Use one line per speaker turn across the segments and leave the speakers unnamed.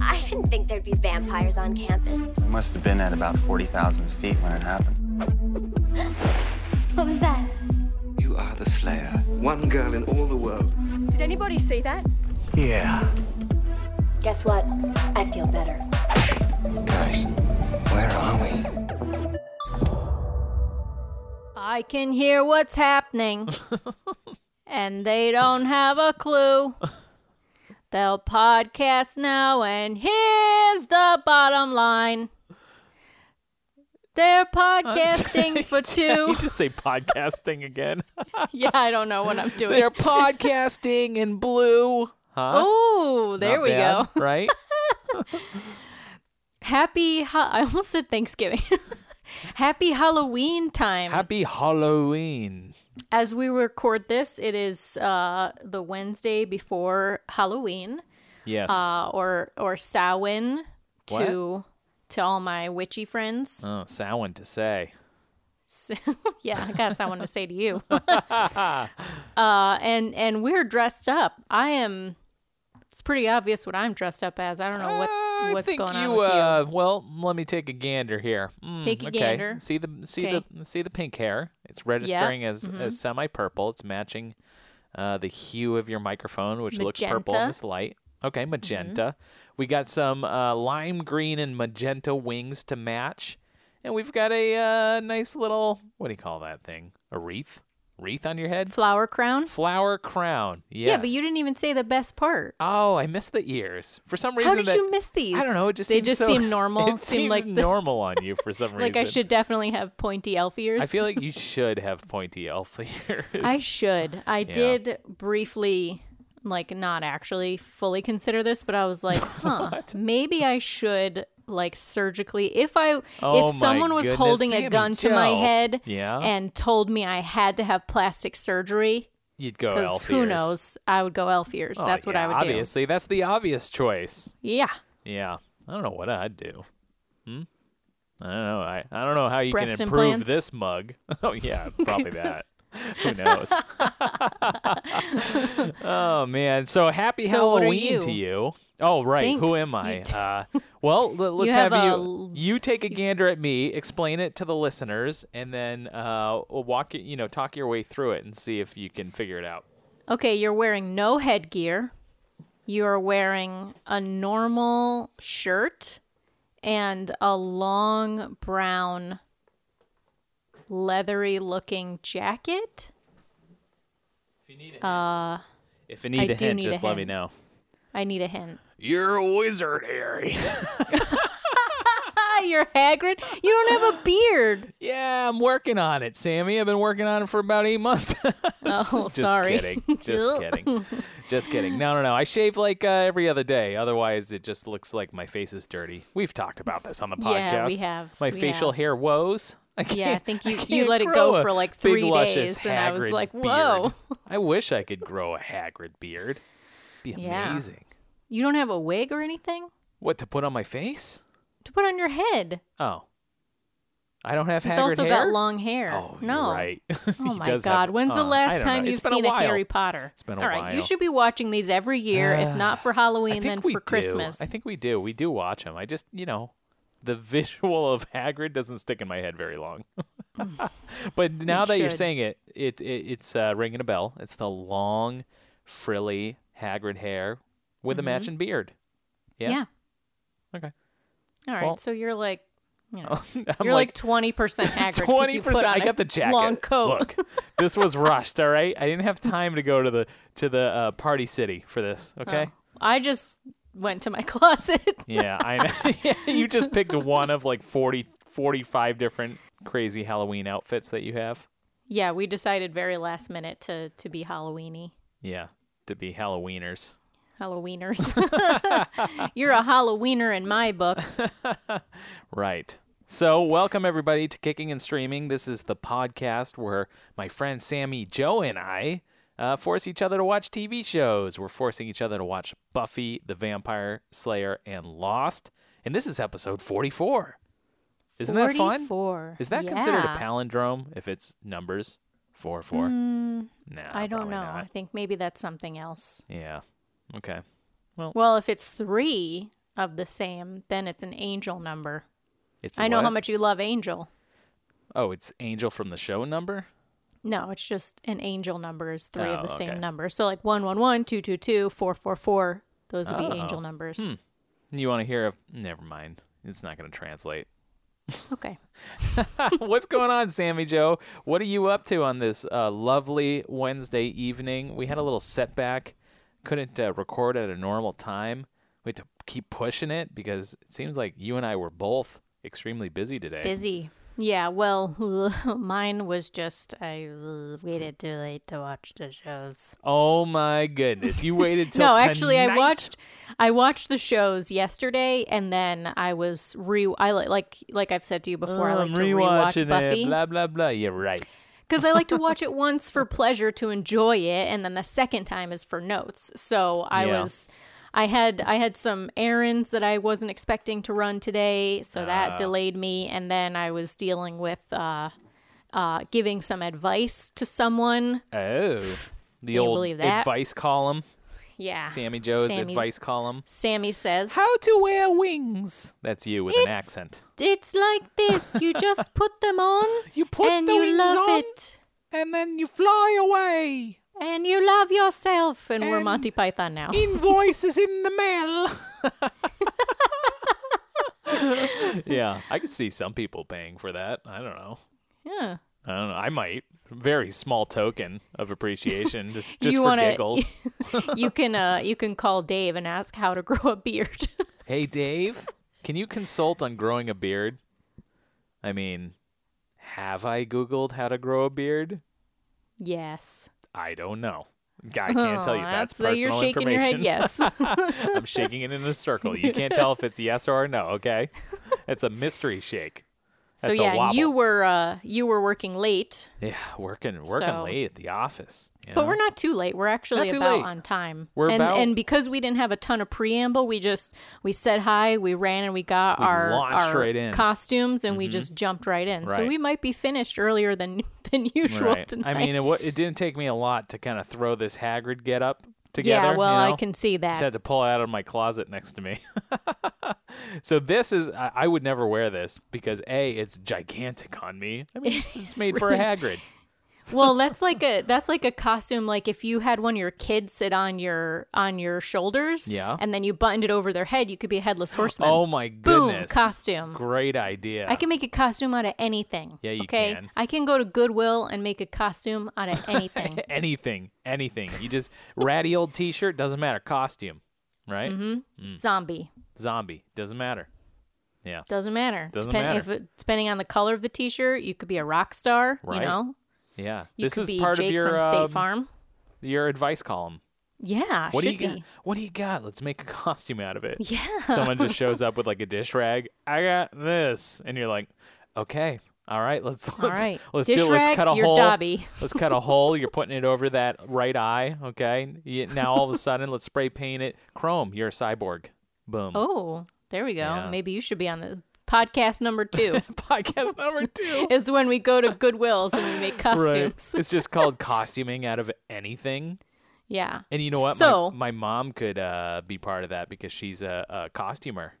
I didn't think there'd be vampires on campus.
I must have been at about 40,000 feet when it happened.
What was that?
You are the Slayer. One girl in all the world.
Did anybody see that?
Yeah.
Guess what? I feel better.
Guys, where are we?
I can hear what's happening. and they don't have a clue. They'll podcast now, and here's the bottom line. They're podcasting for
you
two.
just say podcasting again.
Yeah, I don't know what I'm doing.
They're podcasting in blue. Huh?
Ooh, Oh, there
Not
we
bad,
go.
Right?
Happy, ha- I almost said Thanksgiving. Happy Halloween time.
Happy Halloween.
As we record this, it is uh, the Wednesday before Halloween,
Yes.
uh, or or Samhain
What?
to to all my witchy friends.
oh, Samhain to say.
So, yeah, I got someone to say to you. uh, and and we're dressed up. I am. It's pretty obvious what I'm dressed up as. I don't know what
I
what's
think
going
you,
on with
uh, Well, let me take a gander here. Mm,
Take a
okay.
gander.
See the see the
Okay. mm-hmm.
see the pink hair. It's registering as as semi purple. It's matching uh, the hue of your microphone, which looks purple
Magenta.
in
Mm-hmm.
this light. Okay, magenta. We got some uh, lime green and magenta wings to match, and we've got a uh, nice little what do you call that thing? A wreath? Wreath on your head?
you. Flower crown.
Flower crown.
Yeah, but you
Yes.
didn't even say the best part.
Oh, I missed the ears. For some reason,
How did
that-
you miss these?
I don't know. It just
they
seems
just
so-
seem normal.
It
seem
seems
like the-
normal on you for some reason.
like I should definitely have pointy elf ears.
I feel like you should have pointy elf ears.
I should. I did briefly, like, not actually fully consider this, but I was like, huh, maybe I should like surgically if I
Oh
if
my
someone was
goodness,
holding
Sammy
a gun to my
Joe.
head
Yeah.
and told me I had to have plastic surgery
You'd go
because
elf
who
ears.
knows I would go elf ears
Oh,
that's what I
yeah,
would
Obviously, that's the obvious choice.
do yeah
Yeah. I don't know what I'd do. Hmm. I don't know. I, I don't know how you
Breast
can improve
implants?
this mug. Oh yeah, probably that. Who knows? oh man. So happy
So what are
Halloween to
you?
you. Oh right. Who
Thanks.
am I?
You t-
uh, well, let, let's have,
have a
you
l-
you take a gander at me, explain it to the listeners, and then uh, we'll walk it. You know, talk your way through it and see if you can figure it out.
Okay, you're wearing no headgear. You're wearing a normal shirt and a long brown leathery looking jacket.
If you need a hint, if you need
I
a
do
hint
need a
just let me
hint.
know.
I need a hint.
You're a wizard, Harry.
Ah, you're Hagrid. You don't have a beard.
Yeah, I'm working on it, Sammy. I've been working on it for about eight months.
Oh,
just
sorry.
kidding. Just kidding. Just kidding. No, no, no. I shave like uh, every other day. Otherwise, it just looks like my face is dirty. We've talked about this on the podcast.
Yeah, we have.
My
We
facial
have.
hair woes. I can't,
I think you- you
can't
let it go
grow a
for, like,
big,
three
luscious
days, and I was
Hagrid
like,
beard.
whoa.
I wish I could grow a Hagrid beard. Be
Yeah.
amazing.
You don't have a wig or anything
What to put on my face?
to put on your head.
Oh, I don't have
He's
Hagrid
also
hair.
got long hair.
Oh, you're
no.
right.
Oh my God! When's
uh,
the last time you've seen a, Harry Potter?
It's been a
All right, you
while.
should be watching these every year, if not for Halloween, then for Christmas.
I think we do. We do watch him. I just, you know, the visual of Hagrid doesn't stick in my head very long. but now that you're
Hmm. should.
saying it, it, it it's uh, ringing a bell. It's the long, frilly Hagrid hair with a matching beard. Yeah.
Mm-hmm. yeah.
Okay.
All right,
Well-
so you're like
I'm
you're like twenty percent Hagrid. 'cause you put on
I
a
got the jacket.
Long coat.
Look, this was rushed. All right, I didn't have time to go to the to the uh, party city for this. Okay.
Oh. I just went to my closet.
Yeah, I know. Yeah, you just picked one of like 40, 45 different crazy Halloween outfits that you have.
yeah, we decided very last minute to to be Halloweeny.
Yeah, to be Halloweeners.
Halloweeners. you're a Halloweener in my book.
Right. So, welcome everybody to Kicking and Streaming. This is the podcast where my friend Sammy, Joe, and I uh, force each other to watch TV shows. We're forcing each other to watch Buffy, The Vampire Slayer, and Lost. And this is episode 44. Isn't that fun?
44.
Is that considered a
Yeah.
palindrome if it's numbers? 4 4? no.
Mm, I don't
probably
know.
not.
I think maybe that's something else.
Yeah. Okay.
Well, if it's three of the same, then it's an angel number.
It's
I know
what?
how much you love angel.
Oh, it's Angel from the show number.
No, it's just an angel number is three of
Oh,
the
okay.
same number. So like one one one, two two two, four four four. Those
Oh.
would be angel numbers.
Hmm. You want to hear? A... Never mind. It's not going to translate.
Okay.
What's going on, Sammy Joe? What are you up to on this uh, lovely Wednesday evening? We had a little setback. Couldn't uh, record at a normal time. We had to keep pushing it because it seems like you and I were both extremely busy today.
Busy. Yeah, well, mine was just I uh, waited too late to watch the shows.
Oh my goodness! You waited till
no, actually, I
tonight?
watched I watched the shows yesterday, and then I was re I li- like like I've said to you before, I
Oh,
like
I'm
to
rewatching
rewatch
it,
Buffy.
Blah blah blah. You're right.
because I like to watch it once for pleasure to enjoy it, and then the second time is for notes. So I
Yeah.
was, I had, I had some errands that I wasn't expecting to run today, so
Ah.
that delayed me, and then I was dealing with uh, uh, giving some advice to someone.
Oh, the
you
old
believe that?
advice column.
Yeah,
Sammy Joe's
Sammy-
advice column.
Sammy says,
How to wear wings. That's you with an
It's-
accent.
"It's like this. You just put them on,
You put
and
the
you
wings
love
on.
it."
And then you fly away.
And you love yourself, and, we're
And
Monty Python now.
Invoices in the mail. yeah, I could see some people paying for that. I don't know.
yeah.
I don't know. I might. Very small token of appreciation, just just
you
for
wanna-
giggles.
you can uh you can call Dave and ask how to grow a beard.
hey, Dave, can you consult on growing a beard? I mean, have I Googled how to grow a beard?
yes.
I don't know. I can't tell you.
Oh,
That's,
so
personal
you're shaking your head
information.
yes.
I'm shaking it in a circle. You can't tell if it's yes or no. Okay, it's a mystery shake.
so
That's a
yeah,
wobble.
you were uh you were working late,
Yeah, working working
So-
late at the office. you
but
know?
we're not too late. We're actually
Not too
about
late.
on time.
We're
and
about-
and because we didn't have a ton of preamble, we just we said hi, we ran and we got our,
launched
our
right in. Mm-hmm.
costumes and we just jumped right in. So
Right.
we might be finished earlier than than usual
Right.
tonight.
I mean, it, wa- it didn't take me a lot to kind of throw this Hagrid get up together.
yeah, well,
you
I
know?
can see that.
Just had to pull it out of my closet next to me. so this is I, I would never wear this because a it's gigantic on me. I mean, it's, it's made for a Hagrid.
well that's like a that's like a costume like if you had one of your kids sit on your on your shoulders
Yeah.
and then you buttoned it over their head you could be a headless horseman
Oh my
Boom,
goodness!
costume.
Great idea.
i can make a costume out of anything
Yeah, you
okay
can.
i can go to goodwill and make a costume out of anything
anything, anything. You just ratty old T-shirt doesn't matter. Costume, right?
Mm-hmm. zombie
Zombie doesn't matter.
doesn't matter
Doesn't
Depend-
matter.
If it, depending on the color of the t-shirt you could be a rock star
Right.
you know
Yeah,
you
this
could
is
be
part
jake
of your
from state
um,
farm
your advice column.
yeah
What do you
should
got?
be
What do you got? Let's make a costume out of it.
yeah
Someone just shows up with like a dish rag. I got this, and you're like, okay, all right, let's let's
right.
let's
Dish
do it. Let's
rag,
cut a
you're
hole.
Dobby.
Let's cut a hole. You're putting it over that right eye. Okay. You- Now all of a sudden, let's spray paint it chrome. You're a cyborg. Boom.
oh there we go
Yeah.
maybe you should be on the podcast number two
Podcast number two.
is when we go to Goodwill's and we make costumes.
It's just called costuming out of anything.
Yeah.
And you know what? My-
So-
my, mom could uh, be part of that because she's a, a costumer.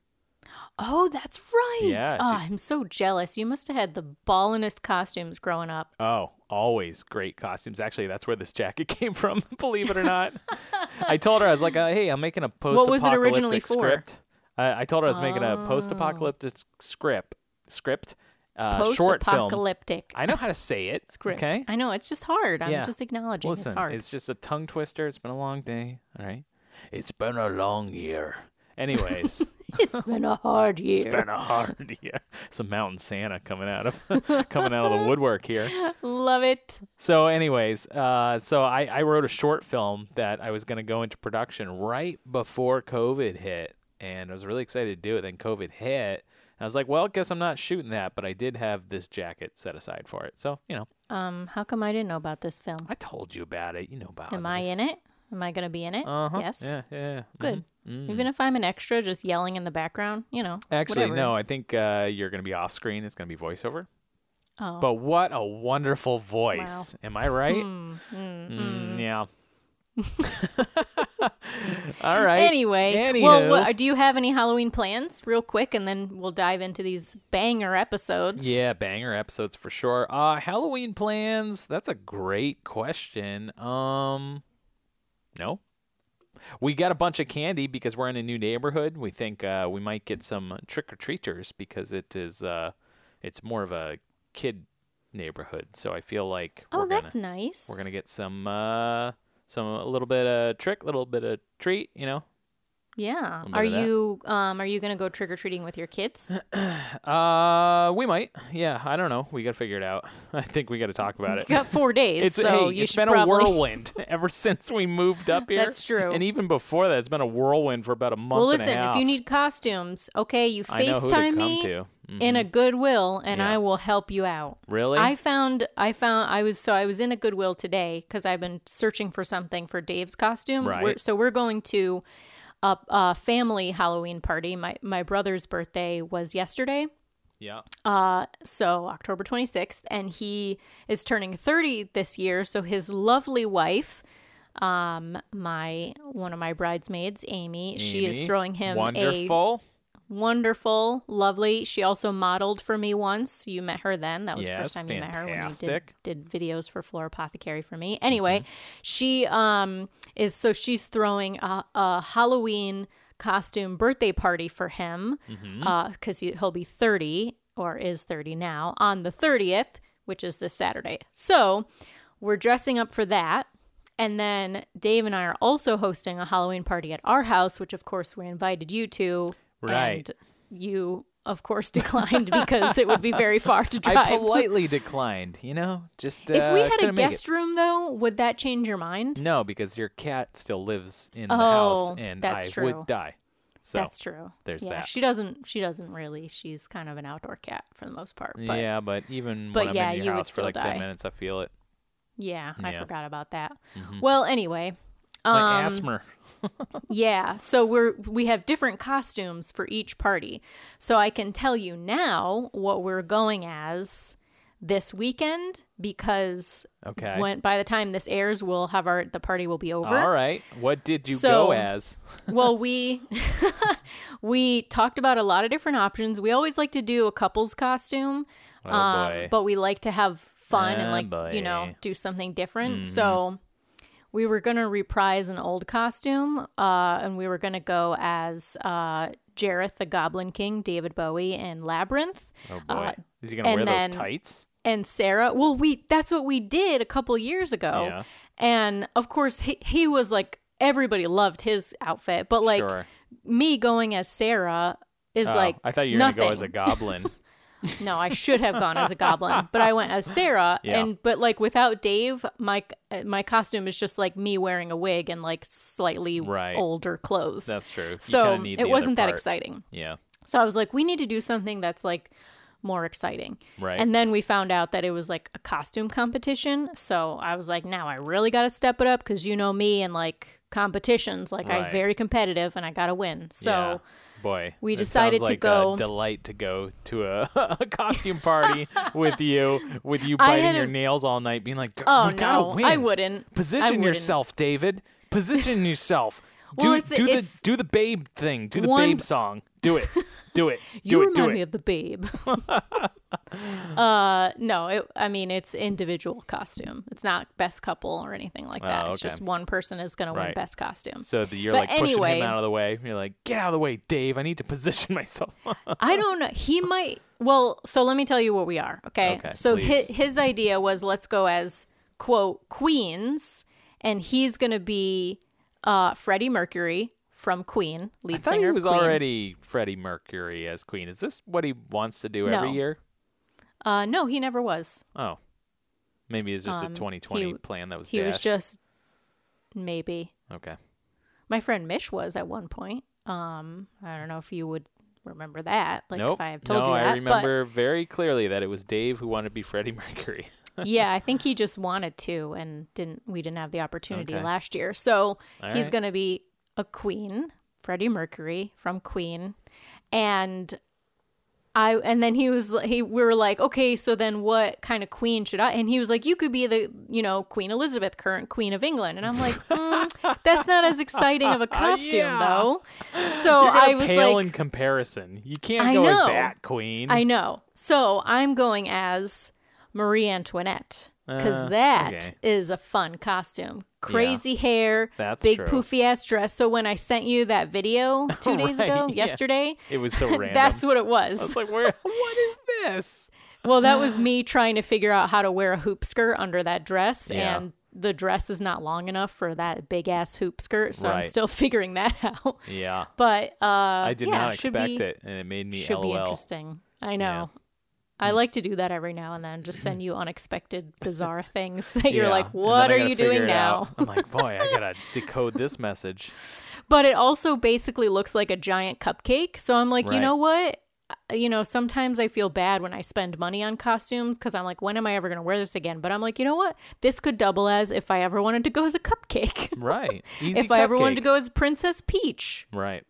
Oh, that's right.
Yeah,
oh,
she-
I'm so jealous. You must have had the ballinest costumes growing up.
Oh, always great costumes. Actually, that's where this jacket came from, believe it or not. I told her I was like, uh, "Hey, I'm making a post
was it originally
apocalyptic
for? Oh.
script." I, I told her I was making a post apocalyptic script script uh, short film.
Post-apocalyptic
I know how to say it.
script.
Okay.
I know it's just hard. I'm
Yeah.
just acknowledging
Listen,
it's hard.
just a tongue twister. It's been a long day. All right. It's been a long year. Anyways,
it's been a hard year.
been a hard year. Some mountain Santa coming out of coming out of the woodwork here.
Love it.
So, anyways, uh, so I, I wrote a short film that I was going to go into production right before COVID hit, and I was really excited to do it. Then COVID hit, and I was like, well, guess I'm not shooting that, but I did have this jacket set aside for it. So, you know,
Um, how come I didn't know about this film?
I told you about it. You know about.
Am I in it? Am I going to be in it?
Uh-huh.
Yes.
Yeah. Mm-hmm. Mm. Yeah.
Good. Even if I'm an extra just yelling in the background, you know.
Actually,
whatever.
no. I think uh, you're going to be off screen. It's going to be voiceover.
Oh.
But what a wonderful
Hmm.
voice! Am I right? Mm, yeah. All right.
Anyway,
Anywho.
well, what, do you have any Halloween plans, real quick, and then we'll dive into these banger episodes?
Yeah, banger episodes for sure. Uh Halloween plans, that's a great question. Um no. We got a bunch of candy because we're in a new neighborhood. We think uh, we might get some trick or treaters because it is uh it's more of a kid neighborhood. So I feel like
Oh,
we're
that's
gonna
nice.
we're gonna get some uh some a little bit of trick, a little bit of treat, you know.
Yeah.
bit
Are
of that.
you um are you gonna go trick or treating with your kids?
Uh we might. Yeah, I don't know. We gotta figure it out. I think we gotta talk about it.
You got four days,
It's
so
hey,
you
it's
should
been a
probably.
whirlwind ever since we moved up here.
That's true.
And even before that, it's been a whirlwind for about a month.
Well,
and a
listen, if
half.
you need costumes, okay, you
I know who to
FaceTime
come
me
to. Mm-hmm.
in a Goodwill, and
Yeah.
I will help you out.
Really?
I found I found I was so I was in a Goodwill today because I've been searching for something for Dave's costume. We're-
Right.
so we're going to a, a family Halloween party. My my brother's birthday was yesterday.
yeah.
so October 26th, and he is turning 30 this year. So his lovely wife, um, my one of my bridesmaids, Amy, she is
Amy,
throwing him a
wonderful.
wonderful, lovely. She also modeled for me once. You met her then. That was the
Yes,
first time you met her when you did,
fantastic.
did videos for Flora Apothecary for me. Anyway, she um is so she's throwing a, a Halloween costume birthday party for him
Mm-hmm.
because he, he'll be 30 or is 30 now on the 30th, which is this Saturday. So we're dressing up for that. And then Dave and I are also hosting a Halloween party at our house, which of course we invited you to.
Right.
And you, of course, declined because it would be very far to drive.
I politely declined. You know, just uh,
if we had a
couldn't make it.
guest room, though, would that change your mind?
No, because your cat still lives in the
Oh,
house, and
that's
I
true.
would die. So
That's true.
there's
yeah,
that.
She doesn't. She doesn't really. She's kind of an outdoor cat for the most part. But yeah,
yeah, but even
but
when
yeah,
I'm in
you
your
would
house for
still
like
die.
ten minutes, I feel it
I
Yeah. Mm-hmm.
forgot about that. Well, anyway,
like
Um,
asthma.
Yeah, so we're we have different costumes for each party. So I can tell you now what we're going as this weekend because
Okay.
when by the time this airs, we'll have our the party will be over.
All right, what did you
So-
go as?
Well, we we talked about a lot of different options. We always like to do a couple's costume, um,
Oh boy.
but we like to have fun and
Oh,
like you know
boy. Mm-hmm.
do something different. So we were gonna reprise an old costume, uh, and we were gonna go as uh, Jareth the Goblin King, David Bowie, and Labyrinth.
Oh boy,
uh,
is he gonna
and
wear
then-
those tights?
and Sarah. Well, we that's what we did a couple years ago.
Yeah.
And of course he, he was like everybody loved his outfit, but like
Sure.
me going as Sarah is
Oh,
like
I thought you were
nothing.
gonna go as a goblin.
No, I should have gone as a goblin, but I went as Sarah
Yeah.
and but like without Dave, my uh, my costume is just like me wearing a wig and like slightly
Right.
older clothes.
That's true. You
So
kinda need the
it
other
wasn't that
part.
exciting.
yeah.
So I was like, we need to do something that's like more exciting.
Right.
And then we found out that it was like a costume competition. So I was like, now I really got to step it up because you know me and like competitions, like I'm
Right.
very competitive and I got to win. So
yeah. boy,
we
it sounds
decided to
like
go-
A delight to go to a, a costume party with you, with you
I
biting
had
your
a-
nails all night, being like, "G-
Oh,
"We gotta
no,
win."
I wouldn't. I
Position
wouldn't.
yourself, David. Position yourself.
Well,
do
it's-
do
it's-
the do the babe thing. Do the
One-
babe song. Do it. Do it. Do
you
it. Do
remind
it.
me of the babe. uh, no, it, I mean, it's individual costume. It's not best couple or anything like that. It's
Oh, okay.
just one person is going to win
Right.
best costume.
so that you're
But
like pushing
anyway-
him out of the way. You're like, "Get out of the way, Dave. I need to position myself."
I don't know. He might. Well, so let me tell you what we are. Okay.
Okay,
so his,
please.
his idea was let's go as quote queens, and he's gonna be uh, Freddie Mercury from Queen, lead
I thought
singer
he
of
was
Queen.
already Freddie Mercury as Queen. Is this what he wants to do
No.
every year?
Uh, no, he never was.
Oh, maybe it's just a 2020
Um, he-
plan that was.
He was
dashed.
just maybe.
okay.
My friend Mish was at one point. Um, I don't know if you would remember that. Like
nope.
if I have told
no,
you that.
I
but-
remember very clearly that it was Dave who wanted to be Freddie Mercury.
yeah, I think he just wanted to and didn't we didn't have the opportunity
Okay.
last year. So
All
he's
right.
gonna be a queen, Freddie Mercury from Queen. And I and then he was he we were like, okay, so then what kind of queen should I? And he was like, you could be the you know Queen Elizabeth, current Queen of England. And I'm like, mm, that's not as exciting of a costume
Yeah.
though. So
You're gonna
I was
pale
like,
in comparison. You can't
I
go as
know.
that queen.
I know. So I'm going as Marie Antoinette because
Uh,
that is
okay.
a fun costume. Crazy hair,
That's
big
true.
poofy ass dress. So when I sent you that video two days
Right,
ago,
yeah.
yesterday,
It was so random.
that's what it was.
It's like where? What is this?
well, that was me trying to figure out how to wear a hoop skirt under that dress,
Yeah.
and the dress is not long enough for that big ass hoop skirt. So I'm
Right.
still figuring that out.
Yeah,
But uh,
I did
yeah,
not
should
expect
be-
it, and it made me
should
lol. Mm.
be interesting. I know. I like to do that every now and then, just send you unexpected, bizarre things that you're
Yeah.
like,
And then
what
I
are
gotta
you
figure
doing
it
now?
out. I'm like, boy, I gotta decode this message.
But it also basically looks like a giant cupcake. So I'm like, you
Right.
know what? Uh, You know, sometimes I feel bad when I spend money on costumes because I'm like, when am I ever going to wear this again? But I'm like, you know what? This could double as if I ever wanted to go as a cupcake.
Right. Easy
if I ever wanted to
cupcake.
go as Princess Peach,
Right.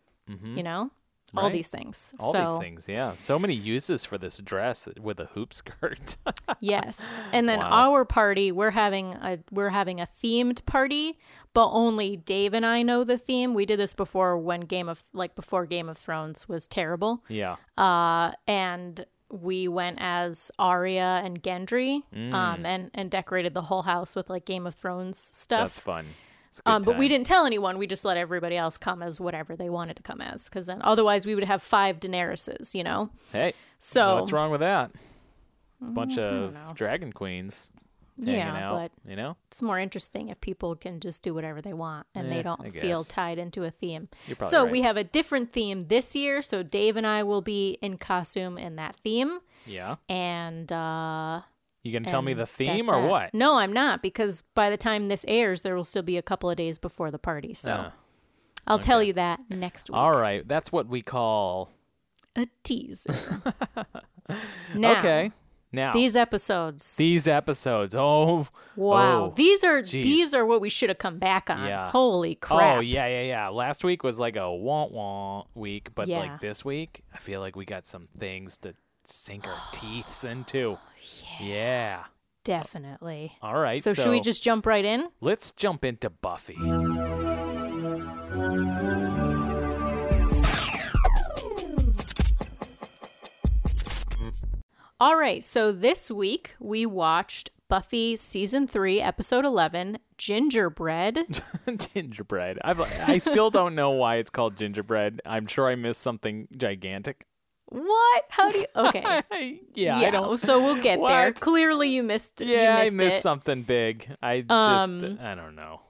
you know? All
Right.
these things.
All
so,
these things, yeah. So many uses for this dress with a hoop skirt.
Yes. And then
Wow.
our party, we're having a we're having a themed party, but only Dave and I know the theme. We did this before when Game of like before Game of Thrones was terrible.
yeah.
Uh and we went as Arya and Gendry
Mm.
um and and decorated the whole house with like Game of Thrones stuff.
That's fun. It's a good
Um, but we
time.
didn't tell anyone. We just let everybody else come as whatever they wanted to come as, because then otherwise we would have five Daeneryses, you know.
Hey.
So Mm,
what's wrong with that? Bunch of dragon queens hanging
Yeah,
out.
but-
you know,
it's more interesting if people can just do whatever they want and
Eh,
they
I
don't feel
guess.
tied into a theme.
You're probably
so
right.
we have a different theme this year. So Dave and I will be in costume in that theme.
yeah.
And uh,
You gonna tell me
and
the theme
that's
or
it.
what?
No, I'm not because by the time this airs, there will still be a couple of days before the party. So
Uh,
I'll tell you that next week.
all right, that's what we call.
A teaser. now,
okay, now
These episodes.
these episodes. Oh,
wow.
oh.
these are
geez.
these are what we should have come back on.
Yeah.
Holy crap.
Oh yeah, yeah, yeah. Last week was like a want want week, but
Yeah.
like this week, I feel like we got some things to sink our teeth
Oh,
into. Yeah.
Definitely.
All right.
So, should we just jump right in?
let's jump into Buffy?
All right. So this week we watched Buffy season 3 episode 11 Gingerbread.
gingerbread. I've, I still don't know why it's called gingerbread. I'm sure I missed something gigantic.
what? How do you Okay. Yeah,
I, yeah, I don't.
so we'll get there.
What?
Clearly you missed
Yeah,
you missed
I missed
it.
something big. I
Um,
just I don't know.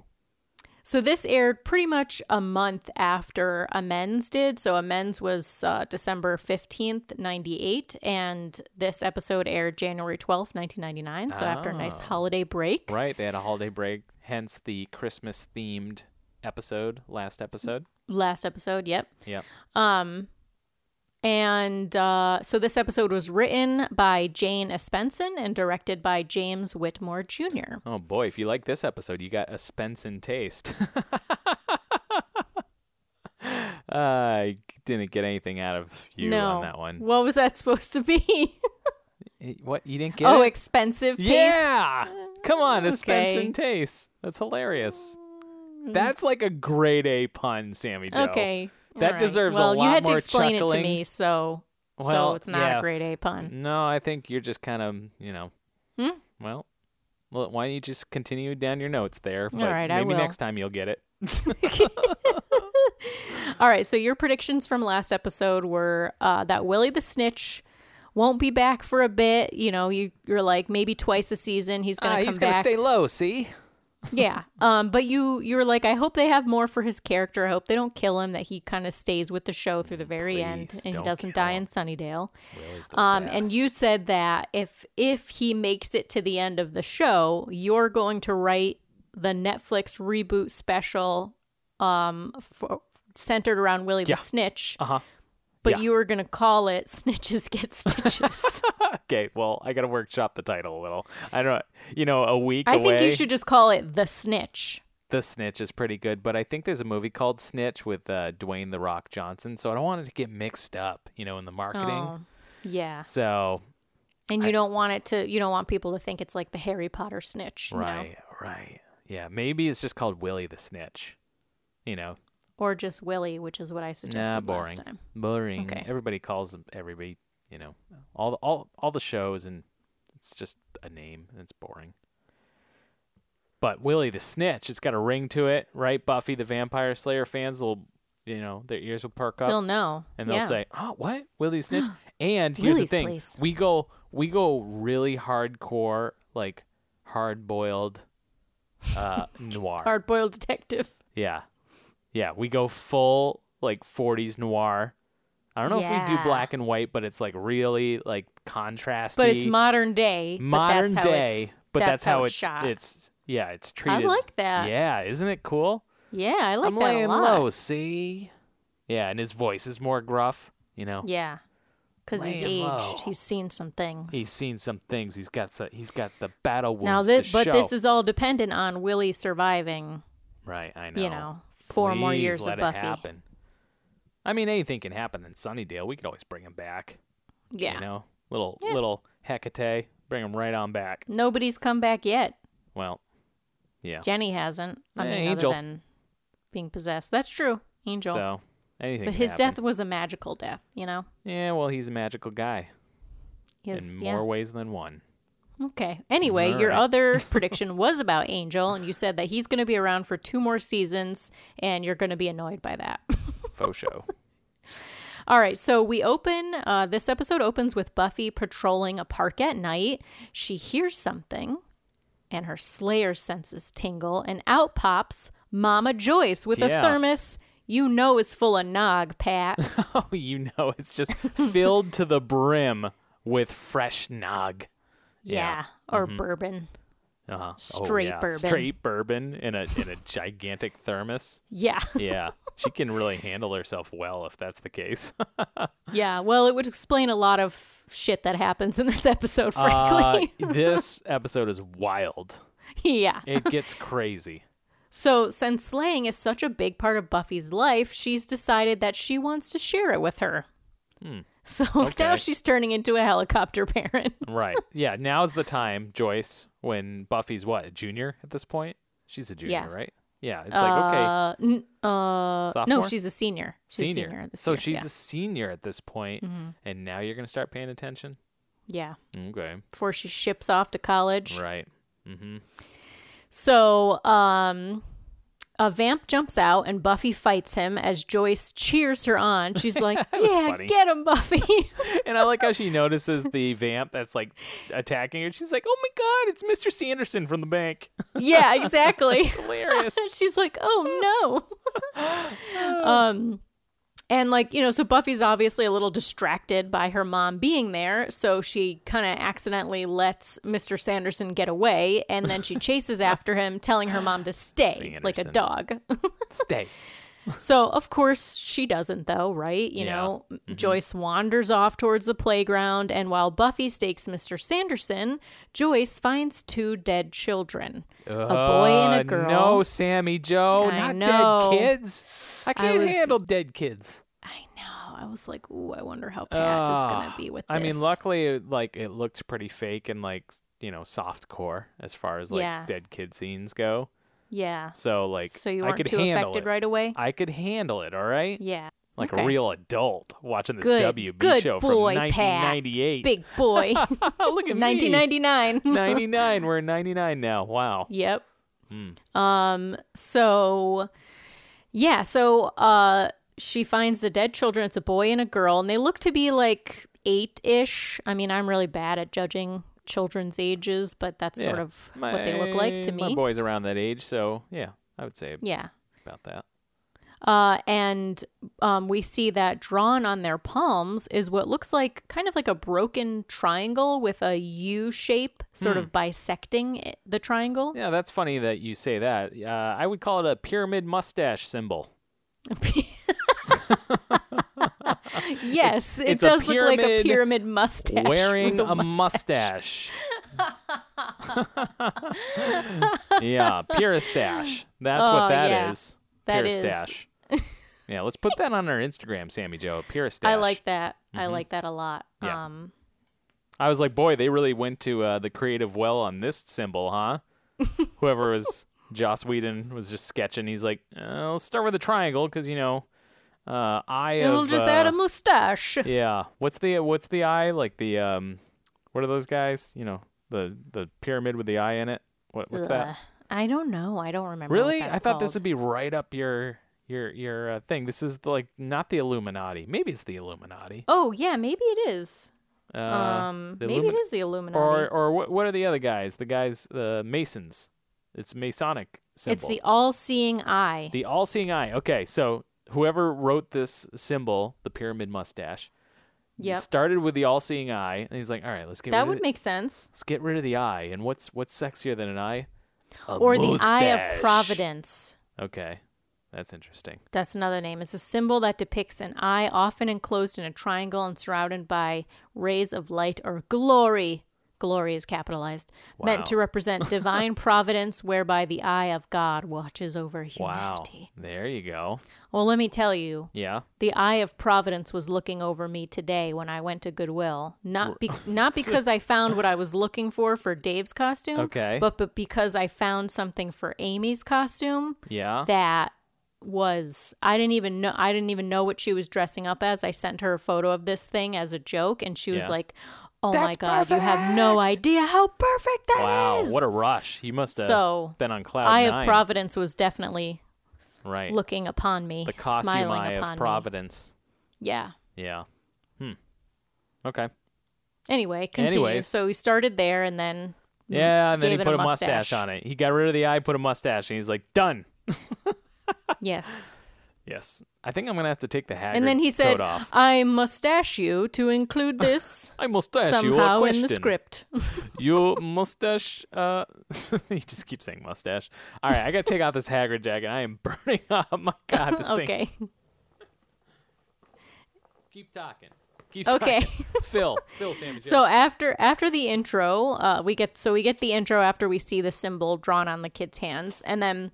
So this aired pretty much a month after Amends did. So Amends was uh, December 15th, 98 and this episode aired January 12th, 1999. So after a nice holiday break.
Oh. Right, they had a holiday break, hence the Christmas themed episode last episode.
Last episode, yep.
Yep.
And uh, so this episode was written by Jane Espenson and directed by James Whitmore Jr.
Oh boy, if you like this episode, you got a Spence in taste. I didn't get anything out of you
no.
on that one.
What was that supposed to be?
Eh, What you didn't get?
oh,
it?
expensive taste.
Yeah. Come on, a Spence
Okay. Mm.
and Tace. That's hilarious. That's like a grade A pun, Sammy Joe.
Okay.
That
all right.
deserves a
well,
lot
you had
more
to explain it
chuckling.
to me, so
Well,
so it's not
yeah.
a grade A pun.
No, I think you're just kind of, you know.
Hmm?
Well, well, why don't you just continue down your notes there? But
right, I
maybe
will.
next time you'll get it.
All right, so your predictions from last episode were uh, that Willie the Snitch won't be back for a bit. You know, you you're like maybe twice a season he's going to
Ah,
come
he's
back.
gonna stay low. See,
Yeah. Um, but you you were like, I hope they have more for his character. I hope they don't kill him, that he kind of stays with the show through the very end
please
and he
don't
doesn't
kill
die in Sunnydale. Um, and you said that if if he makes it to the end of the show, you're going to write the Netflix reboot special um for centered around Willie
Yeah.
the Snitch.
Uh-huh.
But
Yeah.
you were gonna call it Snitches Get Stitches.
okay. Well, I gotta workshop the title a little. I don't, you know, a week.
I think
away,
you should just call it the Snitch.
The Snitch is pretty good, but I think there's a movie called
Oh.
Snitch with uh, Dwayne the Rock Johnson, so I don't want it to get mixed up, you know, in the marketing.
Yeah.
So
And you don't want it to you don't want people to think it's like the Harry Potter snitch, you know?
right, right, yeah. Maybe it's just called Willie the Snitch. You know,
Or just Willy, which is what I suggested
nah, boring,
last time.
boring.
Okay.
Everybody calls them everybody. You know, all the all all the shows and it's just a name and it's boring. But Willie the Snitch, it's got a ring to it, right? Buffy the Vampire Slayer fans will, you know, their ears will perk up.
They'll know.
and they'll
Yeah.
say, "Oh, what Willie Snitch?" and here's
Willie's
the thing:
place.
we go we go really hardcore, like hard boiled uh, noir.
hard boiled detective.
Yeah, yeah, we go full like '40s noir. I don't know if we do
Yeah.
black and white, but it's like really like contrasty,
But it's modern day. but
modern
that's how
day.
it's-
but that's, how
it's
it's
shot.
it's yeah, it's treated.
like that.
Yeah, isn't it cool?
yeah, I like
I'm
that
laying
a lot.
low. See, yeah, and his voice is more gruff. You know,
Yeah, because he's
Laying
aged.
low.
He's seen some things.
He's seen some things. He's got so, he's got the battle wounds
now
to
this, but
show.
this is all dependent on Willie surviving.
right. I know.
You know, four more
Please
years
let
of Buffy.
It happen. I mean, anything can happen in Sunnydale. We could always bring him back.
Yeah,
You know, little little Hecate, bring him right on back.
nobody's come back yet.
Well, yeah.
Jenny hasn't. I
Eh,
mean,
Angel.
other than being possessed. That's true, Angel.
So anything.
but
can
his
happen.
death was a magical death. You know,
Yeah. Well, he's a magical guy
his
in
yeah.
more ways than one.
Okay. Anyway, your
Alright.
other prediction was about Angel, and you said that he's going to be around for two more seasons, and you're going to be annoyed by that.
Faux show.
All right, so we open, uh, this episode opens with Buffy patrolling a park at night. She hears something, and her Slayer senses tingle, and out pops Mama Joyce with a
Yeah.
thermos you know is full of nog, Pat.
oh, you know, it's just filled to the brim with fresh nog.
yeah. or
Mm-hmm.
bourbon.
Uh-huh.
Straight bourbon.
Straight bourbon in a in a gigantic thermos.
Yeah.
Yeah. she can really handle herself well if that's the case.
Yeah. Well, it would explain a lot of shit that happens in this episode,
Uh,
frankly.
this episode is wild.
yeah.
It gets crazy.
So, since slaying is such a big part of Buffy's life, she's decided that she wants to share it with her. So now
Hmm. Okay.
she's turning into a helicopter parent.
Right. Yeah, now's the time, Joyce, when Buffy's what, a junior at this point? She's a junior,
Yeah.
right? Yeah. It's like okay.
Uh, n- uh, no,
Sophomore?
she's a senior. She's
Senior.
A senior this
so
year,
she's
yeah. Mm-hmm.
a senior at this point, and now you're gonna start paying attention.
yeah.
Okay,
Before she ships off to college.
right.
So, um, a vamp jumps out and Buffy fights him as Joyce cheers her on. She's like, "Yeah,
funny.
get him, Buffy."
And I like how she notices the vamp that's like attacking her. She's like, "Oh my god, it's Mr. Sanderson from the bank."
yeah, exactly.
Hilarious.
She's like, oh no. um, and like you know, so Buffy's obviously a little distracted by her mom being there, so she kind of accidentally lets Mr. Sanderson get away, and then she chases after him, telling her mom to stay like a
Sanderson.
dog.
Stay.
so of course she doesn't, though, right? You
Yeah. Mm-hmm.
know, Joyce wanders off towards the playground, and while Buffy stakes Mr. Sanderson, Joyce finds two dead children, a boy and a girl.
Uh, No, Sammy Joe,
I
not
know.
dead kids. I can't
was-
handle dead kids.
I know. I was like, ooh, I wonder how Pat is gonna
Ah,
be with this.
I mean, luckily, like it looked pretty fake and like you know soft core as far as like
Yeah.
dead kid scenes go.
Yeah.
So like,
So you
I
weren't
could
too
handle
affected
it.
right away?
I could handle it. All right.
Yeah.
like
Okay.
a real adult watching this
Good-
WB
good
show
boy,
from
Pat.
1998.
Big boy.
oh, look at me.
1999.
99. We're in 99 now. Wow.
yep.
Hmm.
Um. So, yeah. So, uh, she finds the dead children. It's a boy and a girl, and they look to be like eight ish. I mean, I'm really bad at judging children's ages, but that's sort
Yeah.
of what they look like to
My- My
me.
boy's around that age, so yeah, I would say
Yeah.
about that.
Uh, and um, we see that drawn on their palms is what looks like kind of like a broken triangle with a U shape sort
Hmm.
of bisecting i- the triangle.
Yeah, that's funny that you say that. Uh, I would call it a pyramid mustache symbol.
yes, it
it's a
does look like a
pyramid
pyramid mustache.
Wearing
with
a mustache. yeah, pyrastache. That's
Oh,
what that
yeah.
is.
That is-
pyrastache. Yeah, let's put that on our Instagram, Sammy Joe. Purist.
I like that. I like that a lot.
Mm-hmm. Yeah.
Um,
I was like, boy, they really went to uh, the creative well on this symbol, huh? Whoever was Joss Whedon was just sketching. He's like, uh, let's start with a triangle because you know, uh, eye
it'll
of,
just add
uh,
a mustache.
Yeah. What's the what's the eye like? The um, what are those guys? You know, the the pyramid with the eye in it. What what's
Ugh.
that?
I don't know. I don't remember. what
Really? I
that's
thought this
called.
would be right up your your your uh, thing. This is like not the Illuminati. Maybe it's the Illuminati.
Oh yeah, maybe it is.
Uh,
Um,
the
maybe
Illumi-
it is the Illuminati.
Or or what what are the other guys? The guys the Masons. It's Masonic symbol.
it's the all-seeing eye.
The all seeing eye. Okay, so whoever wrote this symbol, the pyramid mustache,
yep.
started with the all seeing eye, and he's like, all right, let's get rid
That
of
would
the-
make sense.
let's get rid of the eye. And what's what's sexier than an eye? A
Or the eye of
mustache.
providence.
Okay, that's interesting.
That's another name. It's a symbol that depicts an eye often enclosed in a triangle and surrounded by rays of light or glory. Glory is capitalized,
Wow.
meant to represent divine providence whereby the eye of God watches over
Wow,
humanity.
there you go.
Well, let me tell you,
Yeah.
the eye of providence was looking over me today when I went to Goodwill. Not be- not because I found what I was looking for for Dave's costume,
Okay.
but but because I found something for Amy's costume
Yeah.
that was I didn't even know I didn't even know what she was dressing up as. I sent her a photo of this thing as a joke and she was
Yeah.
like, "Oh my god, you have no idea how perfect that is."
wow, what a rush. He must have
So,
been on cloud
Eye
nine.
of Providence was definitely
right.
looking upon me,
the costume
smiling
eye
upon
of Providence.
me. Yeah.
Yeah. Hmm. Okay.
Mm. Anyway, continue.
Anyways.
So we started there and then
Yeah, and then he
gave it
put
a
a mustache.
mustache.
on it. He got rid of the eye, put a mustache, and he's like, done.
yes.
Yes. I think I'm gonna have to take the hat.
and then he said, "Uh,
coat off.
"I mustache you to include this
I mustache you a
somehow in
question.
the script."
You mustache. Uh, he just keeps saying mustache. All right, I gotta take out this Hagrid jacket. I am burning up. My God, this thing.
okay.
Keep talking. Keep
Okay.
talking. Phil. Phil. Sammy. Joe.
So after after the intro, uh, we get so we get the intro after we see the symbol drawn on the kid's hands, and then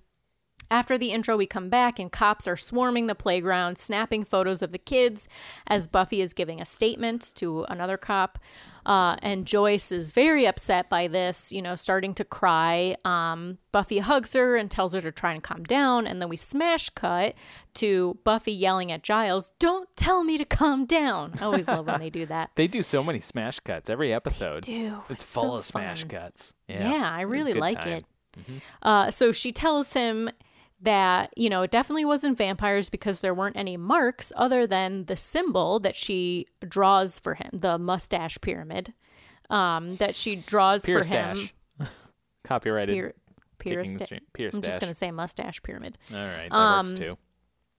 after the intro, we come back and cops are swarming the playground, snapping photos of the kids as Buffy is giving a statement to another cop. Uh, and Joyce is very upset by this, you know, starting to cry. Um, Buffy hugs her and tells her to try and calm down. And then we smash cut to Buffy yelling at Giles, Don't tell me to calm down. I always love when they do that.
They do so many smash cuts every episode.
do.
It's,
It's
full
so
of smash
fun.
cuts.
Yeah,
Yeah,
I
It was a
really
good
like
time. Mm-hmm.
it. Uh, so she tells him that, you know, it definitely wasn't vampires because there weren't any marks other than the symbol that she draws for him, the mustache pyramid um, that she draws
Pier
for him.
stash. Copyrighted.
Pier, pier
Taking the
sta-
stream- pier
I'm just
stash.
going to say mustache pyramid.
All right, that works
Um,
too.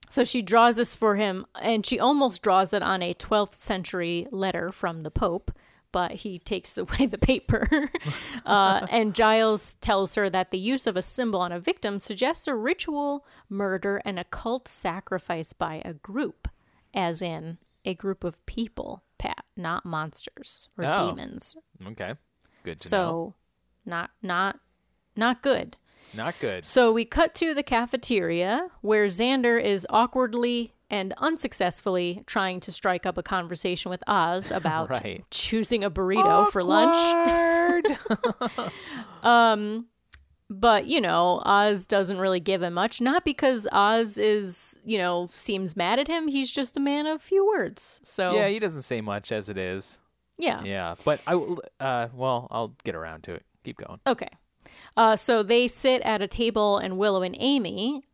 So she draws this for him, and she almost draws it on a 12th century letter from the Pope, but he takes away the paper. uh, and Giles tells her that the use of a symbol on a victim suggests a ritual, murder, and occult sacrifice by a group, as in a group of people, Pat, not monsters or
Oh.
demons.
Okay, good to know.
So, not not not good.
Not good.
So we cut to the cafeteria where Xander is awkwardly and unsuccessfully trying to strike up a conversation with Oz about
Right.
choosing a burrito for lunch. But, you know, Oz doesn't really give him much. Not because Oz is, you know, seems mad at him. He's just a man of few words. So,
yeah, he doesn't say much as it is.
yeah.
Yeah, but I will. Uh, well, I'll get around to it. Keep going.
Okay. Uh, so they sit at a table, and Willow and Amy,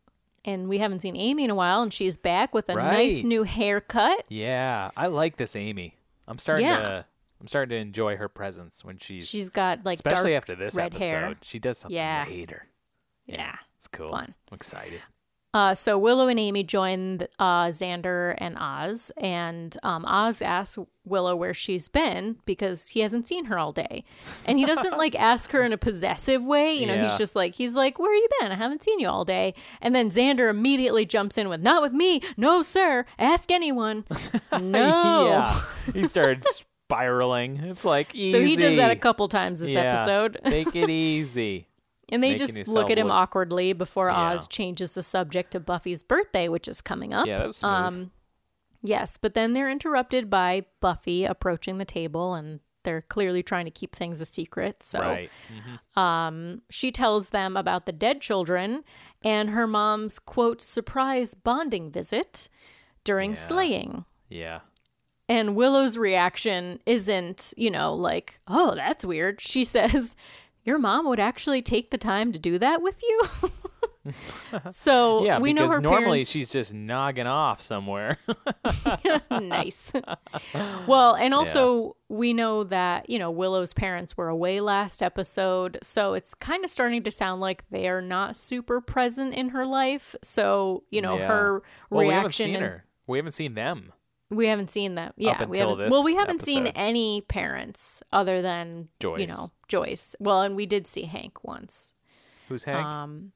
and we haven't seen Amy in a while, and she's back with a nice
Right.
new haircut.
Yeah, I like this Amy. I'm starting
Yeah.
to. I'm starting to enjoy her presence when she's,
She's got like
especially
dark
after this
red
episode.
hair.
She does something
Yeah.
later.
Yeah.
It's cool.
Fun.
I'm excited.
Uh, so Willow and Amy join uh, Xander and Oz, and um, Oz asks Willow where she's been because he hasn't seen her all day, and he doesn't like ask her in a possessive way. You know,
Yeah.
he's just like he's like, "Where you been? I haven't seen you all day." And then Xander immediately jumps in with, "Not with me, no sir. Ask anyone." No.
Yeah. he started spiraling. It's like easy.
So he does that a couple times this
Yeah,
episode.
Take it easy.
And they
Making
just
yourself
look at him
look-
awkwardly before
Yeah.
Oz changes the subject to Buffy's birthday, which is coming up.
Yeah, that was smooth.
Um, yes, but then they're interrupted by Buffy approaching the table and they're clearly trying to keep things a secret. So
Right.
she tells them about the dead children and her mom's quote surprise bonding visit during slaying.
Yeah.
And Willow's reaction isn't, you know, like, oh, that's weird. She says, Your mom would actually take the time to do that with you. so
Yeah,
we know
because
her
normally
parents-
she's just nogging off somewhere.
nice. well, and also we know that, you know, Willow's parents were away last episode, so it's kind of starting to sound like they're not super present in her life. So, you know,
Yeah.
her
well, we haven't
reaction
seen
and-
her. We haven't seen them.
we haven't seen that. Yeah, we
until
haven't.
this
well, we haven't seen
episode.
any parents other than you
Joyce.
know, Joyce. Well, and we did see Hank once.
Who's Hank?
Um,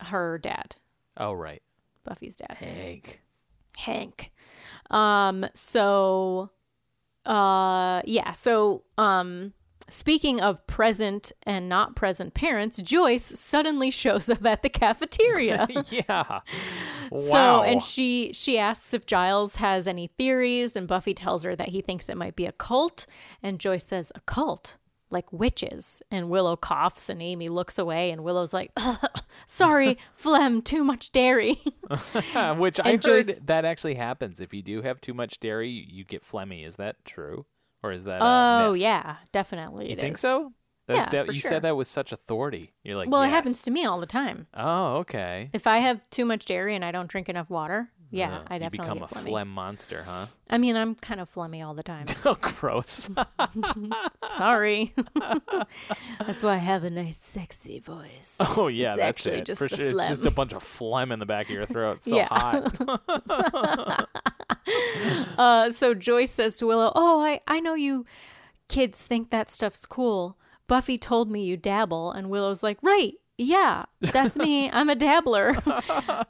Her dad,
oh, right.
Buffy's dad.
Hank.
Hank. Um, so uh yeah, so um speaking of present and not present parents, Joyce suddenly shows up at the cafeteria.
yeah.
So
Wow.
and she she asks if Giles has any theories and Buffy tells her that he thinks it might be a cult and Joyce says a cult like witches and Willow coughs and Amy looks away and Willow's like sorry phlegm too much dairy
Which I heard
and Joyce-
that actually happens. If you do have too much dairy, you, you get phlegmy. Is that true? Or is that a
oh
myth?
yeah definitely
You
it
think
is.
so? That's
Yeah,
def-
for
you
sure.
said that with such authority. You're like,
Well,
yes.
it happens to me all the time.
Oh, okay.
If I have too much dairy and I don't drink enough water, yeah,
Uh,
I
you
definitely
become
get
a
phlegmy.
phlegm monster, huh?
I mean, I'm kind of phlegmy all the time.
oh, gross.
Sorry. that's why I have a nice, sexy voice.
Oh yeah,
it's
that's
actually
it.
just
For
the
sure. It's just a
phlegm.
bunch of phlegm in the back of your throat. It's so
Yeah.
hot.
Uh, so Joyce says to Willow, "Oh, I I know you kids think that stuff's cool. Buffy told me you dabble." And Willow's like, "Right." Yeah, that's me. I'm a dabbler.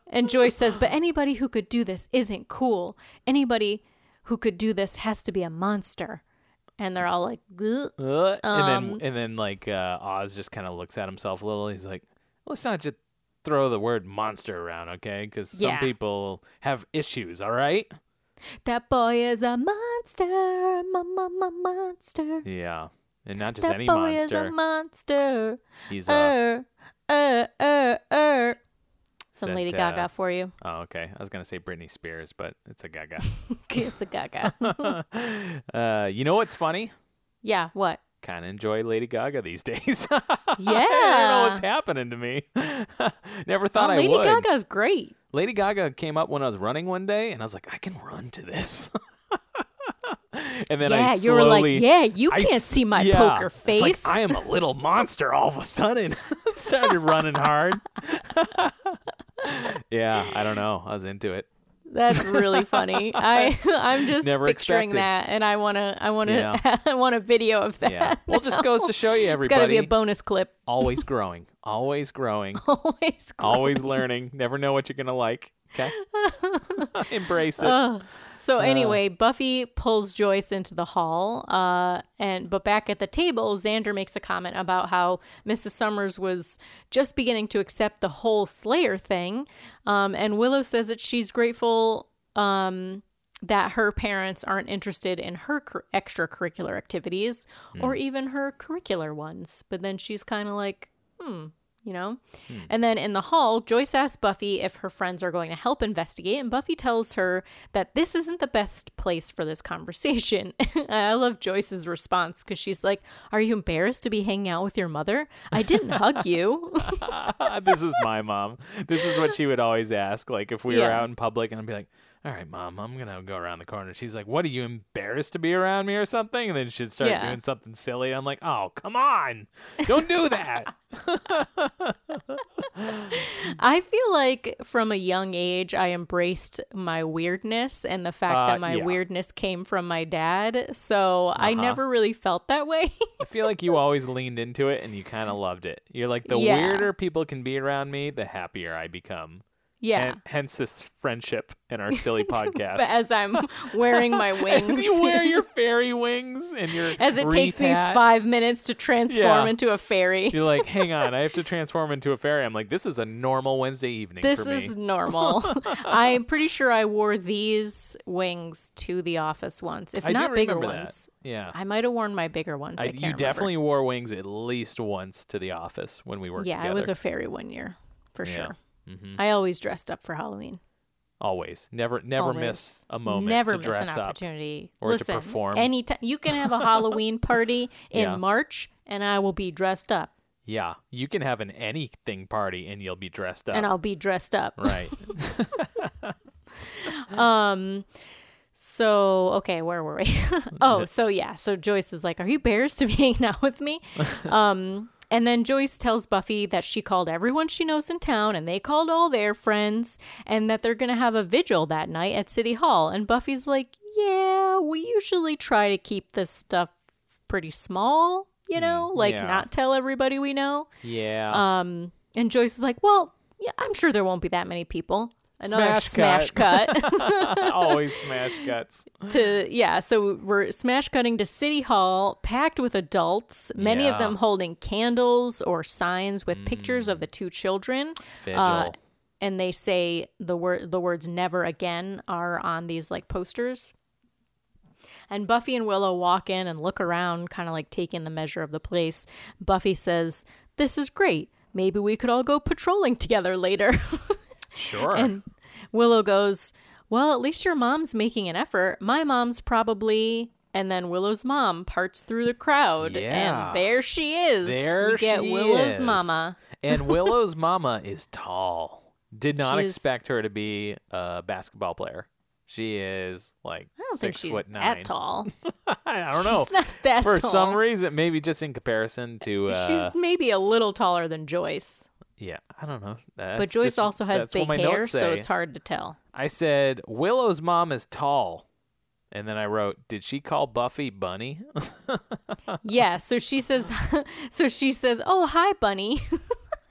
and Joyce says, But anybody who could do this isn't cool. Anybody who could do this has to be a monster. And they're all like, "Gah."
Uh,
Um,
and then and then like uh, Oz just kind of looks at himself a little. He's like, let's not just throw the word monster around, okay? Because
Yeah.
some people have issues. All right.
That boy is a monster. Mama, monster.
Yeah. And not just
That
any
boy is
monster.
a monster.
He's uh, a.
er, er, er, er. Some
Said,
Lady
uh,
Gaga for you.
oh, okay. I was gonna say Britney Spears, but it's a Gaga.
it's a Gaga.
uh, you know what's funny?
yeah, what?
Kind of enjoy Lady Gaga these days. I don't know
Yeah.
what's happening to me. Never thought
Oh,
I
Lady
would.
Gaga's great.
Lady Gaga came up when I was running one day, and I was like, I can run to this. and then
yeah,
I
you were
slowly-
like, yeah, you
I
can't
s-
see my
yeah.
poker
It's like,
face.
I am a little monster all of a sudden. Started running hard. yeah, I don't know. I was into it.
That's really funny. I I'm just
Never
picturing
expected.
that, and I wanna I wanna
Yeah.
I want a video of that.
Yeah. Well, just goes to show you,
It's gotta
everybody.
be a bonus clip.
always growing. Always growing.
Always.
always learning. Never know what you're going to like. Okay? Embrace
Uh,
it.
So anyway, Buffy pulls Joyce into the hall, uh, and but back at the table, Xander makes a comment about how Mrs. Summers was just beginning to accept the whole Slayer thing, um, and Willow says that she's grateful um, that her parents aren't interested in her cur- extracurricular activities or even her curricular ones. But then she's kind of like, you know?
Hmm.
And then in the hall, Joyce asks Buffy if her friends are going to help investigate, and Buffy tells her that this isn't the best place for this conversation. I love Joyce's response because she's like, Are you embarrassed to be hanging out with your mother? I didn't hug you.
this is my mom. This is what she would always ask. Like if we were
Yeah.
out in public, and I'd be like, "All right, mom, I'm gonna go around the corner." She's like, "What are you embarrassed to be around me or something?" And then she'd start
Yeah.
doing something silly. I'm like, "Oh, come on, don't do that."
I feel like from a young age, I embraced my weirdness and the fact
Uh,
that my
yeah. Uh-huh.
weirdness came from my dad. So I never really felt that way.
I feel like you always leaned into it, and you kind of loved it. You're like, the
Yeah.
weirder people can be around me, the happier I become.
Yeah.
And hence this friendship in our silly podcast.
As I'm wearing my wings.
As you wear your fairy wings and your
As it
wreath
takes me
hat,
five minutes to transform
Yeah.
into a fairy.
You're like, hang on, I have to transform into a fairy. I'm like, this is a normal Wednesday evening
This
for me.
is normal. I'm pretty sure I wore these wings to the office once, if
I do
not bigger
remember that.
ones.
Yeah.
I might have worn my bigger ones. I,
I-
can't
you
remember.
definitely wore wings at least once to the office when we worked
Yeah,
together. Mm-hmm.
I was a fairy one year for sure. I always dressed up for Halloween.
Always, never, never
Always.
miss a moment
Never
to
miss
dress
an
up.
opportunity
or to
Listen,
perform.
Anytime you can have a Halloween party in
Yeah.
March, and I will be dressed up,
Yeah, you can have an anything party and you'll be dressed up.
and I'll be dressed up.
right.
So okay, where were we?
Mm,
oh, so yeah. So Joyce is like, "Are you bears to be hanging out with me?" um, and then Joyce tells Buffy that she called everyone she knows in town, and they called all their friends, and that they're gonna have a vigil that night at City Hall. And Buffy's like, "Yeah, we usually try to keep this stuff pretty small, you know, like
Mm, yeah.
not tell everybody we know."
Yeah.
And Joyce is like, "Well, yeah, I'm sure there won't be that many people." Another smash
Smash
cut. Um,
always smash cuts.
to yeah so we're smash cutting to city hall packed with adults many
Yeah.
of them holding candles or signs with pictures of the two children Uh,
Vigil.
and they say the word the words never again are on these like posters and Buffy and Willow walk in and look around, kind of like taking the measure of the place. Buffy says, This is great. Maybe we could all go patrolling together later.
sure.
Willow goes, Well, at least your mom's making an effort. My mom's probably. And then Willow's mom parts through the crowd.
Yeah.
And there she is.
there
we get
she
Willow's
is.
mama.
and Willow's mama is tall. Did not
She is-
expect her to be a basketball player. She is like
I don't
six
think she's
foot nine.
that tall.
I don't know.
She's not that
For
tall.
some reason, maybe just in comparison to uh,
she's maybe a little taller than Joyce.
Yeah, I don't know.
But
That's
Joyce
just-
also has
that's what
big
my
hair,
notes
so
say.
it's hard to tell.
I said Willow's mom is tall, and then I wrote, "Did she call Buffy Bunny?"
Yeah, so she says so she says, Oh hi bunny.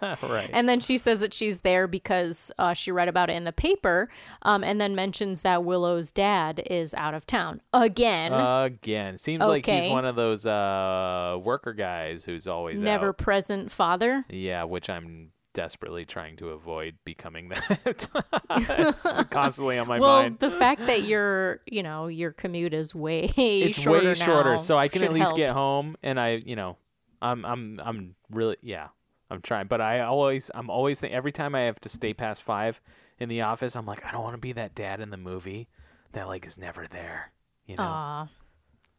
right.
And then she says that she's there because uh, she read about it in the paper, um, and then mentions that Willow's dad is out of town again,
Oh, Again, seems like he's
Mm. Okay.
one of those uh, worker guys who's always
never
out.
present father.
Yeah, which I'm desperately trying to avoid becoming that. it's constantly on my
well,
mind.
the fact that your you know your commute is way
it's
shorter
way shorter,
now
so I can at
should
least
help.
get home, and I, you know, I'm, I'm, I'm really, yeah, I'm trying, but I always, I'm always, think, every time I have to stay past five in the office, I'm like, I don't want to be that dad in the movie that like is never there, you know.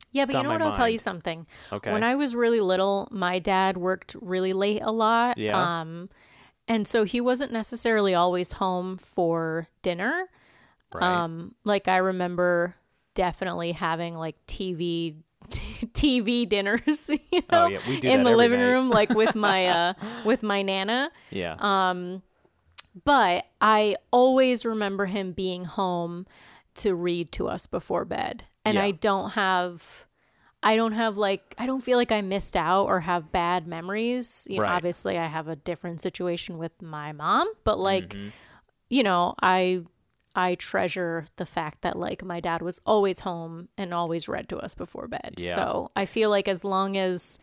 Yeah, but
It's
you
on
know
my
what? I'll tell you
mind.
something.
Okay.
When I was really little, my dad worked really late a lot.
Yeah.
Um, and so he wasn't necessarily always home for dinner.
right.
Um, like I remember definitely having like TV TV dinners, you know,
Oh, yeah, we do
in
that
the
every
living
night.
room, like with my uh, with my nana.
yeah.
But I always remember him being home to read to us before bed, and
Yeah.
I don't have. I don't have like I don't feel like I missed out or have bad memories. You
Right.
know, obviously I have a different situation with my mom, but like
Mm-hmm.
you know, I I treasure the fact that like my dad was always home and always read to us before bed.
Yeah.
So I feel like as long as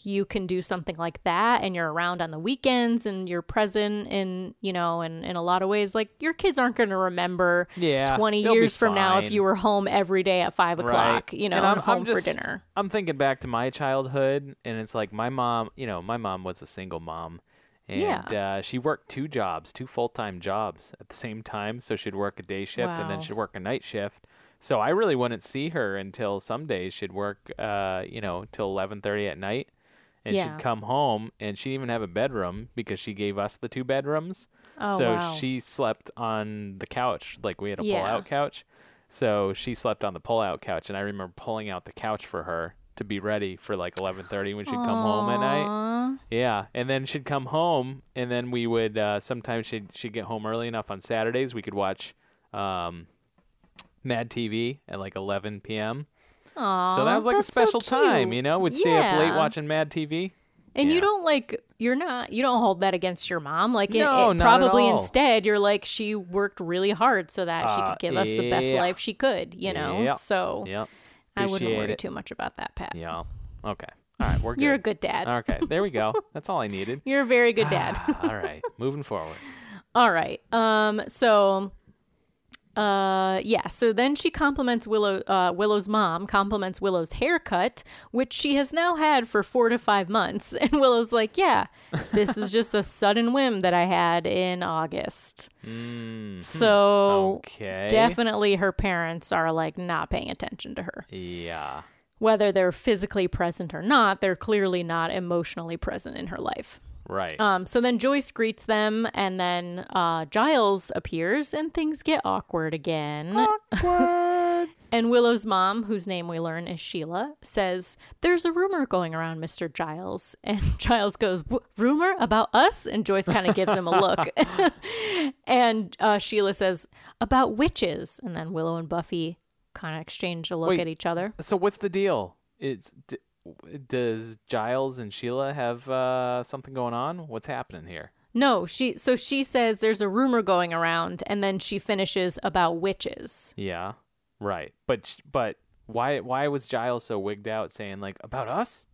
you can do something like that and you're around on the weekends and you're present in you know and in a lot of ways like your kids aren't going to remember
Yeah,
20
they'll be
years from now if
fine.
you were home every day at five o'clock you know and home for
just-
dinner
I'm thinking back to my childhood, and it's like my mom. You know, my mom was a single mom, and uh, she worked two jobs, two full time jobs at the same time. So she'd work a day shift, and then
Wow.
she'd work a night shift. So I really wouldn't see her until some days she'd work, uh, you know, till eleven thirty at night, and
Yeah.
she'd come home, and she didn't even have a bedroom because she gave us the two bedrooms.
Oh,
so
wow.
she slept on the couch, like we had a
Yeah.
pull out couch. So she slept on the pull-out couch, and I remember pulling out the couch for her to be ready for like 11:30 when she'd come home at night. Yeah, and then she'd come home, and then we would uh, sometimes she'd she'd get home early enough on Saturdays. We could watch um, Mad TV at like 11 p.m. so that was like a
that's so
special time,
cute.
you know. We'd stay up late
Yeah.
watching Mad TV.
And
Yeah.
you don't like you're not you don't hold that against your mom. Like it,
No,
it
not at
probably
all. Uh,
instead you're like she worked really hard so that she could give us the best
yeah.
life she could, you know.
Yeah.
So
Yep.
I wouldn't
Appreciate
worry
it.
too much about that, Pat.
Yeah. Okay. All right. We're good.
You're a good dad.
Okay. There we go. That's all I needed.
You're a very good dad.
Ah, All right. Moving forward.
All right. Um. So, uh, yeah. So then she compliments Willow. Uh, Willow's mom compliments Willow's haircut, which she has now had for four to five months. And Willow's like, "Yeah, this is just a sudden whim that I had in August." So
Okay.
definitely, her parents are like not paying attention to her,
Yeah.
whether they're physically present or not. They're clearly not emotionally present in her life.
Right.
Um, so then Joyce greets them, and then uh, Giles appears, and things get awkward again.
Awkward.
And Willow's mom, whose name we learn is Sheila, says, There's a rumor going around, Mr. Giles. And Giles goes, "Wh- Rumor about us? And Joyce kind of gives him a look. and uh, Sheila says, About witches. And then Willow and Buffy kind of exchange a look
Wait.
at each other.
so what's the deal? It's d- w- does Giles and Sheila have uh, something going on? What's happening here?
No, she so she says there's a rumor going around, and then she finishes about witches.
Yeah. Right. But sh- but why why was Giles so wigged out saying like about us?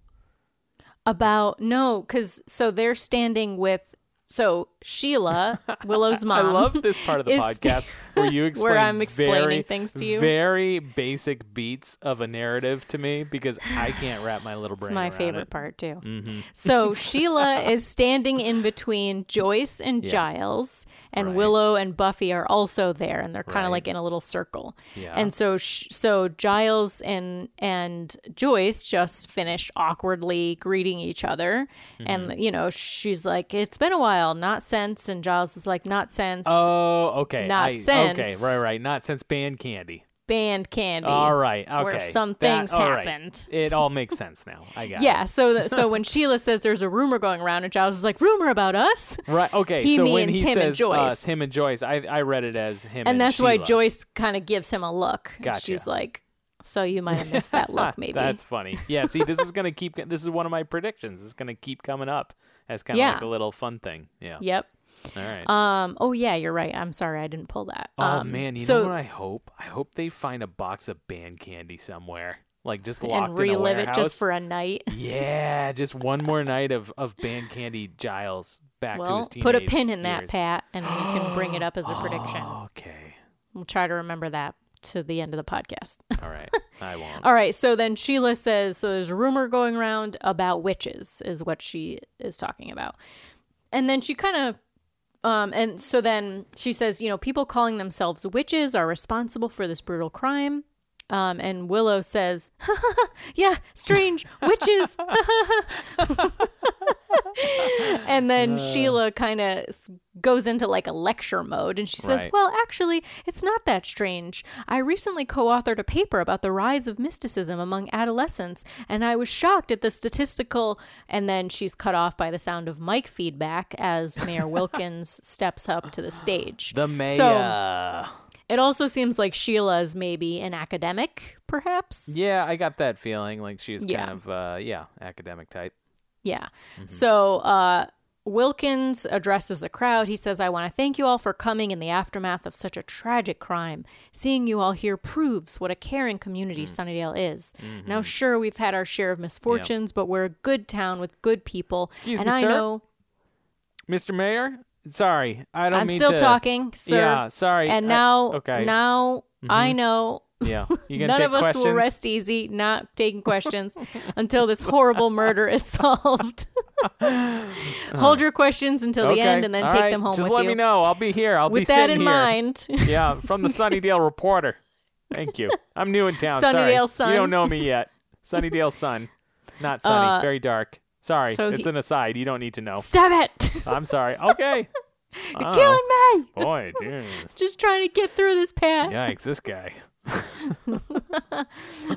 about no because so they're standing with so sheila willow's mom
I love this part of the
Um, is-
podcast where you explain
I'm explaining
very-
things to you.
Very basic beats of a narrative to me because I can't wrap my little brain.
it's my
around
favorite
it. Mm-hmm.
part too so sheila is standing in between joyce and giles and
Right.
willow and buffy are also there and they're kind
Right.
of like in a little circle
Yeah.
and so sh- so giles and and joyce just finished awkwardly greeting each other
Mm-hmm.
and you know she's like it's been a while not since and giles is like not since
Oh, okay.
Not
I- Okay,
since.
right, right. Not since band candy.
band candy
All right. Okay.
where some things happened.
It all makes sense now. I got
Yeah. So th- so when Sheila says there's a rumor going around, and Giles is like, rumor about us,
it. Right. Okay.
He
so when
means
he
him and
says
Joyce.
us, him and Joyce, I, I read it as him and,
and that's why
Sheila.
Joyce kind of gives him a look. And
Gotcha.
She's like, so you might have missed that
Ah,
look, maybe.
That's funny. Yeah. See, this is gonna keep. This is one of my predictions. It's gonna keep coming up as kind of
Yeah.
like a little fun thing. Yeah.
Yep.
All right.
Um. Oh yeah, you're right. I'm sorry, I didn't pull that.
oh
um,
man, you
so
know what I hope? I hope they find a box of band candy somewhere, like just locked
and relive
in a
it
warehouse.
just for a night.
Yeah, just one more night of of band candy Giles back to
well,
his teenage
put a pin in that,
years.
Pat, and we can bring it up as a prediction.
Okay.
We'll try to remember that to the end of the podcast.
All right. I won't.
All right, so then Sheila says, so there's a rumor going around about witches, is what she is talking about. And then she kind of, um, and so then she says, you know, people calling themselves witches are responsible for this brutal crime. Um, and Willow says, yeah, strange, witches. and
Uh.
then Sheila kind of goes into like a lecture mode and she says,
Right.
Well, actually, it's not that strange. I recently co authored a paper about the rise of mysticism among adolescents, and I was shocked at the statistical. And then she's cut off by the sound of mic feedback as Mayor Wilkins steps up to the stage.
The mayor.
So it also seems like Sheila is maybe an academic, perhaps.
yeah, I got that feeling. Like she's
Yeah.
kind of uh yeah, academic type.
Yeah.
Mm-hmm.
So uh, Wilkins addresses the crowd. He says, I want to thank you all for coming in the aftermath of such a tragic crime. Seeing you all here proves what a caring
Mm.
community Sunnydale is.
Mm-hmm.
Now, sure, we've had our share of misfortunes, but we're a good town with good people.
Excuse
and
me,
I
sir?
know
Mr. Mayor, sorry. I don't
I'm
mean
still
to
talking, sir.
Yeah, sorry.
And
I-
now,
okay. Mm-hmm.
now I know
Yeah. You gonna
none
take
of us
questions?
will rest easy not taking questions until this horrible murder is solved. Hold your questions until the
Okay,
end and then
all
take
right,
them home
Just
with
let
you.
me know. I'll be here. I'll be
With that
sitting
in
here.
mind,
Yeah, from the Sunnydale Reporter. Thank you. I'm new in town. Sorry.
Sunnydale Sun. Uh,
You don't know me yet. Sunnydale Sun. Not sunny. very dark. Sorry.
so
it's
he-
an aside. You don't need to know.
stop it.
I'm sorry. Okay. Oh.
You're killing me.
Boy, dude.
Just trying to get through this path.
Yikes, this guy.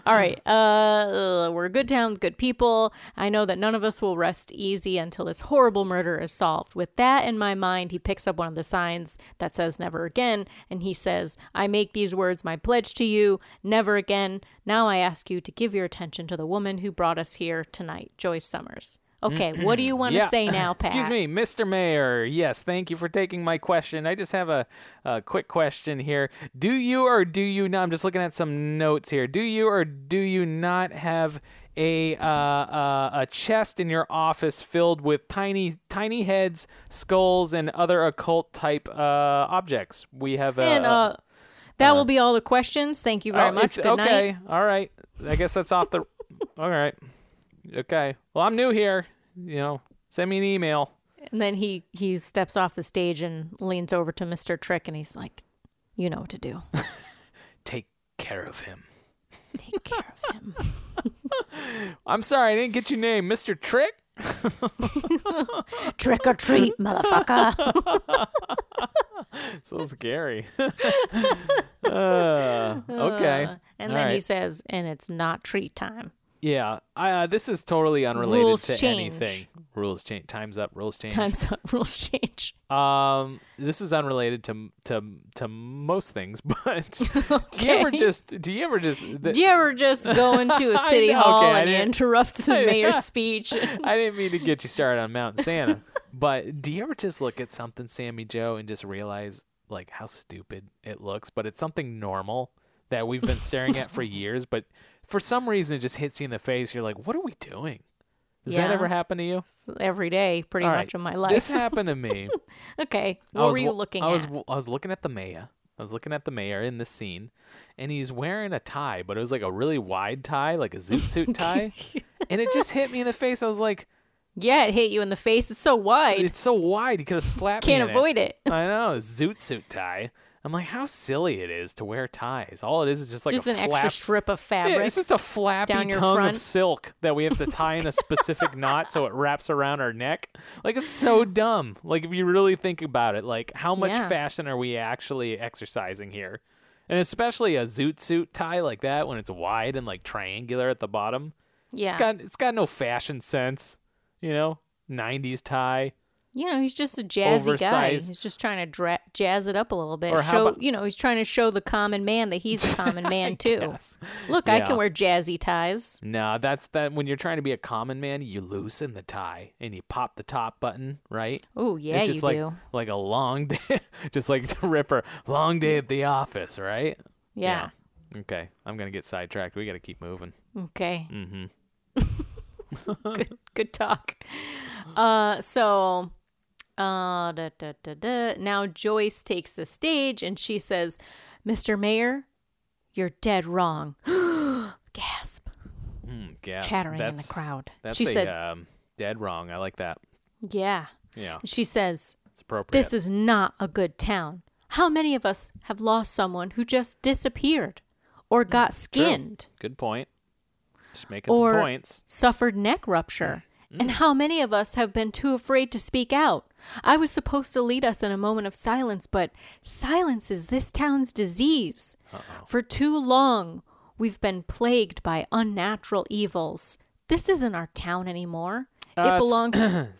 All right. Uh, we're a good town, with good people. I know that none of us will rest easy until this horrible murder is solved. With that in my mind, he picks up one of the signs that says never again, and he says, I make these words my pledge to you, never again. Now I ask you to give your attention to the woman who brought us here tonight, Joyce Summers. Okay, what do you want to
Mm-hmm. Yeah.
say now, Pat?
Excuse me, Mr. Mayor. Yes, thank you for taking my question. I just have a, a quick question here. Do you or do you not? I'm just looking at some notes here. Do you or do you not have a uh, uh, a chest in your office filled with tiny tiny heads, skulls, and other occult type uh, objects? We have a,
And uh, that will be all the questions. Thank you very
Oh,
much.
it's-
Good
okay.
night.
All right. I guess that's off the. all right. Okay. Well, I'm new here. You know, send me an email.
And then he he steps off the stage and leans over to Mr. Trick and he's like, "You know what to do.
Take care of him.
Take care of him."
I'm sorry, I didn't get your name, Mr. Trick.
Trick or treat, motherfucker.
So scary. Uh, okay.
And
All
then he
right.
says, "And it's not treat time."
Yeah. I, uh, this is totally unrelated
Rules
to
change.
anything. Rules change. Time's up. Rules change.
Time's up. Rules change.
Um, this is unrelated to to to most things, but do you ever
Okay.
just do you ever just th-
Do you ever just go into a
I
city
know,
hall
okay, I
and you
didn't-
interrupt the
I-
mayor's speech?
I didn't mean to get you started on Mountain Santa, but do you ever just look at something, Sammy Joe, and just realize like how stupid it looks? But it's something normal that we've been staring at for years, but for some reason it just hits you in the face. You're like, what are we doing? Does that
Yeah.
ever happen to you?
Every day, pretty
All
much
right,
in my
This
life.
happened to me.
okay,
I
what
was
were you
wa-
looking
I was
at?
wa- I was looking at the mayor. I was looking at the mayor in this scene, and he's wearing a tie, but it was like a really wide tie, like a zoot suit tie, and it just hit me in the face. I was like,
yeah, it hit you in the face. It's so wide.
it's so wide. He could have slapped.
Can't
me in
avoid it.
I know zoot suit tie. I'm like, how silly it is to wear ties. All it is is just like
just
a
an
flap.
extra strip of
Yeah,
fabric.
it's just a flappy
down your
tongue
front.
of silk that we have to tie in a specific knot so it wraps around our neck. Like it's so dumb. Like if you really think about it, like how much
Yeah.
fashion are we actually exercising here? And especially a zoot suit tie like that when it's wide and like triangular at the bottom.
yeah.
It's got it's got no fashion sense, you know? 90s tie.
you know, he's just a jazzy guy.
Oversized.
He's just trying to dra- jazz it up a little bit.
Or how
show,
about-
you know, he's trying to show the common man that he's a common man too.
Yes.
Look, I
Yeah.
can wear jazzy ties.
No, that's that when you're trying to be a common man, you loosen the tie and you pop the top button, right?
Oh, yeah,
it's
you
just like
do.
like a long day, just like to Ripper, long day at the office, right?
Yeah.
Okay, I'm gonna get sidetracked. We gotta keep moving.
Okay. Mm-hmm.
Mm-hmm.
good, good talk. Uh, so, uh, da, da, da, da. now Joyce takes the stage and she says, "Mr. Mayor, you're dead wrong." Gasp,
Yeah,
chattering in the crowd.
Hmm, That's
she
a,
said,
um, dead wrong. I like that.
"Yeah."
Yeah,
She says,
it's appropriate.
"This is not a good town. How many of us have lost someone who just disappeared, or
Mm,
got skinned?"
good point. Just making
or
some points.
suffered neck rupture.
Mm.
And how many of us have been too afraid to speak out? I was supposed to lead us in a moment of silence, but silence is this town's disease. For too long, we've been plagued by unnatural evils. This isn't our town anymore.
Uh,
it
s-
belongs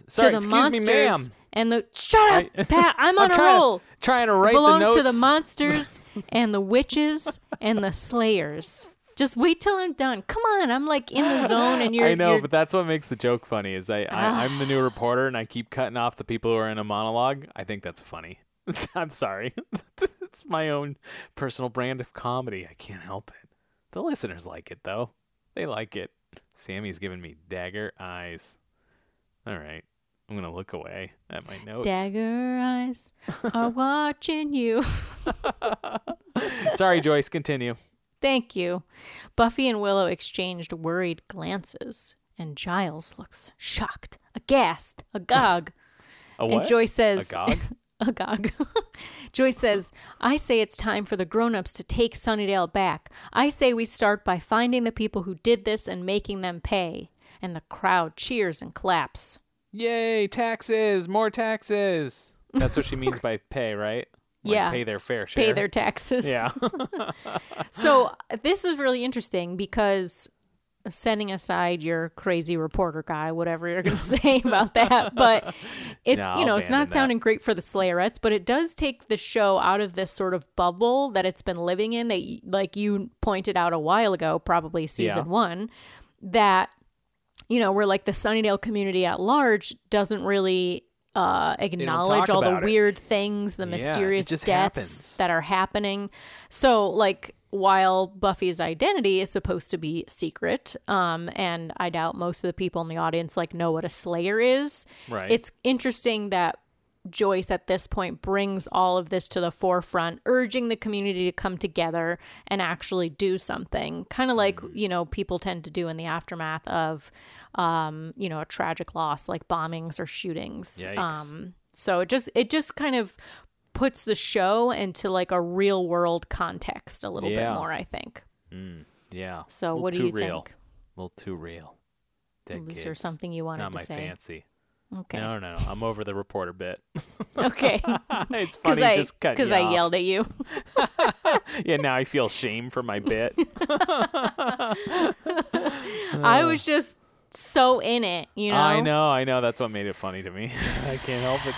sorry,
to the
excuse me,
monsters
ma'am.
and the shut up, Pat. I'm on a
trying,
roll.
Trying to write
belongs
the notes.
to the monsters and the witches and the slayers. Just wait till I'm done. Come on, I'm like in the zone, and you're.
I know,
you're-
but that's what makes the joke funny. Is I, I I'm the new reporter and I keep cutting off the people who are in a monologue. I think that's funny. I'm sorry. it's my own personal brand of comedy. I can't help it. The listeners like it though. They like it. Sammy's giving me dagger eyes. All right. I'm gonna look away at my notes.
dagger eyes are watching you.
Sorry, Joyce. Continue.
Thank you. Buffy and Willow exchanged worried glances, and Giles looks shocked, aghast, agog.
A what?
And Joyce says,
Agog?
agog. Joyce says, I say it's time for the grown-ups to take Sunnydale back. I say we start by finding the people who did this and making them pay. And the crowd cheers and claps.
Yay! Taxes. More taxes. That's what she means by pay, right? Like
Yeah.
Pay their fair share.
Pay their taxes.
Yeah.
so this is really interesting because setting aside your crazy reporter guy, whatever you're going to say about that, but it's
No,
you know
I'll
it's not
abandon that.
sounding great for the Slayerettes, but it does take the show out of this sort of bubble that it's been living in. That y- like you pointed out a while ago, probably season
Yeah.
one, that you know, where like the Sunnydale community at large doesn't really uh, acknowledge all the
about it.
weird things, the mysterious
just
deaths
happens.
that are happening. So, like, while Buffy's identity is supposed to be secret, um, and I doubt most of the people in the audience like know what a Slayer is.
Right.
It's interesting that Joyce at this point brings all of this to the forefront, urging the community to come together and actually do something, kind
Mm-hmm.
of like, you know, people tend to do in the aftermath of, um, you know, a tragic loss like bombings or shootings.
Yikes.
Um, so it just, it just kind of puts the show into like a real world context a little
Yeah.
bit more, I think.
Yeah.
So
a little
what do
too
you
real.
think?
A little too real. Dead
Was
kids.
there something you wanted
Not
to
my
say?
fancy.
Okay.
No, no, no. I'm over the reporter bit.
Okay.
it's funny.
Because I,
just cut
'cause
you
I
off.
yelled at you.
Yeah, now I feel shame for my bit.
I was just so in it, you know.
Oh. I know, I know. That's what made it funny to me. I can't help it,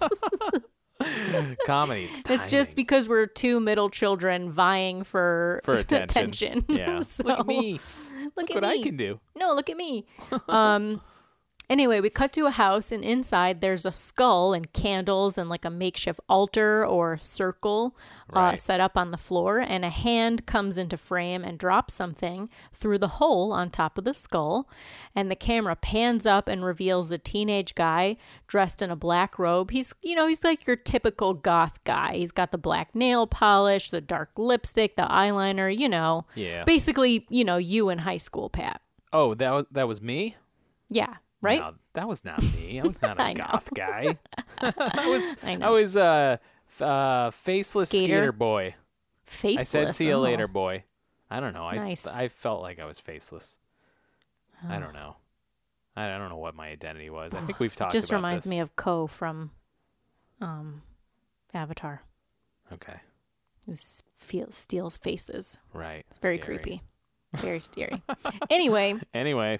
Sammy Joe. Comedy. It's,
It's just
timing.
because we're two middle children vying for
for attention.
attention.
Yeah.
So,
Look at me.
Look at
Look what
me.
I can do.
No, look at me. um. Anyway, we cut to a house, and inside there's a skull and candles and like a makeshift altar or circle uh,
Right.
set up on the floor. And a hand comes into frame and drops something through the hole on top of the skull. And the camera pans up and reveals a teenage guy dressed in a black robe. He's, you know, he's like your typical goth guy. He's got the black nail polish, the dark lipstick, the eyeliner, you know.
Yeah.
Basically, you know, you in high school, Pat.
Oh, that was that was me?
Yeah, right?
No, that was not me. I was not
I
a
know.
goth guy. I was
I
I,
know.
was uh, f- uh faceless
Skater.
skater, boy. I
Faceless.
said see you
oh.
later boy. I don't know. I
Nice.
I felt like I was faceless. I don't know. I I don't know what my identity was. I think we've talked
Just
about
reminds
this.
me of Ko from um, Avatar.
Okay.
Who s- feel, steals faces.
Right. It's
Very creepy. Very scary. anyway,
Anyway,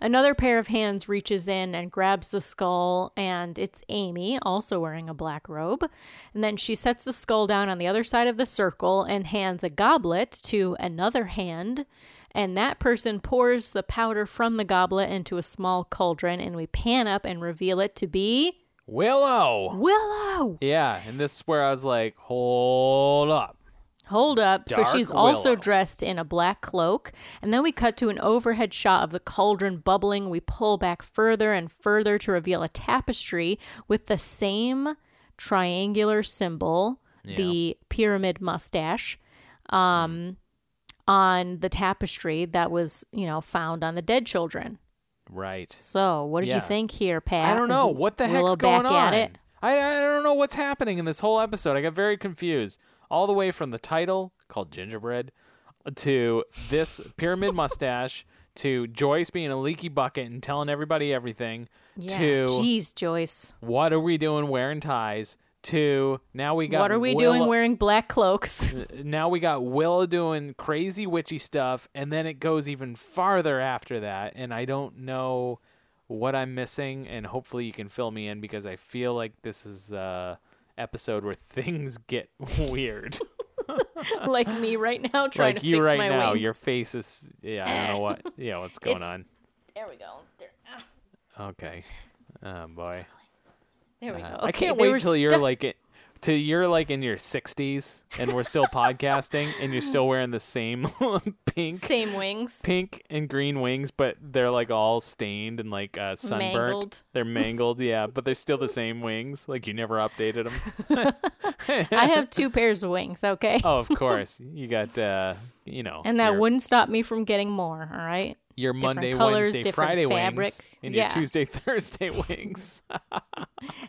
another pair of hands reaches in and grabs the skull, and it's Amy, also wearing a black robe. And then she sets the skull down on the other side of the circle and hands a goblet to another hand. And that person pours the powder from the goblet into a small cauldron, and we pan up and reveal it to be
Willow.
Willow.
Yeah, and this is where I was like, hold up.
Hold up. so
Dark
she's also
Willow.
dressed in a black cloak. And then we cut to an overhead shot of the cauldron bubbling. We pull back further and further to reveal a tapestry with the same triangular symbol, the pyramid mustache, um, on the tapestry that was, you know, found on the dead children.
Right.
So what did you
Yeah.
think here, Pat?
I don't
Is
know what the
Willow
heck's going
back At
on.
it?
I I don't know what's happening in this whole episode. I got very confused. All the way from the title called Gingerbread to this pyramid mustache to Joyce being a leaky bucket and telling everybody everything
Yeah.
to
Jeez, Joyce.
what are we doing wearing ties to now we got
What are we
Willow-
doing wearing black cloaks?
now we got Willow doing crazy witchy stuff, and then it goes even farther after that. And I don't know what I'm missing, and hopefully you can fill me in because I feel like this is a episode where things get weird.
like me right now trying
like
to
you
fix
right
my
now,
wings.
your face is yeah. I don't know what yeah what's going
It's-
on.
There we go. There, ah,
Okay, oh boy, Uh,
there we go.
I
Okay,
can't
they
wait
were
till you're
stuck-
like it. Till you're like in your 60s and we're still podcasting and you're still wearing the same pink
same wings.
pink and green wings, but they're like all stained and like uh, sunburnt.
Mangled.
They're mangled, yeah, but they're still the same wings. Like you never updated them.
I have two pairs of wings, okay?
Oh, of course, you got uh, you know,
and that
your,
wouldn't stop me from getting more, all right?
your Monday,
colors,
Wednesday,
different
Friday
fabric.
wings, and
Yeah.
your Tuesday, Thursday wings.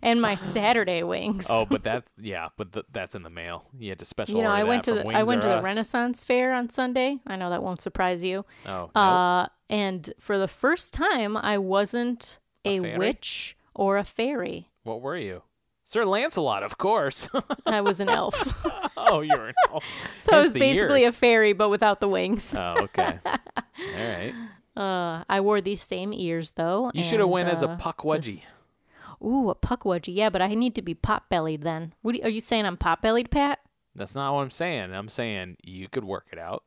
And my Saturday wings.
oh, but that's yeah, but th- that's in the mail. You had to special.
you know,
order
I
that
went to
from
the
Wings
I went
R
to the
Us.
Renaissance fair on Sunday. I know that won't surprise you.
Oh, nope.
Uh and for the first time I wasn't a,
A fairy?
witch or a fairy.
what were you? Sir Lancelot, of course.
I was an elf.
oh, you were an elf.
so I
Hence
was
the
basically a
years.
fairy but without the wings.
Oh, okay. All right.
I wore these same ears though.
You should have
and,
went as a
uh,
puckwudgie.
this- Ooh, a puck wedgie. Yeah, but I need to be pot bellied then. What do you- are you saying? I'm pot bellied, Pat?
That's not what I'm saying. I'm saying you could work it out.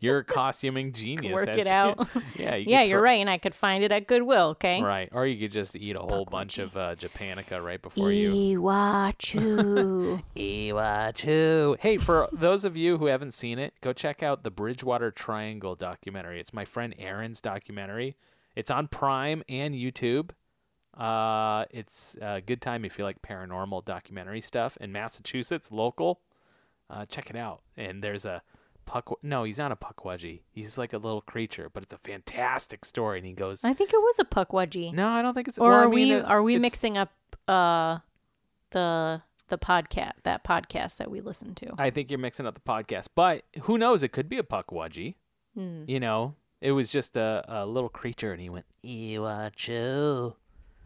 You're a costuming genius.
work it
That's-
out.
yeah, you
yeah,
could
you're
throw-
right, and I could find it at Goodwill. Okay.
Right, or you could just eat a whole bunch of uh, Japanica right before you.
Iwachu.
Iwachu. Hey, for those of you who haven't seen it, go check out the Bridgewater Triangle documentary. It's my friend Aaron's documentary. It's on Prime and YouTube. Uh, it's a good time if you like paranormal documentary stuff in Massachusetts, local. Uh, check it out. And there's a puck. No, he's not a puckwudgie. He's like a little creature, but it's a fantastic story. And he goes,
I think it was a puckwudgie.
"No, I don't think it's."
Or
well, I
are
mean,
we
it-
are we
it's-
mixing up uh the the podcast that podcast that we listen to?
I think you're mixing up the podcast, but who knows? It could be a puckwudgie.
Hmm.
You know, it was just a, a little creature, and he went Iwachu.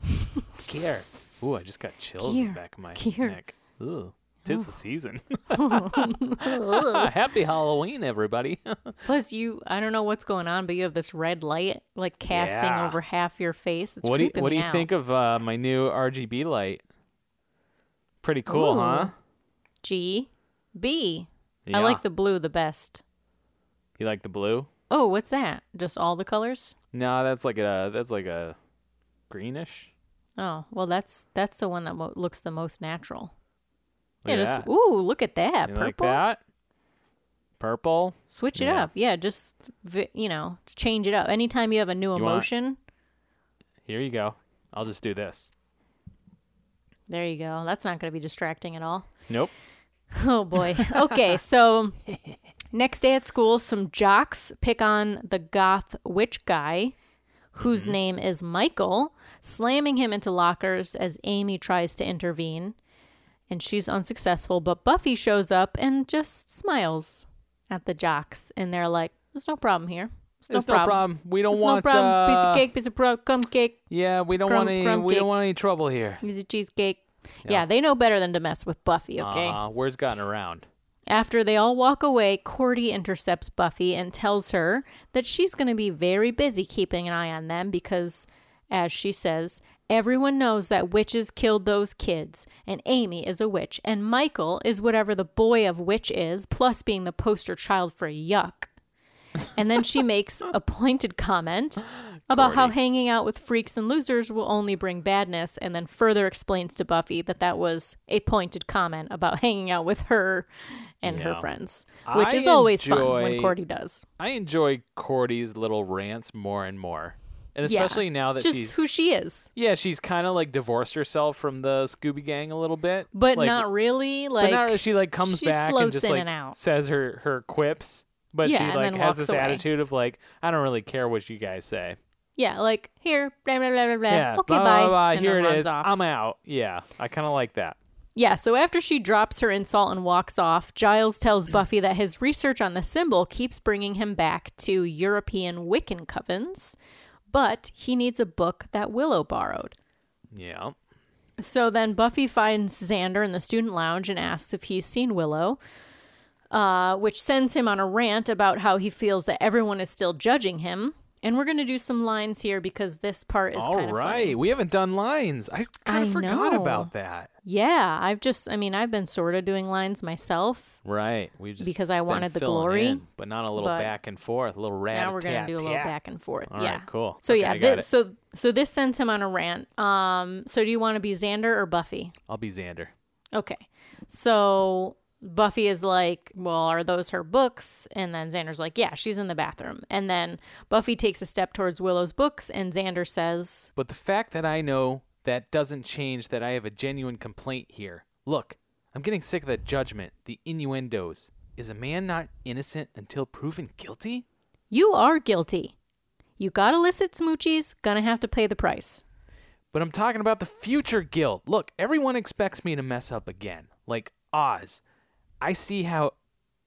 Gear. Ooh, I just got chills in the
Gear.
back of my
Gear.
neck. Ooh, tis the season. Happy Halloween, everybody.
Plus, you I don't know what's going on, but you have this red light like casting
Yeah.
over half your face. It's
what do you,
creeping
what do
me
you
out.
think of uh, my new RGB light? Pretty cool,
Ooh.
huh?
G B. I
Yeah.
like the blue the best.
You like the blue?
Oh, what's that? Just all the colors?
No, that's like a that's like a greenish.
Oh, well, that's that's the one that mo- looks the most natural.
Look
yeah,
at
just
that.
ooh, look at that
You
purple.
like that? Purple.
Switch it
Yeah.
up, yeah. Just vi- you know, change it up. Anytime you have a new
want-
emotion,
Here you go. I'll just do this.
there you go. That's not going to be distracting at all.
Nope.
Oh boy. Okay, so next day at school, some jocks pick on the goth witch guy, whose
Mm-hmm.
name is Michael, slamming him into lockers as Amy tries to intervene. And she's unsuccessful, but Buffy shows up and just smiles at the jocks. And they're like, there's no problem here.
It's no problem. We don't
There's
want
no problem. piece
uh,
of cake, piece of pro- cum cake.
Yeah, we don't
Crumb-
want any.
crumb
we
cake.
don't want any trouble here.
He's a cheesecake. Yeah. they know better than to mess with Buffy, okay?
Uh, word's gotten around.
After they all walk away, Cordy intercepts Buffy and tells her that she's going to be very busy keeping an eye on them because, as she says, everyone knows that witches killed those kids, and Amy is a witch, and Michael is whatever the boy of witch is, plus being the poster child for yuck. And then she makes a pointed comment about how hanging out with freaks and losers will only bring badness, and then further explains to Buffy that that was a pointed comment about hanging out with her and her
Yeah.
friends, which
I
is always fun when
enjoy-
Cordy does.
I enjoy Cordy's little rants more and more, and especially
yeah.
now that
just
she's
who she is,
yeah, she's kind of like divorced herself from the Scooby Gang a little bit,
but
Like,
not really.
But
Like
now that she like comes
she
back and
floats
just
in
like
and out.
says her her quips, but
Yeah,
she
and
like
then
has
walks
this
away.
attitude of like I don't really care what you guys say.
yeah, like here, blah blah blah blah blah.
Yeah,
okay,
blah,
bye.
blah, blah,
and
Here
then
it
runs
is.
Off.
I'm out. Yeah, I kind of like that.
Yeah, so after she drops her insult and walks off, Giles tells Buffy that his research on the symbol keeps bringing him back to European Wiccan covens, but he needs a book that Willow borrowed.
Yeah.
So then Buffy finds Xander in the student lounge and asks if he's seen Willow, uh, which sends him on a rant about how he feels that everyone is still judging him. And we're going to do some lines here because this part is
All
kind of funny.
right, we haven't done lines. I kind
I
of forgot
know.
about that.
Yeah, I've just, I mean, I've been sort of doing lines myself
Right, we just
Because I
been
wanted the
filling
glory,
in, but not a little
but
back and forth, a little rat.
now we're gonna do a little back and forth.
All
yeah,
right, cool.
So
Okay,
yeah,
I got
this,
it.
so so this sends him on a rant. Um, so do you want to be Xander or Buffy?
I'll be Xander.
Okay, so Buffy is like, well, are those her books? And then Xander's like, yeah, she's in the bathroom. And then Buffy takes a step towards Willow's books, and Xander says,
But the fact that I know that doesn't change that I have a genuine complaint here. Look, I'm getting sick of that judgment, the innuendos. Is a man not innocent until proven guilty?
"You are guilty. You got illicit smoochies. Gonna have to pay the price."
But I'm talking about the future guilt. Look, everyone expects me to mess up again, like Oz. I see how,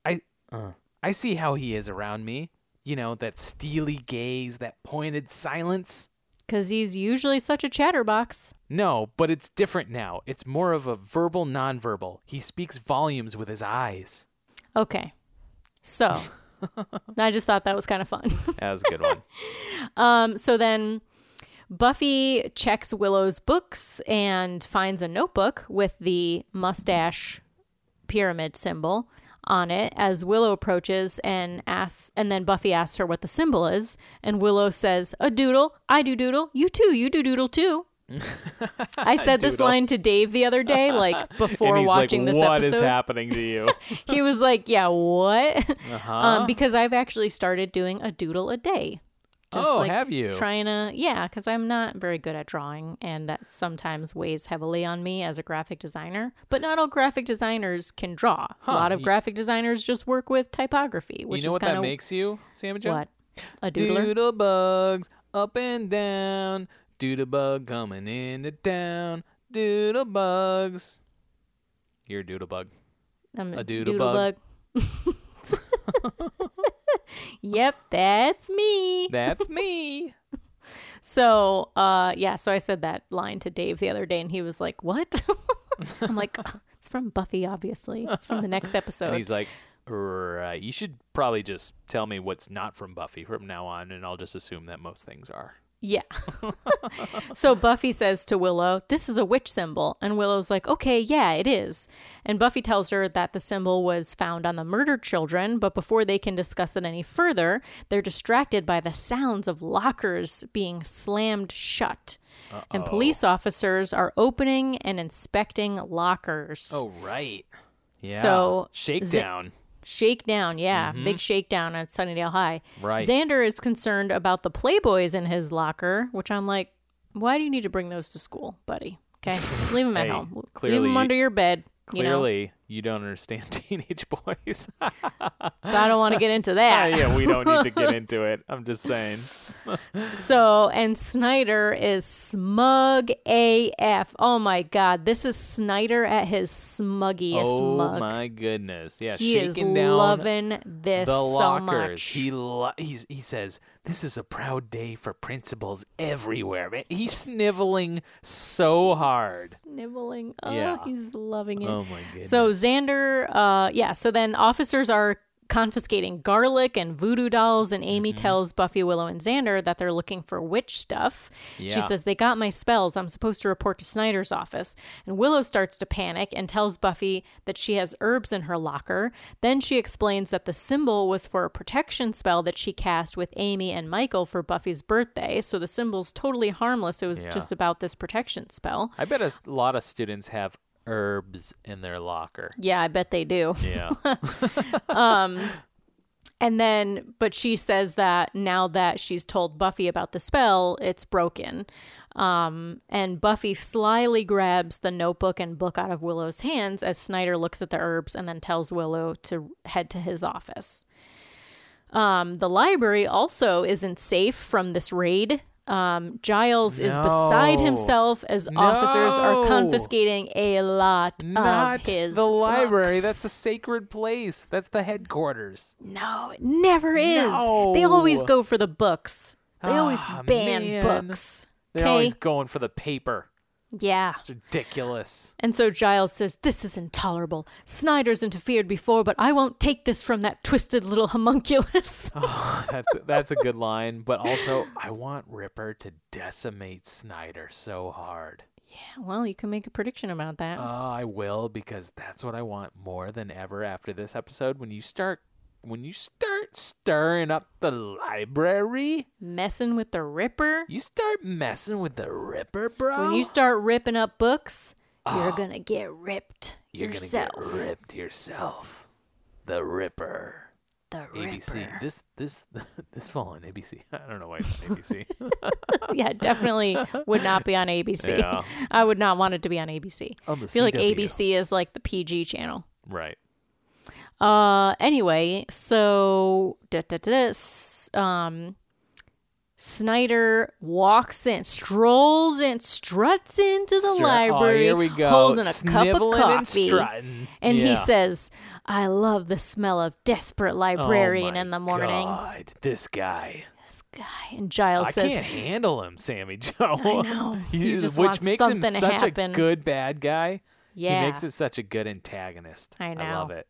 I, uh, I see how he is around me. You know that steely gaze, that pointed silence.
Because he's usually such a chatterbox.
No, but it's different now. It's more of a verbal nonverbal. He speaks volumes with his eyes.
Okay. So I just thought that was kind of fun.
That was a good one.
Um, so then Buffy checks Willow's books and finds a notebook with the mustache pyramid symbol on it as Willow approaches and asks, and then Buffy asks her what the symbol is, and Willow says, "A doodle. I do doodle. You too. You do doodle too." I said this
Doodle.
line to Dave the other day, like before
and he's
watching
like,
this
"What is
episode.
happening to you?
he was like, "Yeah, what?"
Uh-huh.
Um, because I've actually started doing a doodle a day.
Oh, have you?
Trying to, yeah, because I'm not very good at drawing, and that sometimes weighs heavily on me as a graphic designer. But not all graphic designers can draw. A lot of graphic designers just work with typography,
you
which
know
is
what
kind
that
of
makes you, Sam and Joe?
what a doodler.
Doodle bugs up and down. Doodle bug coming into town. Doodle bugs. You're a doodle bug.
I'm
a doodle bug.
yep, that's me.
That's me.
So, uh, yeah, so I said that line to Dave the other day, and he was like, What? I'm like, "Uh, It's from Buffy, obviously. It's from the next episode.
And he's like, right. You should probably just tell me what's not from Buffy from now on, and I'll just assume that most things are.
yeah. so Buffy says to Willow, This is a witch symbol. And Willow's like, Okay, yeah, it is. And Buffy tells her that the symbol was found on the murdered children, but before they can discuss it any further, they're distracted by the sounds of lockers being slammed shut. And police officers are opening and inspecting lockers.
right. Yeah.
So,
shakedown.
Shakedown, yeah. Big shakedown at Sunnydale High.
Mm-hmm. Right.
Xander is concerned about the Playboys in his locker, which I'm like, why do you need to bring those to school, buddy? Okay. Leave them at
Hey,
home. Leave
clearly-
them under your bed.
Clearly, you, don't understand teenage boys.
You know? So I don't want to get into that.
yeah, we don't need to get into it. I'm just saying.
So, and Snyder is smug AF. Oh my God. This is Snyder at his smuggiest
oh
mug.
my goodness! Yeah,
he is
shaking down
loving this
the
so
lockers.
much.
He lo- he's, he says this is a proud day for principals everywhere. Man, he's sniveling so hard.
nibbling. Oh,
Yeah.
he's loving it.
Oh my goodness.
So Xander, uh, yeah. So then officers are confiscating garlic and voodoo dolls, and Amy
Mm-hmm.
tells Buffy, Willow, and Xander that they're looking for witch stuff.
Yeah.
She says they got my spells. I'm supposed to report to Snyder's office. And Willow starts to panic and tells Buffy that she has herbs in her locker. Then she explains that the symbol was for a protection spell that she cast with Amy and Michael for Buffy's birthday. So the symbol's totally harmless. It was
Yeah.
just about this protection spell.
I bet a s- lot of students have herbs in their locker.
Yeah, I bet they do.
Yeah.
And then, but she says that now that she's told Buffy about the spell, it's broken. Um, and Buffy slyly grabs the notebook and book out of Willow's hands as Snyder looks at the herbs and then tells Willow to head to his office. Um, the library also isn't safe from this raid. Um, Giles is beside
No.
himself as officers
No.
are confiscating a lot of
Not
his
the library.
books.
That's a sacred place. That's the headquarters.
No, it never is. They always
No.
go for the books. They always
Ah,
ban
man.
books.
They're always going for the paper.
Yeah.
It's ridiculous.
And so Giles says, This is intolerable. Snyder's interfered before, but I won't take this from that twisted little homunculus.
Ah. Oh, That's that's a good line, but also I want Ripper to decimate Snyder so hard.
well, you can make a prediction about that.
Oh, I will because that's what I want more than ever after this episode. When you start, when you start stirring up the library,
Messing with the Ripper.
you start messing with the Ripper, bro.
When you start ripping up books, you're going to get ripped
Ah. you're
yourself.
gonna get ripped yourself. The Ripper.
The
ABC.
Ripper.
This this this fall on ABC. I don't know why it's on ABC.
yeah, definitely would not be on ABC.
Yeah.
I would not want it to be on ABC.
On the
I feel like
CW.
ABC is like the PG channel.
right.
Uh, anyway, so da, da, da, da, s- um, Snyder walks in, strolls in, struts into the
Str-
library,
Oh, here we go.
holding a cup of
Sniveling and
coffee,
strutting.
and he
Yeah.
says, "I love the smell of desperate
Oh
librarian
my
in the morning."
God, this guy.
And Giles
I
says,
can't handle him, Sammy Joe.
know.
He
He
is-
just
which
wants
makes him
something to
such
happen.
a good bad guy.
"Yeah."
He makes it such a good antagonist.
I
I
know.
love it.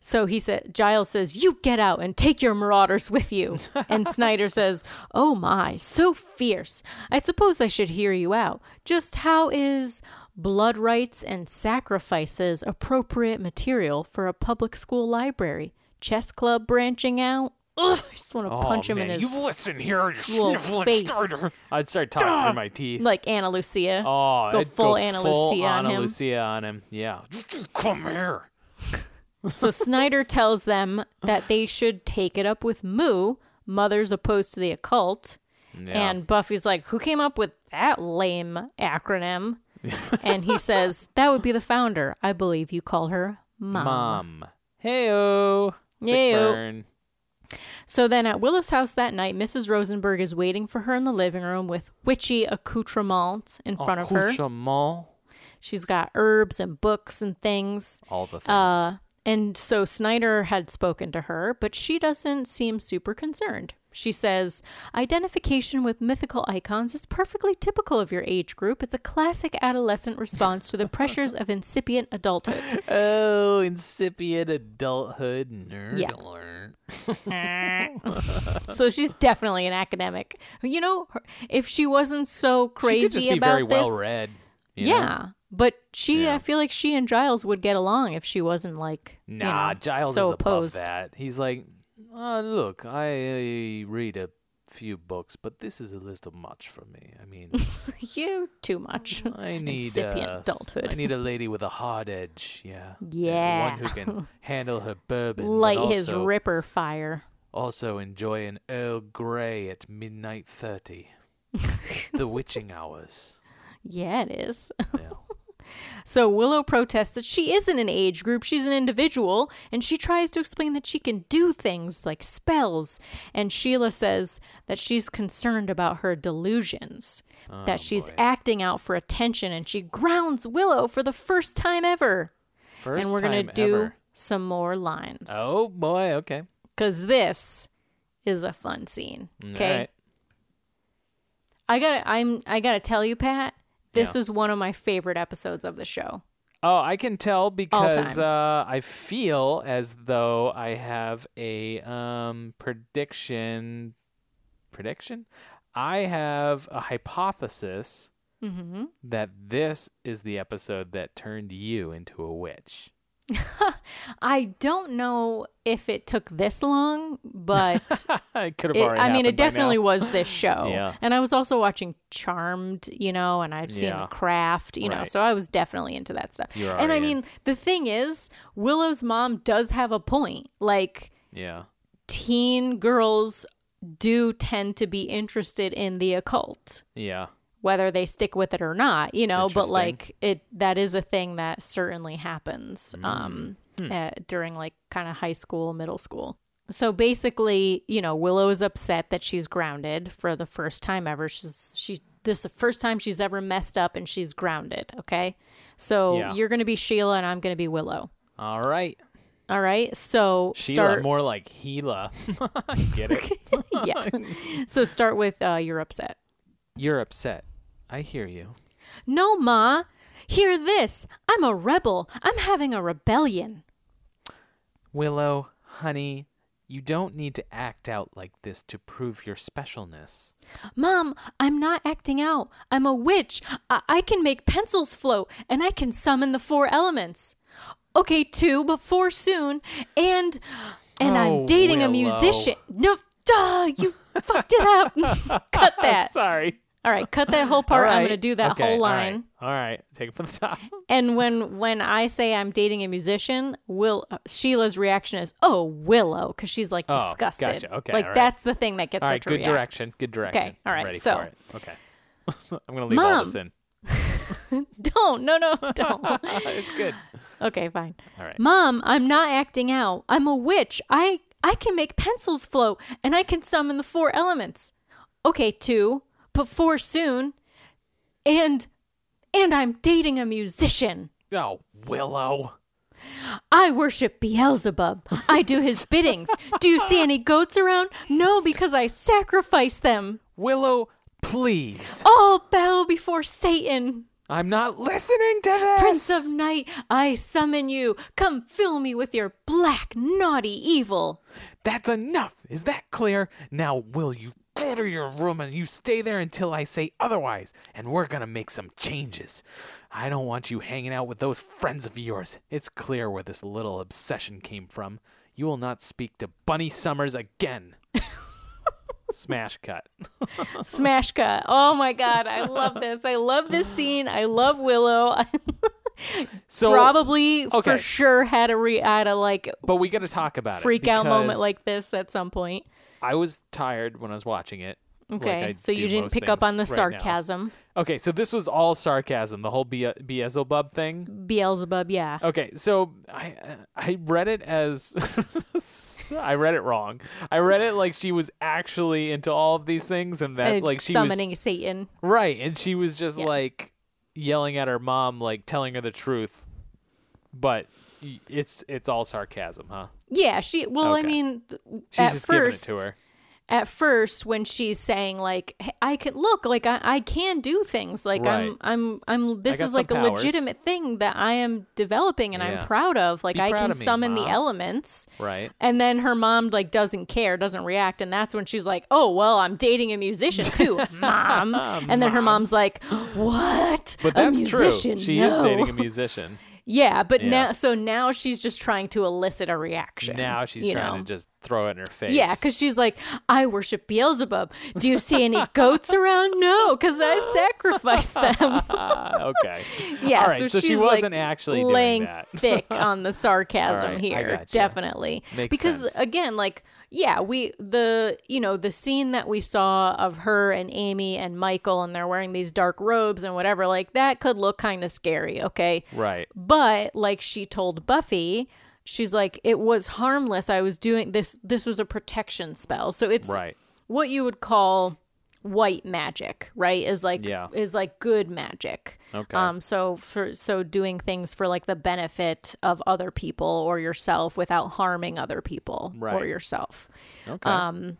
So he said, Giles says, You get out and take your marauders with you. And Snyder says, Oh my, so fierce. I suppose I should hear you out. Just how is blood rites and sacrifices appropriate material for a public school library. Chess club branching out. Ugh, I just want to punch him
Oh, man.
in his
You listen here, you
little
sniveling
face.
starter. I'd start talking through my teeth.
like Anna Lucia.
Oh,
go
I'd
full
go
Anna
full
Lucia on
Anna
him.
Lucia on him. Yeah. Come here.
So Snyder tells them that they should take it up with Moo, mother's opposed to the occult.
Yeah.
And Buffy's like, Who came up with that lame acronym? and he says, That would be the founder. I believe you call her Mom.
Mom. Um, Heyo. Sick
Heyo.
burn.
So then at Willow's house that night, Mrs. Rosenberg is waiting for her in the living room with witchy accoutrements in front of her.
Accoutrement.
She's got herbs and books and things.
All the things.
Uh, and so Snyder had spoken to her, but she doesn't seem super concerned. She says, Identification with mythical icons is perfectly typical of your age group. It's a classic adolescent response to the pressures of incipient adulthood.
oh, incipient adulthood nerd
Yeah.
alert.
So she's definitely an academic. You know, her- if she wasn't so crazy
she could just be
about
very
this,
well read. you know?
yeah. But she,
Yeah.
I feel like she and Giles would get along if she wasn't like you
Nah,
know,
Giles
so
is
opposed.
above that. He's like, uh, look, I uh, read a few books, but this is a little much for me. I mean,
you too much.
I need
Incipient
uh, s-
adulthood.
I need a lady with a hard edge. Yeah. And
Yeah.
One who can handle her bourbon. but
Light his
also-
ripper fire.
Also enjoy an Earl Grey at midnight thirty. the witching hours.
Yeah, it is.
Yeah.
So Willow protests that she isn't an age group, she's an individual, and she tries to explain that she can do things like spells. And Sheila says that she's concerned about her delusions,
Oh,
that she's acting out for attention, and she grounds Willow for the first time ever.
First
and we're gonna
time
do
ever.
some more lines.
Oh boy. Okay.
Because this is a fun scene. Okay.
All right.
I gotta I'm I gotta tell you, Pat, this
Yeah.
is one of my favorite episodes of the show.
Oh, I can tell because
time.
uh, I feel as though I have a um, prediction. Prediction? I have a hypothesis
Mm-hmm.
that this is the episode that turned you into a witch.
I don't know if it took this long, but
it could have
it,
already.
I mean, it
happened by now.
definitely was this show.
Yeah.
And I was also watching Charmed, you know, and I've seen
Yeah.
The Craft, you know,
Right.
so I was definitely into that stuff.
You were
and I
already in.
mean, the thing is, Willow's mom does have a point. Like,
Yeah.
teen girls do tend to be interested in the occult
Yeah.
whether they stick with it or not, you know, but
interesting.
like it that is a thing that certainly happens
Mm.
um
Hmm.
uh, during like kind of high school, middle school. So basically, you know, Willow is upset that she's grounded for the first time ever. She's she this is the first time she's ever messed up and she's grounded, okay? So
Yeah.
you're going to be Sheila and I'm going to be Willow.
All right.
All right? So
Sheila,
start
more like Gila. Get it?
yeah. so start with uh you're upset.
You're upset. I hear you.
No, Ma. Hear this. I'm a rebel. I'm having a rebellion.
Willow, honey, you don't need to act out like this to prove your specialness.
Mom, I'm not acting out. I'm a witch. I, I can make pencils float and I can summon the four elements. Okay, two, but four soon. And and
Oh,
I'm dating a
Willow.
musician. No, duh, you fucked it up. cut that.
Sorry.
All right, cut that whole part. I'm going to do that whole line.
All right. Take it from the top.
And when when I say I'm dating a musician, Will uh, Sheila's reaction is, "Oh, Willow," because she's like
Oh,
disgusted.
gotcha. Okay,
like
all right.
that's the thing that gets
All
her
right.
to
Good
react.
direction. Good direction.
all right,
I'm ready
so-
for it. Okay. I'm going to leave all this
Mom.
in.
Don't, no, no, don't.
It's good.
okay, fine.
All right.
Mom, I'm not acting out. I'm a witch. I I can make pencils float, and I can summon the four elements. Okay, two, but four soon, and and I'm dating a musician.
Oh, Willow.
I worship Beelzebub. I do his biddings. Do you see any goats around? No, because I sacrifice them.
Willow, please.
All bow before Satan.
I'm not listening to this.
Prince of Night, I summon you. Come fill me with your black, naughty evil.
That's enough. Is that clear? Now, will you go to your room and you stay there until I say otherwise, and we're gonna make some changes. I don't want you hanging out with those friends of yours. It's clear where this little obsession came from. You will not speak to Bunny Summers again. Smash cut.
Smash cut. Oh my god, I love this. I love this scene. I love Willow. I
So
probably
okay.
for sure had a re had a like
but we got to talk about it.
freak out moment
because
like this at some point.
I was tired when I was watching it. like
Okay.
I
so you
do
didn't
most
pick up
things
on the
right now.
sarcasm.
Okay, so this was all sarcasm, the whole Be- Beelzebub thing.
Beelzebub, yeah.
Okay, so I uh, I read it as I read it wrong. I read it like she was actually into all of these things and that
And
Uh, like she
summoning Satan.
was right and she was just
Yeah.
like yelling at her mom like telling her the truth. But y- it's it's all sarcasm, huh?
Yeah, she well, I
Okay.
mean th-
She's
at
just
first
giving it to her.
at first when she's saying like "Hey, I can look like I, I can do things like
Right.
I'm I'm I'm this
got
is like a
some powers."
legitimate thing that I am developing and
Yeah.
I'm proud of like
Be
I
proud
can
of me,
summon the
Mom.
elements
Right.
and then her mom like doesn't care doesn't react and that's when she's like oh well I'm dating a musician too mom and then her mom's like what
But that's
a
true.
musician?
She is
No."
dating a musician.
yeah but
Yeah.
now so now she's just trying to elicit a reaction
Now she's
you
trying
know?
to just throw it in her face.
Yeah, because she's like, I worship Beelzebub. Do you see any goats around? No, because I sacrificed them.
Ah, okay.
yeah,
All right,
so,
so she
she's
wasn't
like
actually doing
laying
that.
thick on the sarcasm
All right, I
here,
gotcha.
definitely.
Makes
because
sense.
again, like, yeah, we the you know the scene that we saw of her and Amy and Michael and they're wearing these dark robes and whatever, like that could look kind of scary. Okay,
Right.
but like she told Buffy, she's like, it was harmless. I was doing this. This was a protection spell. So it's
Right.
what you would call white magic, right? Is like
Yeah.
is like good magic.
Okay.
Um. So for so doing things for like the benefit of other people or yourself without harming other people or
Right.
yourself.
Okay.
Um,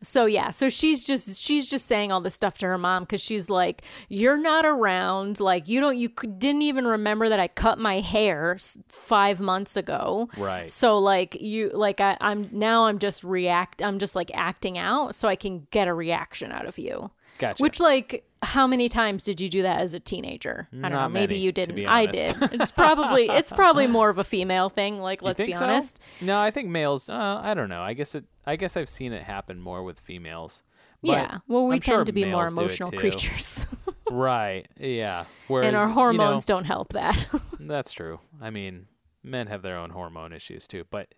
So yeah, so she's just she's just saying all this stuff to her mom because she's like, "You're not around. Like you don't you could, didn't even remember that I cut my hair s- five months ago.
Right.
So like you like I, I'm now I'm just react. I'm just like acting out so I can get a reaction out of you.
Gotcha.
Which like how many times did you do that as a teenager? I don't
Not
know. Maybe
many,
you
to
didn't.
be
I did.
honest.
It's probably it's probably more of a female thing. Like
You
let's be
think so?
honest.
No, I think males. Uh, I don't know. I guess it. I guess I've seen it happen more with females. But
Yeah. Well, we
I'm
tend
sure
to be more
males do it
emotional
too.
creatures.
right? Yeah. Whereas,
and our
you know,
hormones don't help that.
That's true. I mean, men have their own hormone issues too. But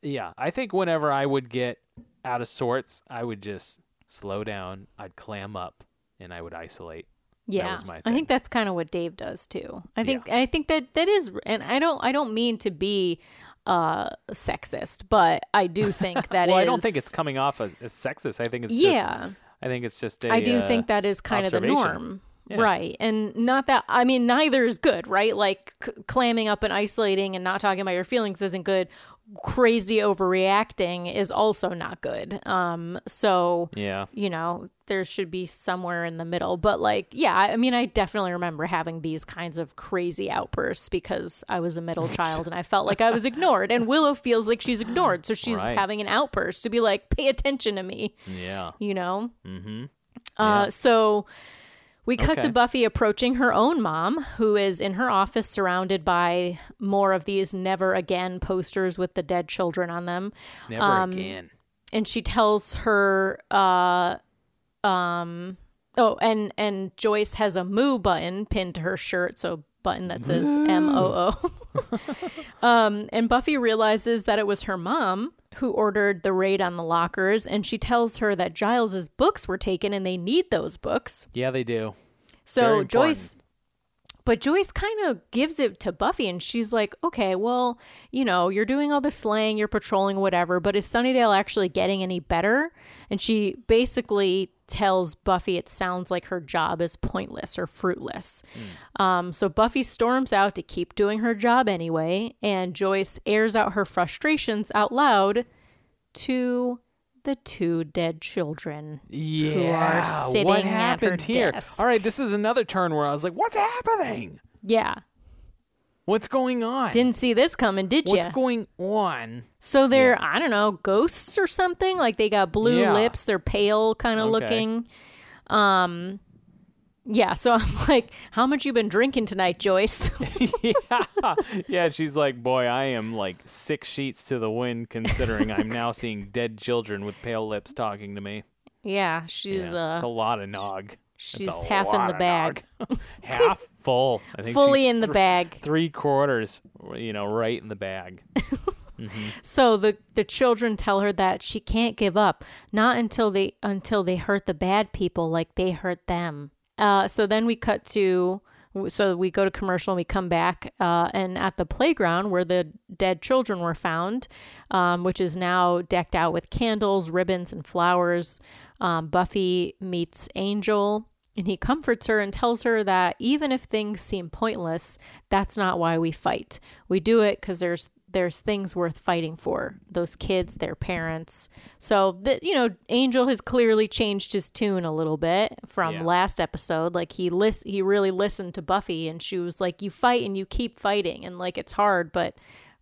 yeah, I think whenever I would get out of sorts, I would just slow down. I'd clam up, and I would isolate.
yeah,
was my
I
thing.
think that's kind of what Dave does too. I think I think that that is, and I don't I don't mean to be uh sexist, but I do think that
well,
is-
I don't think it's coming off as, as sexist. I think it's
yeah.
Just, I think it's just. uh, I
I do think that is kind of the
observation.
norm.
Yeah.
Right. And not that, I mean, neither is good, right? Like c- clamming up and isolating and not talking about your feelings isn't good. Crazy overreacting is also not good. Um, so,
Yeah.
you know, there should be somewhere in the middle. But like, yeah, I I mean, I definitely remember having these kinds of crazy outbursts because I was a middle child and I felt like I was ignored. And Willow feels like she's ignored. So she's
Right.
having an outburst to be like, pay attention to me
Yeah.
you know? Mm-hmm. Uh, So we cut to
Okay.
Buffy approaching her own mom, who is in her office surrounded by more of these never again posters with the dead children on them.
Never
Um,
again.
And she tells her, uh, um, oh, and, and Joyce has a moo button pinned to her shirt. So button that says M O O. Um, And Buffy realizes that it was her mom who ordered the raid on the lockers, and she tells her that Giles's books were taken and they need those books.
Yeah, they do.
So
Very
Joyce but Joyce kind of gives it to Buffy and she's like, "Okay, well, you know, you're doing all the slaying, you're patrolling whatever, but is Sunnydale actually getting any better?" And she basically tells Buffy it sounds like her job is pointless or fruitless. Um, so Buffy storms out to keep doing her job anyway, and Joyce airs out her frustrations out loud to the two dead children.
yeah,
sitting
what
at her
happened here?
desk.
All right, this is another turn where I was like, "What's happening?"
Yeah.
What's going on?
Didn't see this coming, did you?
What's going on?
so they're I don't know ghosts or something. Like they got blue
Yeah.
lips. They're pale, kind of
Okay.
looking. Um, yeah. So I'm like, how much you been drinking tonight, Joyce?
Yeah, she's like, boy, I am like six sheets to the wind considering I'm now seeing dead children with pale lips talking to me.
yeah, she's
Yeah, it's a
uh,
lot of nog. It's a
she's half in
lot
the
of
bag,
nog. half full. I think
fully
she's
in the
thr-
bag.
Three quarters, you know, right in the bag.
So the the children tell her that she can't give up, not until they until they hurt the bad people like they hurt them. Uh, so then we cut to so we go to commercial and we come back uh, and at the playground where the dead children were found, um, which is now decked out with candles, ribbons, and flowers. Um, Buffy meets Angel. And he comforts her and tells her that even if things seem pointless, that's not why we fight. We do it because there's there's things worth fighting for. Those kids, their parents. So that you know, Angel has clearly changed his tune a little bit from
Yeah.
last episode. Like he lis- he really listened to Buffy, and she was like, "You fight and you keep fighting, and like it's hard, but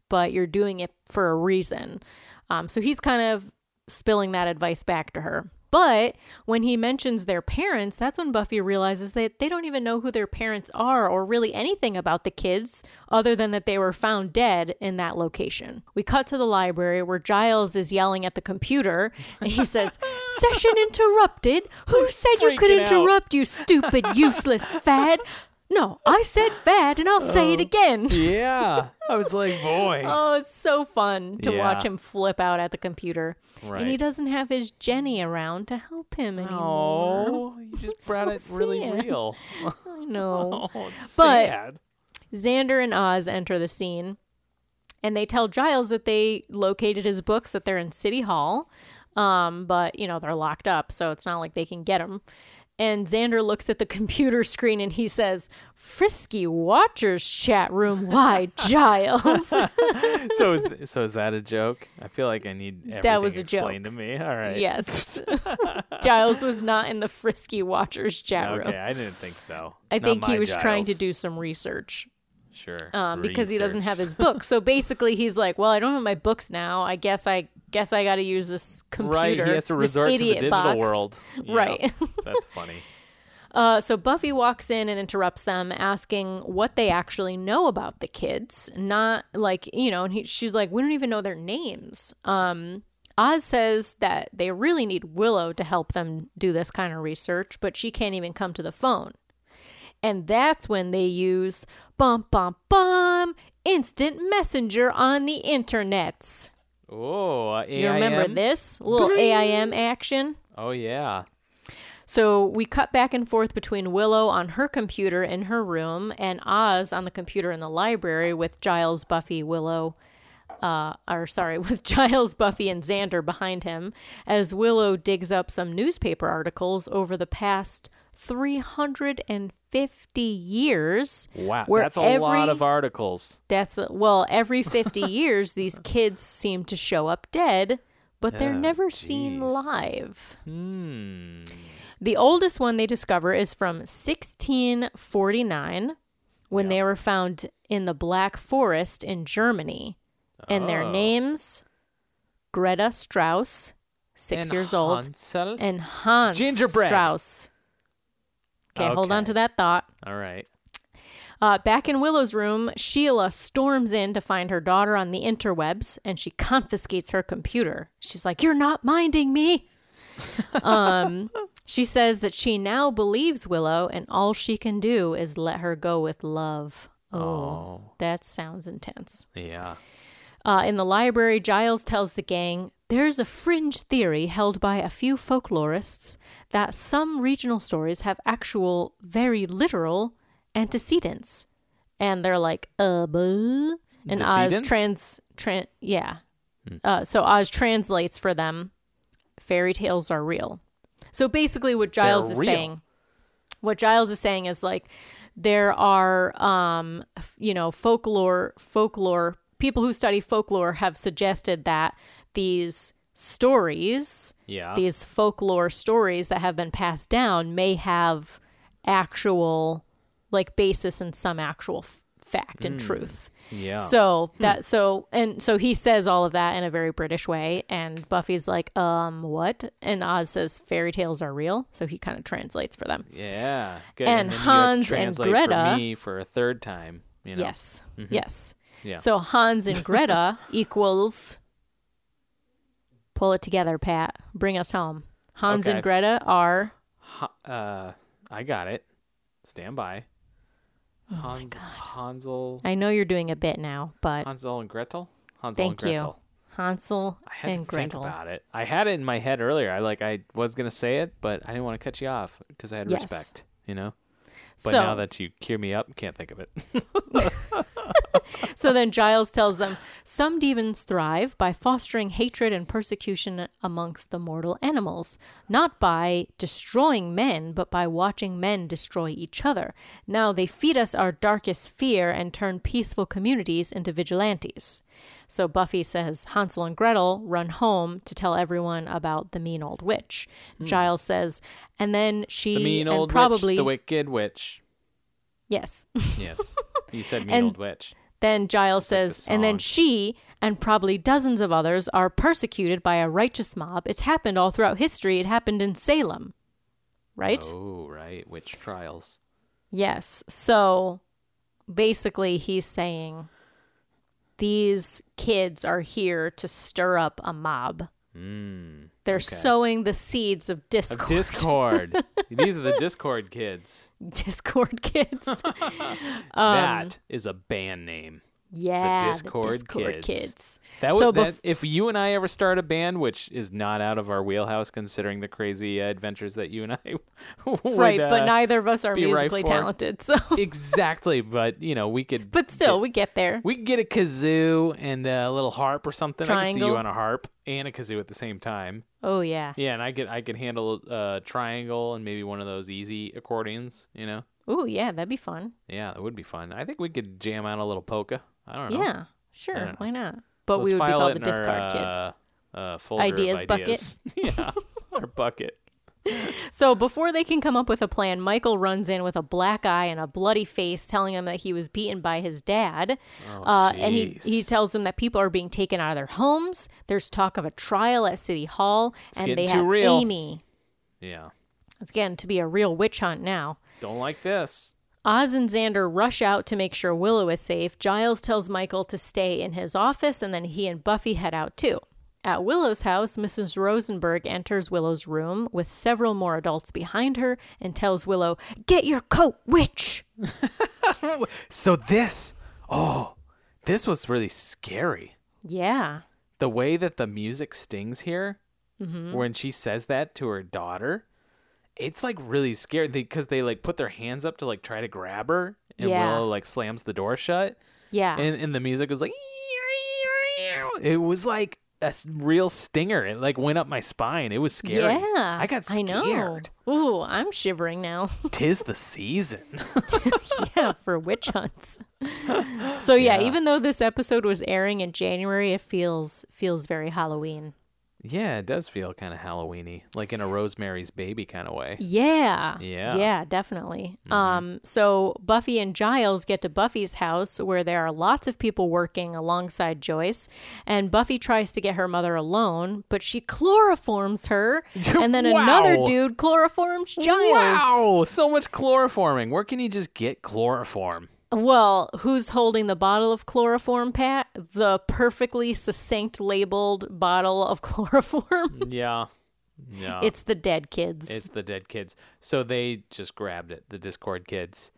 but you're doing it for a reason." Um, so he's kind of spilling that advice back to her. But when he mentions their parents, that's when Buffy realizes that they don't even know who their parents are or really anything about the kids other than that they were found dead in that location. We cut to the library where Giles is yelling at the computer and he says, Session interrupted? Who said you could
freaking out.
interrupt, you stupid, useless fad? No, I said fad and I'll say
Oh.
it again.
Yeah. I was like, boy.
Oh, it's so fun to watch
Yeah.
him flip out at the computer. And he
Right.
doesn't have his Jenny around to help him anymore.
Oh, you just brought it
so
really
sad.
real.
I know.
Oh, it's
But-
sad.
Xander and Oz enter the scene and they tell Giles that they located his books, that they're in City Hall. Um, but, you know, they're locked up, so it's not like they can get them. And Xander looks at the computer screen and he says, Frisky Watchers chat room. Why, Giles?
So is th- so is that a joke? I feel like I need everything
was a
explained to me. All right.
yes. Giles was not in the Frisky Watchers chat room.
Okay, I didn't think so.
I
Not
think he
my
was trying to
Giles.
do some research
sure
um, because he doesn't
Research.
have his book. So basically, he's like, "Well, I don't have my books now. I guess I guess I got to use this computer.
Right, he has to
this
resort to the
idiot
digital
box."
world. Yeah,
Right.
that's funny.
Uh, so Buffy walks in and interrupts them, asking what they actually know about the kids. Not like you know, and he, she's like, "We don't even know their names." Um, Oz says that they really need Willow to help them do this kind of research, but she can't even come to the phone. And that's when they use bum bum bum instant messenger on the internets.
Oh, uh,
You remember
AIM?
this little AIM action?
Oh yeah.
So we cut back and forth between Willow on her computer in her room and Oz on the computer in the library with Giles, Buffy, Willow, uh, or sorry, with Giles, Buffy, and Xander behind him as Willow digs up some newspaper articles over the past 350 years.
Wow,
where
that's a lot
every-
of articles.
That's well, every 50 years, these kids seem to show up dead, but they're
Oh,
never seen
jeez.
live.
Hmm.
The oldest one they discover is from 1649 when they were found in the Black Forest in Germany. And their
Oh.
names Greta Strauss, six
And
years old,
Hansel?
and Hans
Gingerbread.
Strauss. okay, hold on
Okay.
to that thought.
All right.
Uh, back in Willow's room, Sheila storms in to find her daughter on the interwebs and she confiscates her computer. She's like, You're not minding me. um, she says that she now believes Willow and all she can do is let her go with love. Oh, that sounds intense.
Yeah.
Uh, in the library, Giles tells the gang there's a fringe theory held by a few folklorists that some regional stories have actual, very literal antecedents. And they're like, uh, buh. And Oz
Decedents?
trans, tran yeah. Uh, so Oz translates for them fairy tales are real. So basically, what Giles is
real.
saying, what Giles is saying is like there are, um, f- you know, folklore, folklore people who study folklore have suggested that these stories,
Yeah.
these folklore stories that have been passed down, may have actual like basis in some actual f- fact and truth.
Yeah.
So that so and so he says all of that in a very British way, and Buffy's like, um, what? And Oz says fairy tales are real, so he kind of translates for them.
yeah. Good.
and
then you had to
Hans and
translate
Greta-
for me for a third time. You know? Mm-hmm.
Yes, yes.
Yeah.
So Hans and Greta equals. Pull it together, Pat. Bring us home. Hans
Okay.
and Greta are
uh, I got it. Stand by. Hans, Hansel,
Oh I know you're doing a bit now, but
Hansel and Gretel. Hansel and
thank
Gretel.
you. Hansel
I had
and
to
Gretel.
think about it. I had it in my head earlier. I like I was gonna say it, but I didn't want to cut you off because I had
Yes.
respect. You know. But
So-
now that you cure me up, can't think of it.
So then Giles tells them some demons thrive by fostering hatred and persecution amongst the mortal animals, not by destroying men, but by watching men destroy each other. Now they feed us our darkest fear and turn peaceful communities into vigilantes. So Buffy says Hansel and Gretel run home to tell everyone about the mean old witch. Giles says, and then she
Hmm. The mean
and
old
probably
witch, the wicked witch.
yes.
Yes, you said mean
And-
old witch.
Then Giles
like the
says, and then
song.
she and probably dozens of others are persecuted by a righteous mob. It's happened all throughout history. It happened in Salem, right?
Oh right, witch trials.
Yes. So basically, he's saying these kids are here to stir up a mob. They're sowing the seeds of discord.
Hmm. Of Discord. These are the Discord kids.
discord kids. Um,
that is a band name.
yeah.
Discord kids.
kids.
That would
So
that,
bef-
if you and I ever start a band, which is not out of our wheelhouse, considering the crazy uh, adventures that you and I would,
Right, but
uh,
neither of us are
be ripe
musically
for.
talented. So
exactly. But you know, we could.
But still,
get-
we get there.
we could get a kazoo and a little harp or something. I could see you
Triangle.
on a harp and a kazoo at the same time.
oh yeah.
Yeah, and I could I could handle a triangle and maybe one of those easy accordions. You know.
Ooh yeah, that'd be fun.
Yeah, that would be fun. I think we could jam out a little polka. I don't know.
Yeah,
don't
sure.
know.
Why not? But
Oh. Let's
we would be
file
called
it
the
in our,
Discard
uh, Uh, folder
Ideas
of
bucket.
ideas. yeah, our
Kids.
bucket.
So before they can come up with a plan, Michael runs in with a black eye and a bloody face, telling him that he was beaten by his dad. uh, and he
Oh, jeez.
he tells him that people are being taken out of their homes. There's talk of a trial at City Hall, and
getting
they
too
have
real.
Amy.
Yeah,
It's getting to be a real witch hunt now.
don't like this.
Oz and Xander rush out to make sure Willow is safe. Giles tells Michael to stay in his office, and then he and Buffy head out too. At Willow's house, Mrs. Rosenberg enters Willow's room with several more adults behind her and tells Willow, Get your coat, witch!
So this, oh, this was really scary.
Yeah.
The way that the music stings here,
Mm-hmm.
when she says that to her daughter, it's like really scary because they like put their hands up to like try to grab her, and
Yeah.
Willow like slams the door shut,
Yeah.
and and the music was like, it was like a s- real stinger. It like went up my spine. It was scary.
yeah.
I got
I
scared.
know. Ooh, I'm shivering now.
Tis the season.
yeah, for witch hunts. so yeah, even though this episode was airing in January, it feels feels very Halloween.
Yeah, it does feel kind of Halloweeny, like in a Rosemary's Baby kind of way.
Yeah.
Yeah. Mm-hmm.
Yeah, definitely. Um, so Buffy and Giles get to Buffy's house where there are lots of people working alongside Joyce, and Buffy tries to get her mother alone, but she chloroforms her, and then
Wow.
another dude chloroforms Giles.
Wow, so much chloroforming. Where can you just get chloroform?
Well, who's holding the bottle of chloroform, Pat? The perfectly succinct labeled bottle of chloroform.
Yeah, yeah.
it's the dead kids.
It's the dead kids. So they just grabbed it. The Discord kids.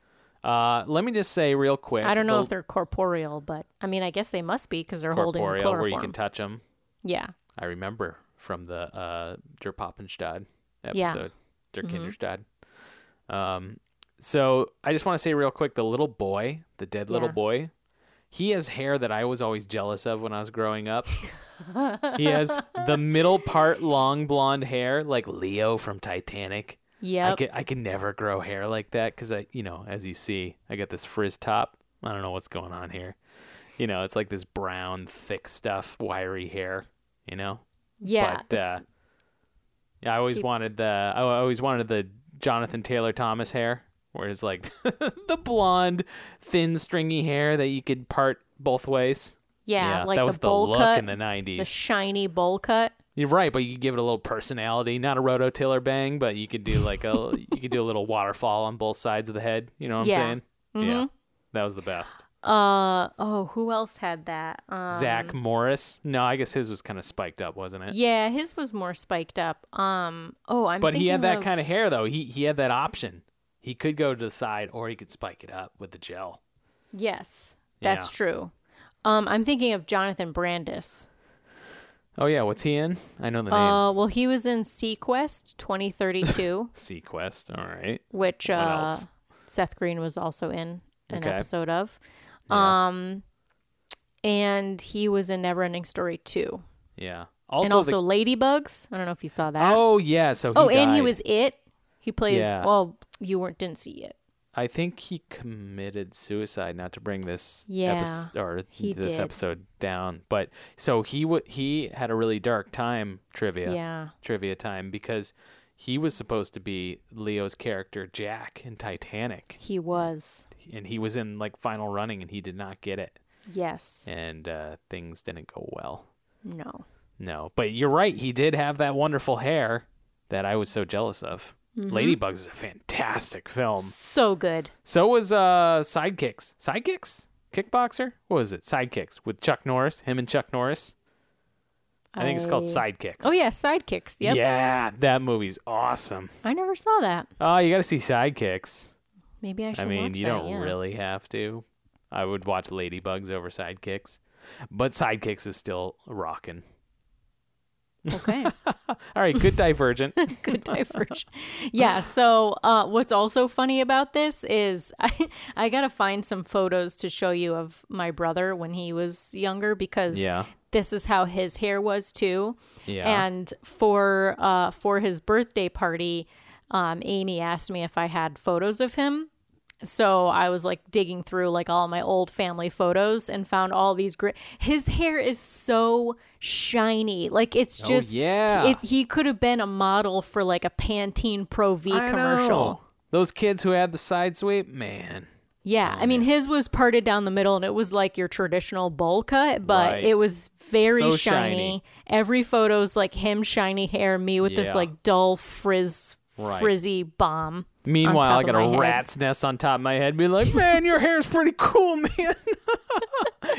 Uh, let me just say real quick.
I don't know
the
if they're corporeal, but I mean, I guess they must be because they're holding
corporeal
chloroform.
where you can touch them.
yeah.
I remember from the uh, Der Pappenstad
Yeah. Mm-hmm.
episode, Der Kinderstad. Um, so I just want to say real quick, the little boy, the dead little
Yeah.
boy, he has hair that I was always jealous of when I was growing up. he has the middle part long blonde hair, like Leo from Titanic. I
Yep.
could I can never grow hair like that because I you know as you see I got this frizz top. I don't know what's going on here. You know, it's like this brown, thick stuff, wiry hair. You know,
yeah.
but uh,
s-
yeah, I always wanted the I always wanted the Jonathan Taylor Thomas hair. Whereas like the blonde, thin, stringy hair that you could part both ways.
Yeah, like
that was the,
bowl
look
cut,
in the '90s.
the shiny bowl cut.
You're right, but you could give it a little personality. Not a rototiller bang, but you could do like a you could do a little waterfall on both sides of the head. You know what I'm
Yeah. Mm-hmm.
saying? Yeah, that was the best.
Uh oh, who else had that? Um,
Zach Morris. No, I guess his was kind of spiked up, wasn't it?
Yeah, his was more spiked up. Um oh, I'm
but he had
thinking
that
of-
kind of hair though. He he had that option. He could go to the side, or he could spike it up with the gel.
Yes, that's
Yeah.
true. Um, I'm thinking of Jonathan Brandis.
Oh yeah, what's he in? I know the name.
Uh, well, he was in Sequest 2032,
Sequest. All right.
which uh,
else?
Seth Green was also in an
Okay.
episode of, uh,
Yeah.
and he was in Neverending Story 2,
yeah.
and
Also,
also
the,
Ladybugs. I don't know if you saw that.
oh yeah. So he
Oh, and he
died.
was it. He plays.
Yeah.
Well, you weren't didn't see it.
I think he committed suicide. Not to bring this
Yeah,
epis- or
he
this
did.
episode down, but so he would he had a really dark time trivia
Yeah.
trivia time because he was supposed to be Leo's character Jack in Titanic,
He was.
and he was in like final running, and he did not get it,
Yes.
and uh, things didn't go well.
No.
No, but you're right. He did have that wonderful hair that I was so jealous of.
Mm-hmm.
Ladybugs is a fantastic film.
So good.
So was uh Sidekicks. Sidekicks? Kickboxer? What was it? Sidekicks with Chuck Norris, him and Chuck Norris. I think it's called Sidekicks.
Oh yeah, sidekicks. Yep.
Yeah, that movie's awesome.
I never saw that.
Oh, you got to see Sidekicks.
Maybe I should.
I mean,
watch
you
that,
don't
yeah.
really have to. I would watch Ladybugs over Sidekicks. But Sidekicks is still rocking.
Okay.
All right, good divergent.
Good diversion. Yeah. So, uh, what's also funny about this is I, I got to find some photos to show you of my brother when he was younger because
Yeah.
this is how his hair was too.
Yeah.
And for uh, for his birthday party, um, Amy asked me if I had photos of him. So I was like digging through like all my old family photos and found all these great. His hair is so shiny, like it's just
Oh, yeah.
It, he could have been a model for like a Pantene Pro V
I
commercial.
know. Those kids who had the side sweep, man.
Yeah, I mean his was parted down the middle and it was like your traditional bowl cut, but
Right.
it was very
So
shiny.
shiny.
Every photo's like him shiny hair, me with
Yeah.
this like dull frizz
Right.
frizzy bomb.
Meanwhile,
top
I got
of my
a
head.
rat's nest on top of my head, be like, "Man, your hair's pretty cool, man.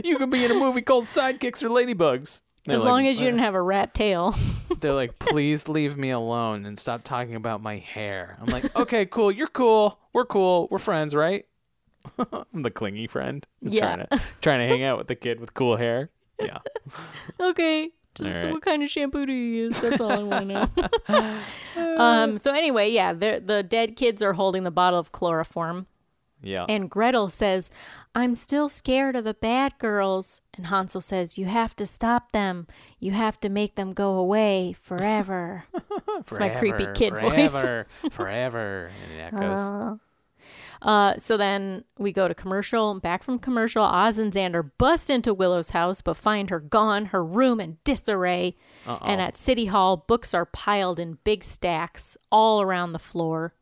you could be in a movie called Sidekicks or Ladybugs." They're
As
like-
long as you didn't have a rat tail.
they're like, "Please leave me alone and stop talking about my hair." I'm like, "Okay, cool. You're cool. We're cool. We're friends, right?" I'm the clingy friend. Just
Yeah.
trying to trying to hang out with the kid with cool hair. Yeah.
okay. Just
All right.
what kind of shampoo do you use? That's all I want to know. um, so anyway, yeah, the the dead kids are holding the bottle of chloroform.
Yeah.
And Gretel says, I'm still scared of the bad girls. And Hansel says, You have to stop them. You have to make them go away forever. it's my creepy
Forever,
kid voice. Oh,
forever, voice. forever, and it echoes.
Uh, so then we go to commercial. Back from commercial, Oz and Xander bust into Willow's house, but find her gone, her room in disarray. And at City Hall, books are piled in big stacks all around the floor.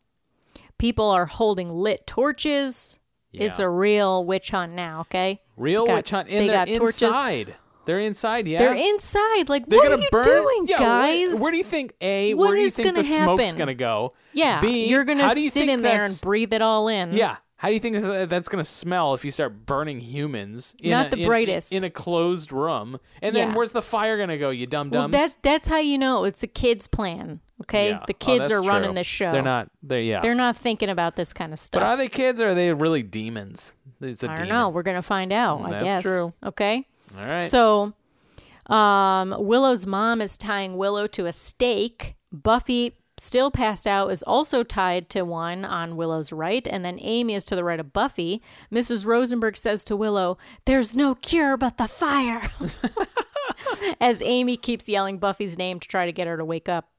People are holding lit torches. It's
Yeah.
a real witch hunt now, okay?
Real
Got-
witch hunt,
they
and they're
got torches.
inside. They're inside. Yeah.
They're inside. Like,
They're
what are
gonna
you
burn.
doing,
Yeah, where-
guys?
Where, do you think a?
What
where do you
is
think the
gonna
smoke's
happen?
gonna go?
yeah,
B,
you're gonna
how do you
sit
think
in there
that's-
and breathe it all in.
Yeah. How do you think that- that's gonna smell if you start burning humans? In
Not
a,
the
in-
brightest.
In, a closed room, and then
Yeah.
where's the fire gonna go? You dumb
Well,
dumbs.
that that's how you know it's a kid's plan. Okay,
Yeah.
the
Oh,
kids
that's
are running
true.
this show.
They're not. They're yeah.
They're not thinking about this kind of stuff.
but are they kids or are they really demons? It's a
I don't
demon.
know. We're gonna find out. I
Mm, that's
guess.
true.
Okay.
All right.
So, um, Willow's mom is tying Willow to a stake. Buffy, still passed out, is also tied to one on Willow's right, and then Amy is to the right of Buffy. Mrs. Rosenberg says to Willow, "There's no cure but the fire." As Amy keeps yelling Buffy's name to try to get her to wake up.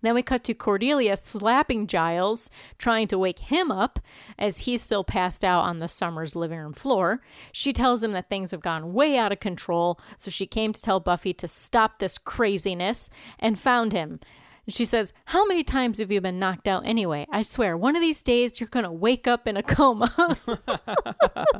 Then we cut to Cordelia slapping Giles, trying to wake him up as he's still passed out on the summer's living room floor. She tells him that things have gone way out of control, so she came to tell Buffy to stop this craziness and found him. And she says, How many times have you been knocked out anyway? I swear, one of these days you're going to wake up in a coma.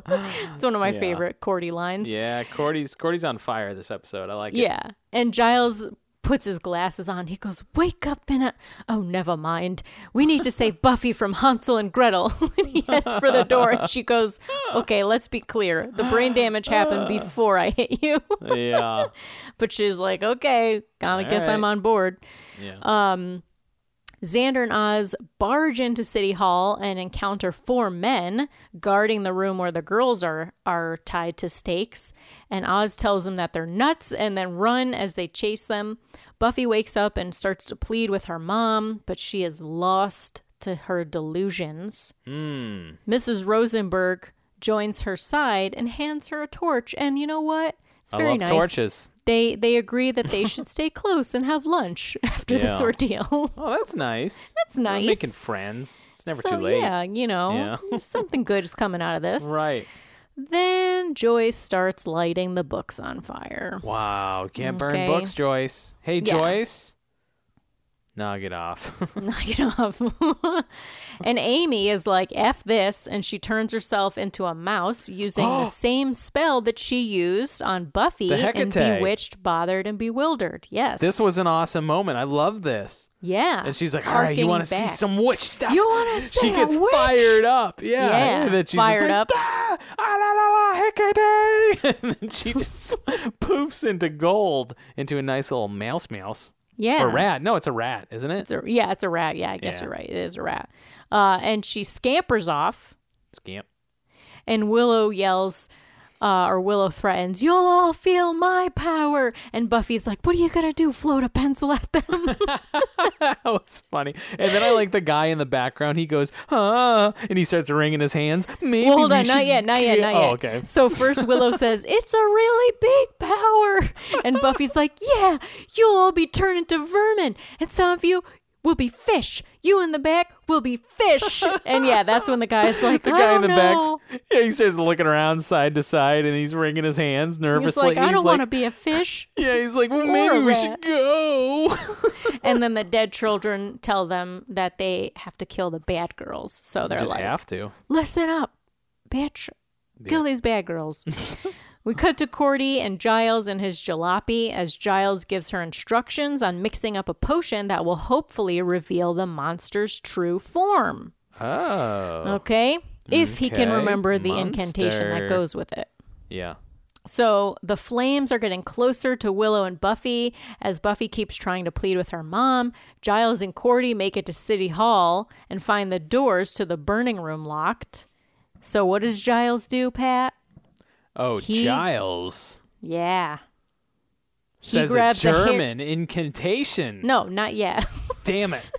it's one of my
Yeah.
favorite Cordy lines.
Yeah, Cordy's Cordy's on fire this episode. I like it.
Yeah. And Giles puts his glasses on. He goes, Wake up in a. Oh, never mind. We need to save Buffy from Hansel and Gretel. and he heads for the door and she goes, Okay, let's be clear. The brain damage happened before I hit you.
Yeah.
but she's like, Okay, I guess
right.
I'm on board. Um,
Yeah.
Xander and Oz barge into City Hall and encounter four men guarding the room where the girls are are tied to stakes. And Oz tells them that they're nuts and then run as they chase them. Buffy wakes up and starts to plead with her mom, but she is lost to her delusions.
Hmm.
Mrs. Rosenberg joins her side and hands her a torch. And you know what? It's
I
very
love
nice.
torches.
They they agree that they should stay close and have lunch after this
Yeah.
ordeal.
Oh, that's nice. That's
nice.
making friends. It's never
so
too late.
yeah, you know,
Yeah.
something good is coming out of this.
Right.
Then Joyce starts lighting the books on fire.
Wow. Can't burn
Okay.
books, Joyce. Hey,
Yeah.
Joyce. No, get off.
Knock it off. and Amy is like, "F this," and she turns herself into a mouse using the same spell that she used on Buffy
The
in
Hecate.
Bewitched, Bothered, and Bewildered. Yes,
this was an awesome moment. I love this.
yeah.
And she's like, all right, you
Harking
want to see
back.
some witch stuff?
You wanna see
She
a
gets
witch?
fired up. Yeah.
Yeah,
And then she's
fired
just like,
up.
"Ah, ah, la, la, la, Hecate. And then she just poofs into gold into a nice little mouse mouse.
Yeah,
Or rat. No, it's a rat, isn't it?
It's a- yeah, it's a rat. Yeah, I guess
Yeah.
you're right. It is a rat. Uh, and she scampers off.
Scamp.
And Willow yells, uh, or Willow threatens, You'll all feel my power. And Buffy's like, What are you going to do? Float a pencil at them?
That was funny. And then I like the guy in the background. He goes, huh? And he starts wringing his hands. Maybe
well, hold
we
on. Not
should
yet. Not yet.
ki-
Not yet.
Oh, okay.
So first, Willow says, It's a really big power. And Buffy's like, Yeah, you'll all be turned into vermin. And some of you will be fish. You in the back will be fish. And yeah, that's when the guy's like,
The
I
guy in the
don't know.
back, yeah, he starts looking around side to side and he's wringing his hands
He's
nervously.
like, I
He's
don't want to
like-
be a fish.
Yeah, he's like, well, maybe
a
we should
rat."
go.
and then the dead children tell them that they have to kill the bad girls. So they're
Just
like,
have to.
listen up, bitch. Kill these bad girls. we cut to Cordy and Giles and his jalopy as Giles gives her instructions on mixing up a potion that will hopefully reveal the monster's true form. Um,
Oh.
Okay? If he can
Okay.
remember the incantation
Monster.
that goes with it.
Yeah.
So the flames are getting closer to Willow and Buffy as Buffy keeps trying to plead with her mom. Giles and Cordy make it to City Hall and find the doors to the burning room locked. So what does Giles do, Pat?
Oh,
He-
Giles
Yeah. He
says a
grabs a hair-
German incantation.
No, not yet.
Damn it.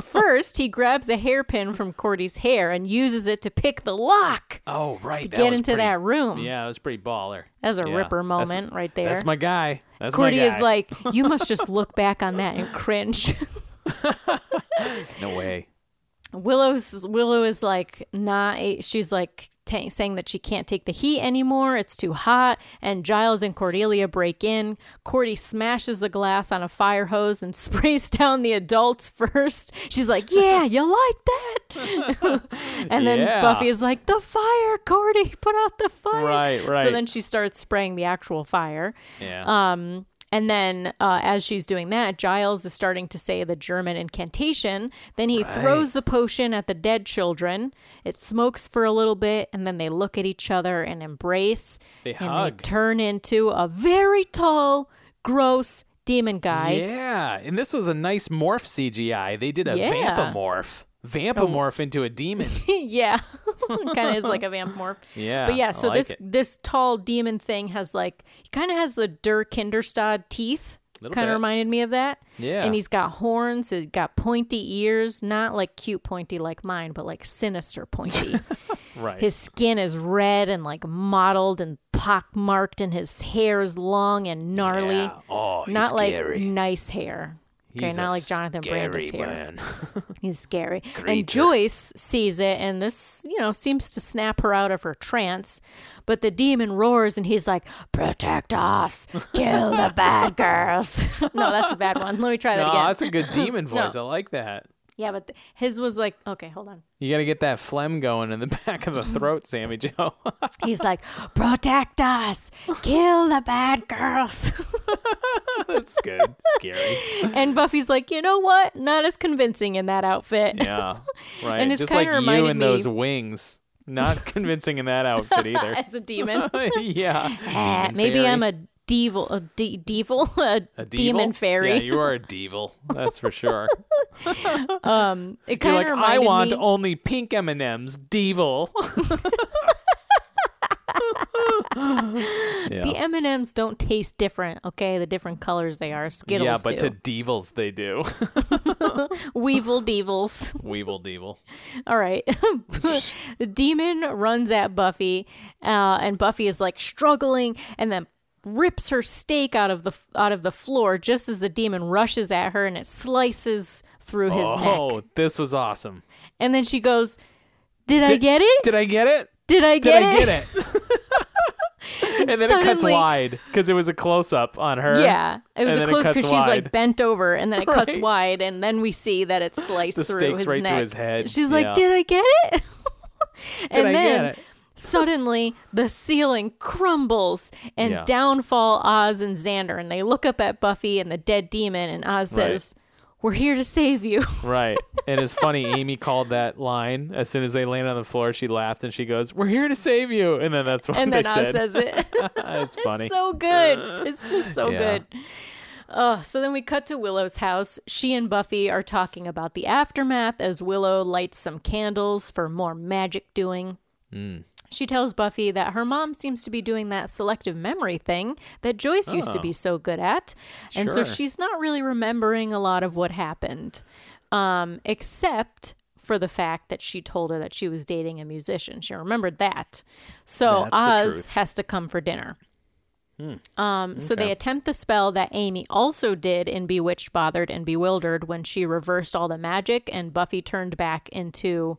First, he grabs a hairpin from Cordy's hair and uses it to pick the lock.
Oh, right. that
Get
was
into
pretty-
that room.
Yeah, it was pretty baller.
That's a
Yeah,
ripper
that's-
moment right there.
That's my guy. That's
Cordy
my guy.
is like, you must just look back on that and cringe.
no way.
Willow's Willow is like not. a- She's like ta saying that she can't take the heat anymore. It's too hot. And Giles and Cordelia break in. Cordy smashes the glass on a fire hose and sprays down the adults first. She's like, "Yeah, you like that." and then
Yeah.
Buffy is like, "The fire, Cordy! Put out the fire!"
Right,
So
right.
then she starts spraying the actual fire.
Yeah.
Um, and then uh, as she's doing that, Giles is starting to say the German incantation. Then he throws the potion at the dead children. It smokes for a little bit, and then they look at each other and embrace.
They
and
hug.
They turn into a very tall, gross demon guy.
yeah. And this was a nice morph CGI. They did a
Yeah. Oh.
vampomorph. Vampomorph into a demon.
yeah. kind of is like a vampmorph.
Yeah,
But
I
yeah, so
like
this
it.
this tall demon thing has like he kind of has the Der Kinderstad teeth.
Little
Kind
bit.
of reminded me of that.
Yeah.
And he's got horns, he's got pointy ears, not like cute pointy like mine, but like sinister pointy.
right.
his skin is red and like mottled and pockmarked and his hair is long and gnarly.
Yeah. Oh, he's
not like
scary.
nice hair. Okay,
He's
not
a
like Jonathan Brandis
scary
here.
man.
He's scary.
Creature.
And Joyce sees it, and this, you know, seems to snap her out of her trance. But the demon roars, and he's like, "Protect us! Kill the bad girls!" no, that's a bad one. Let me try that
Aw,
again.
Oh, that's a good demon voice. I like that.
yeah, but th- his was like, okay, hold on.
You got to get that phlegm going in the back of the throat, Sammy Joe.
He's like, "Protect us! Kill the bad girls!"
that's good. Scary.
and Buffy's like, "You know what? Not as convincing in that outfit."
Yeah. Right.
And it's
Just like
kinda
you
reminded
and
me-
those wings. Not convincing in that outfit either.
as a demon.
yeah.
Ah,
Demon
maybe
fairy.
I'm a devil, a de- devil, a,
A
demon
devil?
fairy.
Yeah, you are a devil. That's for sure.
it
You're
kind
like,
of
I want
me,
only pink M and M's. Devil. yeah.
the
Oh.
M and M's don't taste different. Okay, the different colors they are. Skittles
yeah, but
do.
to devils they do.
Weevil devils.
Weevil devil.
All right. the demon runs at Buffy, uh, and Buffy is like struggling, and then rips her stake out of the out of the floor just as the demon rushes at her, and it slices through his neck.
oh, this was awesome.
And then she goes, "Did, I get it?
Did I get it?
Did I
Did
get
I
it?"
get it? and then it cuts
Suddenly-
wide because it was a close up on her.
Yeah, it was
and
a
then it
close
cuts
because she's like
wide.
bent over, and then it cuts
Right.
wide, and then we see that it's sliced
The
through
stakes
his
right through
neck.
his head.
She's
Yeah.
like, "Did I get it?"
Did
and
I
then
get it?
suddenly the ceiling crumbles, and
Yeah.
down fall Oz and Xander, and they look up at Buffy and the dead demon, and Oz
Right.
says, "We're here to save you."
Right. And it's funny, Amy called that line. As soon as they landed on the floor, she laughed and she goes, We're here to save you. And then that's what
And
they
then Oz
said.
says it.
it's funny.
so good. It's just so
Yeah.
good. Oh, so then we cut to Willow's house. She and Buffy are talking about the aftermath as Willow lights some candles for more magic doing.
Hmm.
She tells Buffy that her mom seems to be doing that selective memory thing that Joyce used to be so good at. And so
Oh. Sure.
she's not really remembering a lot of what happened, um, except for the fact that she told her that she was dating a musician. She remembered that. So
That's the
Oz
truth.
has to come for dinner. Um, So they attempt the spell that Amy also did in Bewitched, Bothered, and Bewildered when she reversed all the magic and Buffy turned back into,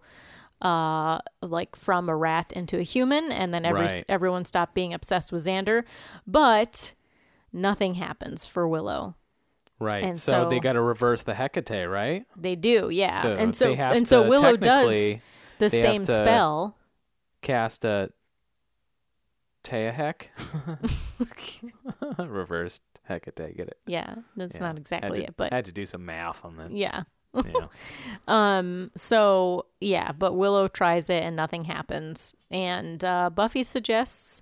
uh, like from a rat into a human, and then every
Right.
everyone stopped being obsessed with Xander, but nothing happens for Willow.
right.
and
so, they
so-
got to reverse the Hecate, right?
They do, yeah,
So
and so
they have
and so
to-
Willow does
technically,
the
they have
same
to-
spell.
Cast a Teahec. Reversed Hecate. Get it?
Yeah, that's not
had
exactly
to,
it, but
I had to do some math on that.
yeah. Um,
Yeah.
So yeah, but Willow tries it and nothing happens. And uh, Buffy suggests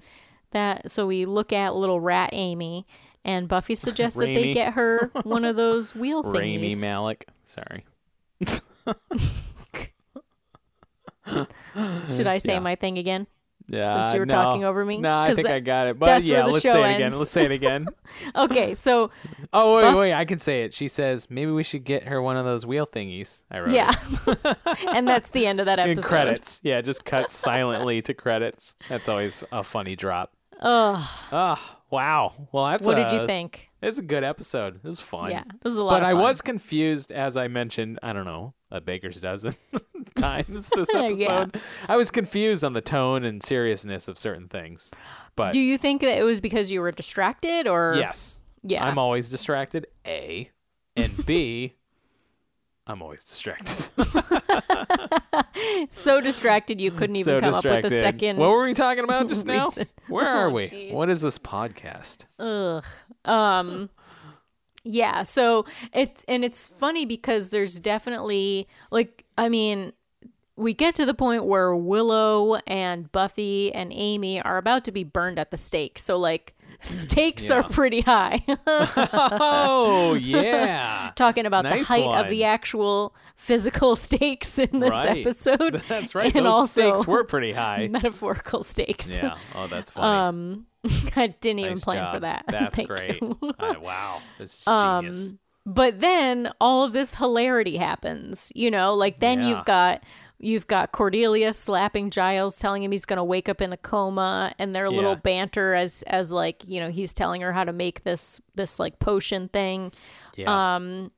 that. So we look at little rat Amy, and Buffy suggests that they
Raimi.
get her one of those wheel
Raimi
thingies.
Malik. Sorry.
Should I say
Yeah.
my thing again?
Yeah.
Since you were
no.
talking over me?
No, I
'Cause
think
tha-
I got it. But
that's where
yeah,
the
let's
show
say it again.
ends.
Let's say it again.
Okay, so
Oh wait,
Buff-
wait, I can say it. She says maybe we should get her one of those wheel thingies. I wrote
yeah,
it.
and that's the end of that
in
episode.
credits. Yeah, just cut silently to credits. That's always a funny drop. Ugh. wow. Well, that's
What did you
a-
think?
It's a good episode. It was fun.
Yeah, it was a lot
Uh, But
of
I
fun.
was confused, as I mentioned. I don't know a baker's dozen times this
Yeah.
episode. I was confused on the tone and seriousness of certain things. But
Do you think that it was because you were distracted, or
Yes.
Yeah.
I'm always distracted. A and B. I'm always distracted.
so distracted you couldn't even
so
come
distracted.
up with a second?
What were we talking about just now?
reason. Oh,
Where are we? What is this podcast?
Yeah, so it's and it's funny because there's definitely like I mean, we get to the point where Willow and Buffy and Amy are about to be burned at the stake. So like stakes are pretty high.
Oh yeah.
Talking about
Nice
the height
one.
of the actual physical stakes in this
Right.
episode.
That's right.
And
Those
also
stakes were pretty high.
metaphorical stakes.
yeah. Oh, that's funny. Um,
I didn't even
nice
plan
job.
for that.
That's
Thank
great.
you. Um,
Uh, wow. That's genius.
but then all of this hilarity happens you know like then
Yeah.
you've got you've got cordelia slapping giles telling him he's going to wake up in a coma and their
Yeah.
little banter as as like you know he's telling her how to make this this like potion thing
Yeah.
um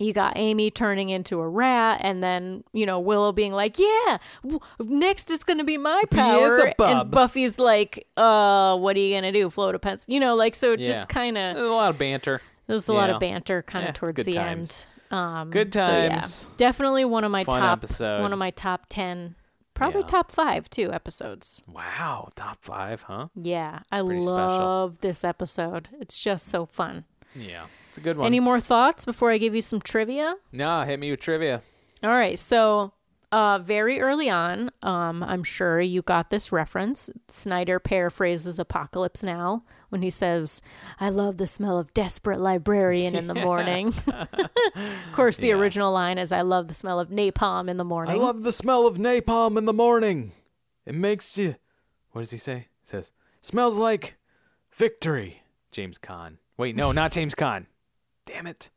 You got Amy turning into a rat, and then you know Willow being like, "Yeah, w- next is gonna be my power."
Beelzebub.
and Buffy's like, "Uh, what are you gonna do? Float a pencil?" You know, like so. It
Yeah.
just kind of
There's a lot of banter.
there's a lot
Yeah.
of banter kind
Yeah,
of
it's
towards
good
the
times.
end. Um,
Good times.
So yeah, definitely one of my
Fun
top
episode.
one of my top ten, probably
Yeah.
top five too episodes.
Wow, top five, huh?
Yeah, I
Pretty special.
love this episode. It's just so fun.
Yeah, it's a good one.
Any more thoughts before I give you some trivia?
no, hit me with trivia.
All right. So, uh, very early on, um, I'm sure you got this reference. Snyder paraphrases Apocalypse Now when he says, I love the smell of desperate librarian in the morning. of course, the original line is, I love the smell of napalm in the morning.
the smell of napalm in the morning. It makes you. What does he say? He says, smells like victory. James Caan. Wait, no, not James Caan. Damn it.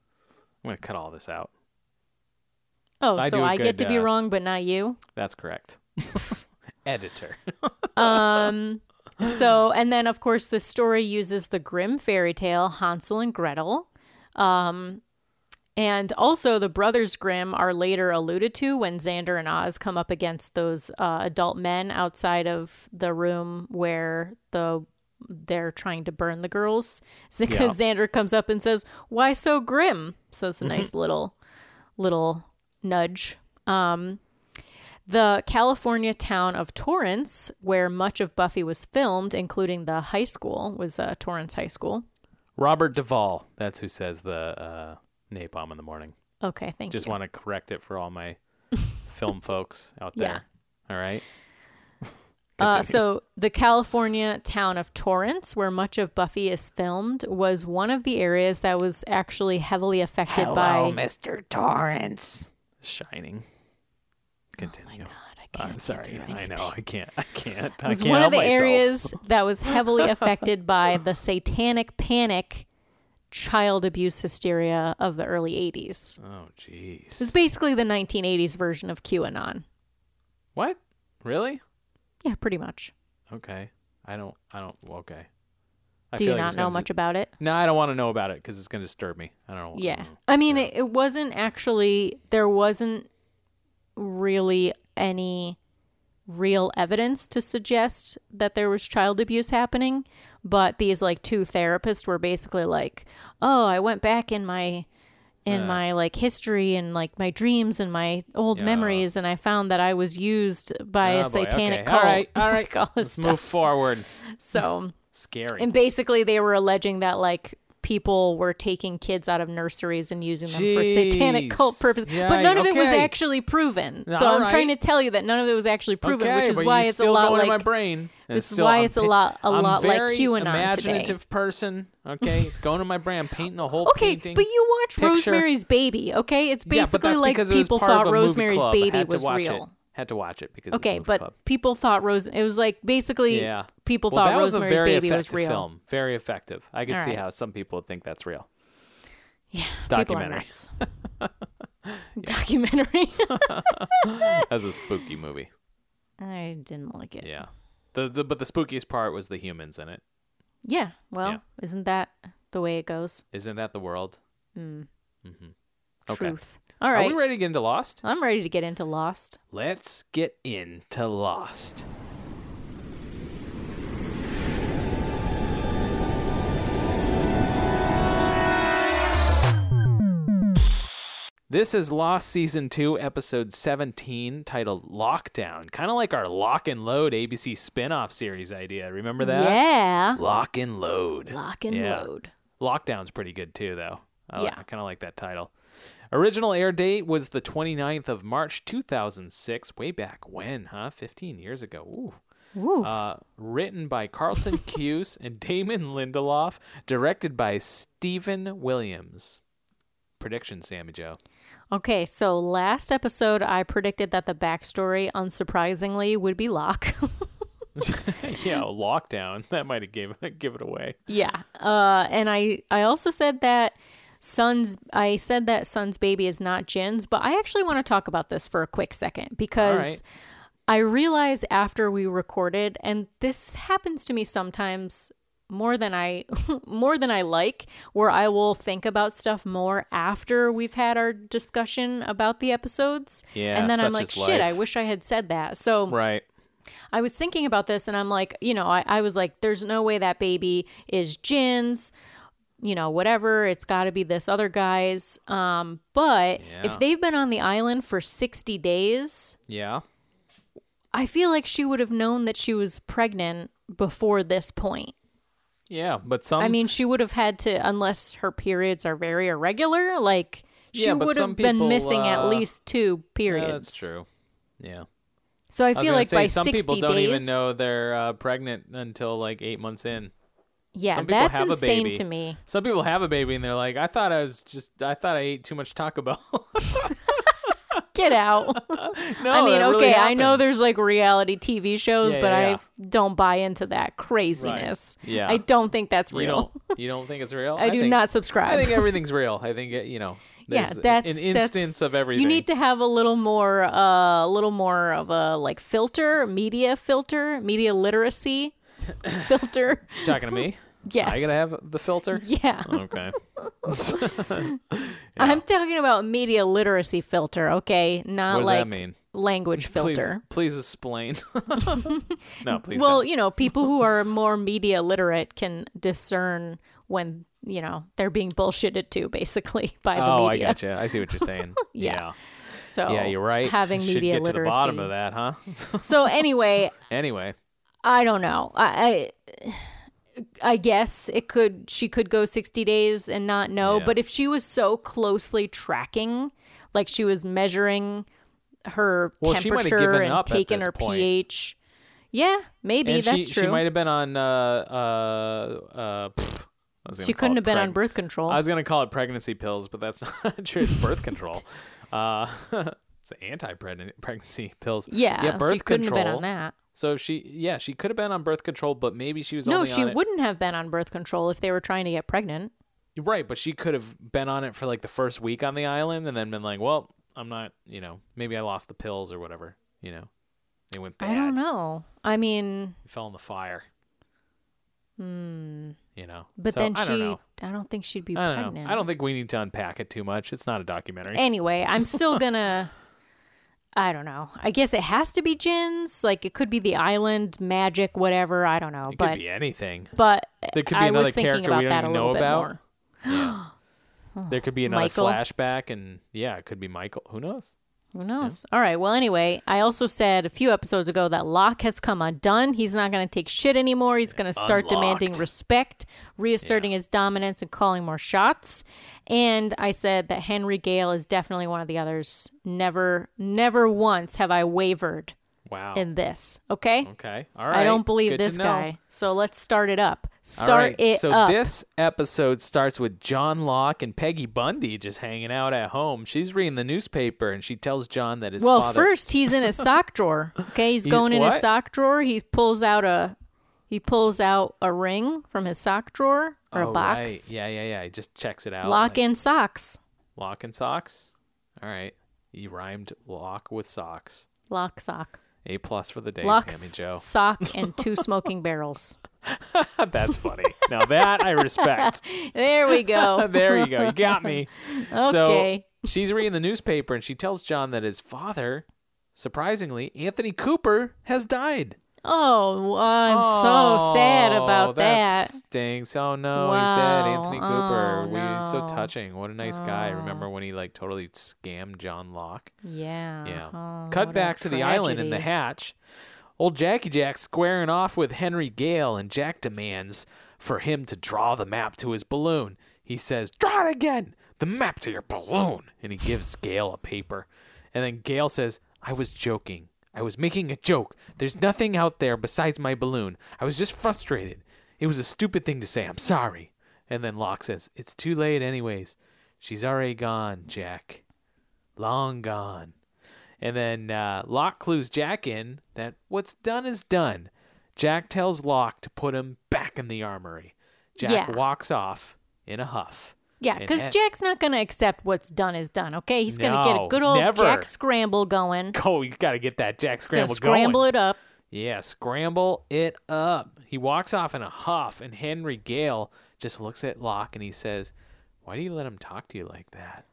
I'm going to cut all this out.
oh,
I do
so
a
I get
good,
to be
uh,
wrong, but not you.
That's correct. Editor.
so, and then of course the story uses the grim fairy tale Hansel and Gretel. Um, and also the brothers Grimm are later alluded to when Xander and Oz come up against those uh, adult men outside of the room where the they're trying to burn the girls. Z-
Yeah.
Xander comes up and says, "Why so grim?" So it's a nice little little nudge. The California town of Torrance, where much of Buffy was filmed, including the high school, was uh, Torrance High School.
Robert Duvall. That's who says the uh, napalm in the morning.
Okay, thank
Just
you.
want to correct it for all my film folks out
Yeah.
there. All right.
Uh, so, the California town of Torrance, where much of Buffy is filmed, was one of the areas that was actually heavily affected by.
Mr. Torrance. Um, Shining. Continue.
Oh God, I
I'm
can't
sorry.
get through
I
anything.
know. I can't. I can't.
It
I
was
can't
one of
help
the
myself.
areas that was heavily affected by the satanic panic, child abuse hysteria of the early 80s.
Oh,
It's
jeez.
basically the 1980s version of QAnon.
What? Really?
Yeah, pretty much.
Okay. I don't. I don't. Okay. I
Do
feel
you
like
not
it's
know
gonna-
much about it?
No, I don't want to know about it because it's going to disturb me. I don't.
Yeah.
mm.
I mean, It, it wasn't actually, there wasn't really any real evidence to suggest that there was child abuse happening. But these like two therapists were basically like, oh, I went back in my. In my like history and like my dreams and my old
Yeah.
memories, and I found that I was used by
Oh,
a
boy.
satanic
okay.
cult.
All right. All
Like,
right.
all
Let's
this stuff.
move forward.
So
Scary.
And basically, they were alleging that like people were taking kids out of nurseries and using them for satanic
Jeez.
cult purposes.
Yeah,
but none of it was
okay.
actually proven. So
All
I'm
right.
trying to tell you that none of it was actually proven,
okay,
which is
but
why
you
it's
still
a lot
going
like
to my brain. And
this is
still,
why
I'm
it's a
pa-
lot- a
I'm
lot like
very
QAnon today.
Imaginative person. Okay, it's going to my brain. I'm painting a whole
Okay,
painting.
but you watch
picture.
Rosemary's Baby, okay? It's
Yeah, but
basically
that's
like
because it was
people
part of
thought
a movie
Rosemary's
club.
Baby
Had to
was
watch
real.
It. Had to watch it because
Okay,
it's a movie
but
club.
people thought Rose. It was like basically
yeah,
people
well,
thought
that
Rosemary's
was a very
Baby was
effective
real.
Film, very effective. I could
All
see
right.
how some people would think that's real. Yeah,
People are
documentary.
nuts. Documentary.
As a spooky movie.
I didn't like it.
Yeah, the, the but the spookiest part was the humans in it.
Yeah. Well,
Yeah.
isn't that the way it goes?
Isn't that the world? Mm. hmm Okay.
Hmm. Truth. All
Are
right.
we ready to get into Lost?
I'm ready to get into Lost.
Let's get into Lost. This is Lost Season 2, Episode 17, titled Lockdown. Kind of like our Lock and Load ABC spin off series idea. Remember that?
Yeah.
Lock and Load.
Lock and
Yeah.
load.
Lockdown's pretty good too, though. I,
Yeah.
I kind of like that title. Original air date was the 29th of March 2006, way back when, huh? 15 years ago. Ooh.
Ooh.
Uh, written by Carlton Cuse and Damon Lindelof, directed by Stephen Williams. Prediction, Sammy Joe.
Okay, so last episode I predicted that the backstory, unsurprisingly, would be Locke.
yeah, lockdown. That might have gave give it away.
yeah. Uh, and I I also said that Son's I said that Son's baby is not Jin's, but I actually want to talk about this for a quick second because
right.
I realized after we recorded, and this happens to me sometimes more than I more than I like where I will think about stuff more after we've had our discussion about the episodes.
Yeah,
and then I'm
such
like,
is
shit, I
life."
wish I had said that. So
Right.
I was thinking about this and I'm like, you know, I, I was like, there's no way that baby is Jin's, you know, whatever. It's got to be this other guy's. Um, but
Yeah.
if they've been on the island for 60 days,
Yeah.
I feel like she would have known that she was pregnant before this point.
Yeah. But some.
I mean, she would have had to, unless her periods are very irregular, like she
Yeah, but
would
some
have been
people,
missing at
uh,
least two
yeah,
periods.
that's true. Yeah.
So I
I was
feel
gonna
like
say,
by
some
60
people don't
days,
even know they're uh, pregnant until like eight months in.
yeah,
some people
that's
have a
insane
baby.
to me.
Some people have a baby and they're like, I thought I was just, I thought I ate too much Taco Bell.
Get out.
no,
I mean,
that Oh, really
okay, I know
happens.
there's like reality TV shows,
Yeah,
but
yeah,
I
yeah.
don't buy into that craziness.
Right. Yeah.
I don't think that's
You
real.
don't, you don't think it's real?
I, do
think-
not subscribe.
I think everything's real. I think, uh, you know,
yeah,
there's
that's
an
that's-
instance of everything.
You need to have a little more, uh, a little more of a like filter, media filter, media literacy filter.
Talking to me?
Yes.
I gotta have the filter?
yeah.
Okay.
I'm talking about media literacy filter, okay? Not
What does that
like
mean?
language filter.
Please, please explain. no, please
well,
don't.
you know, people who are more media literate can discern when, you know, they're being bullshitted to basically by the
oh, I
media.
gotcha. I see what you're saying.
Yeah. So
yeah. Yeah, you're right.
Oh, Having
Should
media
get to
literacy.
the bottom of that, huh?
So anyway,
Anyway,
I don't know. I, I I guess it could she could go 60 days and not know,
Yeah.
but if she was so closely tracking, like she was measuring her
Well, she might have
temperature
given
and
up at
taking
this
her
point.
pH. Yeah, maybe
and she,
that's true.
she might have been on. Uh, uh, uh, pff, I was gonna
She
call
couldn't
it
have been on
preg-
birth control.
I was gonna call it pregnancy pills, but that's not true. It's birth control. Uh, it's anti-pregnancy pills.
yeah,
yeah, birth
so you couldn't
control.
have been on that.
So she, yeah, she could have been on birth control, but maybe she was
No,
only
she
on it-
wouldn't have been on birth control if they were trying to get pregnant.
Right, but she could have been on it for like the first week on the island and then been like, well, I'm not, you know, maybe I lost the pills or whatever, you know. They went bad.
I don't know. I mean,
It fell in the fire. Hmm. You know.
but
So,
then she
I don't know.
I don't think she'd be
I don't
pregnant.
know. I don't think we need to unpack it too much. It's not a documentary.
Anyway, I'm still gonna. I don't know. I guess it has to be Jin's. Like it could be the island magic, whatever. I don't know.
it
but
could be anything.
but
There could be
I
another
was thinking
character
about
we don't
that
even
a little
know
bit
about.
more.
Yeah. there could be another
Michael?
flashback and yeah, it could be Michael. Who knows?
Who knows? All right. Well, anyway, I also said a few episodes ago that Locke has come undone. He's not going to take shit anymore. He's going to start demanding
Unlocked.
respect, reasserting his dominance, and calling more shots. And I said that Henry Gale is definitely one of the others. Never, never once have I wavered
Wow.
in this. Okay.
Oh. okay. All right.
I don't believe
Good to
this
know.
guy. So let's start it up. Start
All right,
it
so
up.
this episode starts with John Locke and Peggy Bundy just hanging out at home. She's reading the newspaper and she tells John that his
well,
father.
first he's in his sock drawer. Okay, he's
He's-
going in
what?
his sock drawer. He pulls out a he pulls out a ring from his sock drawer or
Oh,
a box.
right. Yeah, oh, yeah, yeah. He just checks it out.
Lock
like,
in socks.
Lock and socks. All right. You rhymed lock with socks.
Lock sock.
A plus for the day,
Lock
Sammy
s-
Joe.
sock and two smoking barrels.
That's funny. now that I respect.
There we go.
there you go. You got me.
Oh. Okay.
So she's reading the newspaper and she tells John that his father, surprisingly, Anthony Cooper, has died.
Oh, I'm so sad
Oh,
about
that.
that.
Stinks. Oh no, he's dead.
Wow.
Anthony Cooper.
Oh,
we so
no. Oh.
touching. What a nice guy. Remember when he like totally scammed John Locke?
Yeah.
Yeah.
Oh, what
Cut
a
back to the island in the
tragedy.
hatch. Old Jackie Jack squaring off with Henry Gale, and Jack demands for him to draw the map to his balloon. He says, "Draw it again, the map to your balloon," and he gives Gale a paper. And then Gale says, "I was joking. I was making a joke. There's nothing out there besides my balloon. I was just frustrated. It was a stupid thing to say. I'm sorry." And then Locke says, "It's too late, anyways. She's already gone, Jack. Long gone." And then uh, Locke clues Jack in that what's done is done. Jack tells Locke to put him back in the armory. Jack
Yeah.
walks off in a huff.
Yeah,
And
because
Ed-
Jack's not going to accept what's done is done. Okay, he's going to get
No,
a good old
never.
Jack scramble going.
Oh, you got to get that Jack
He's gonna
scramble
scramble
going.
it up.
Yeah, scramble it up. He walks off in a huff, and Henry Gale just looks at Locke and he says, Why do you let him talk to you like that?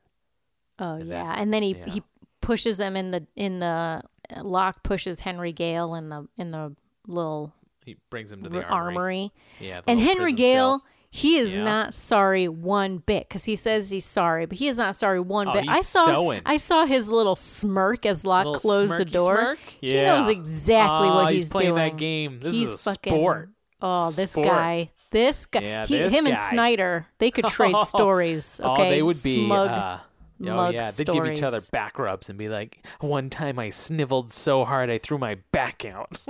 Oh yeah,
that-
and then he
yeah.
he pushes him in the in the Locke pushes Henry Gale in the in the little
He brings him to the
r-
armory.
armory.
Yeah, the
And
little
Henry
prison
Gale,
cell.
he is
Yeah.
not sorry one bit because he says he's sorry, but he is not sorry one
Oh,
bit.
he's
I saw
sewing.
I saw his little smirk as Locke
Little
closed the
smirky
door.
smirk?
He knows
Yeah.
exactly
Ah,
what
he's
he's,
playing that
doing.
game. This is
he's
a
fucking,
sport.
Oh, this
Sport.
guy. This guy.
Yeah,
he,
this
him and
guy.
Snyder, they could trade stories. Okay,
Oh, they would be.
smug.
uh, oh
mug
yeah, they'd give each other
stories.
back rubs and be like, "One time I sniveled so hard I threw my back out."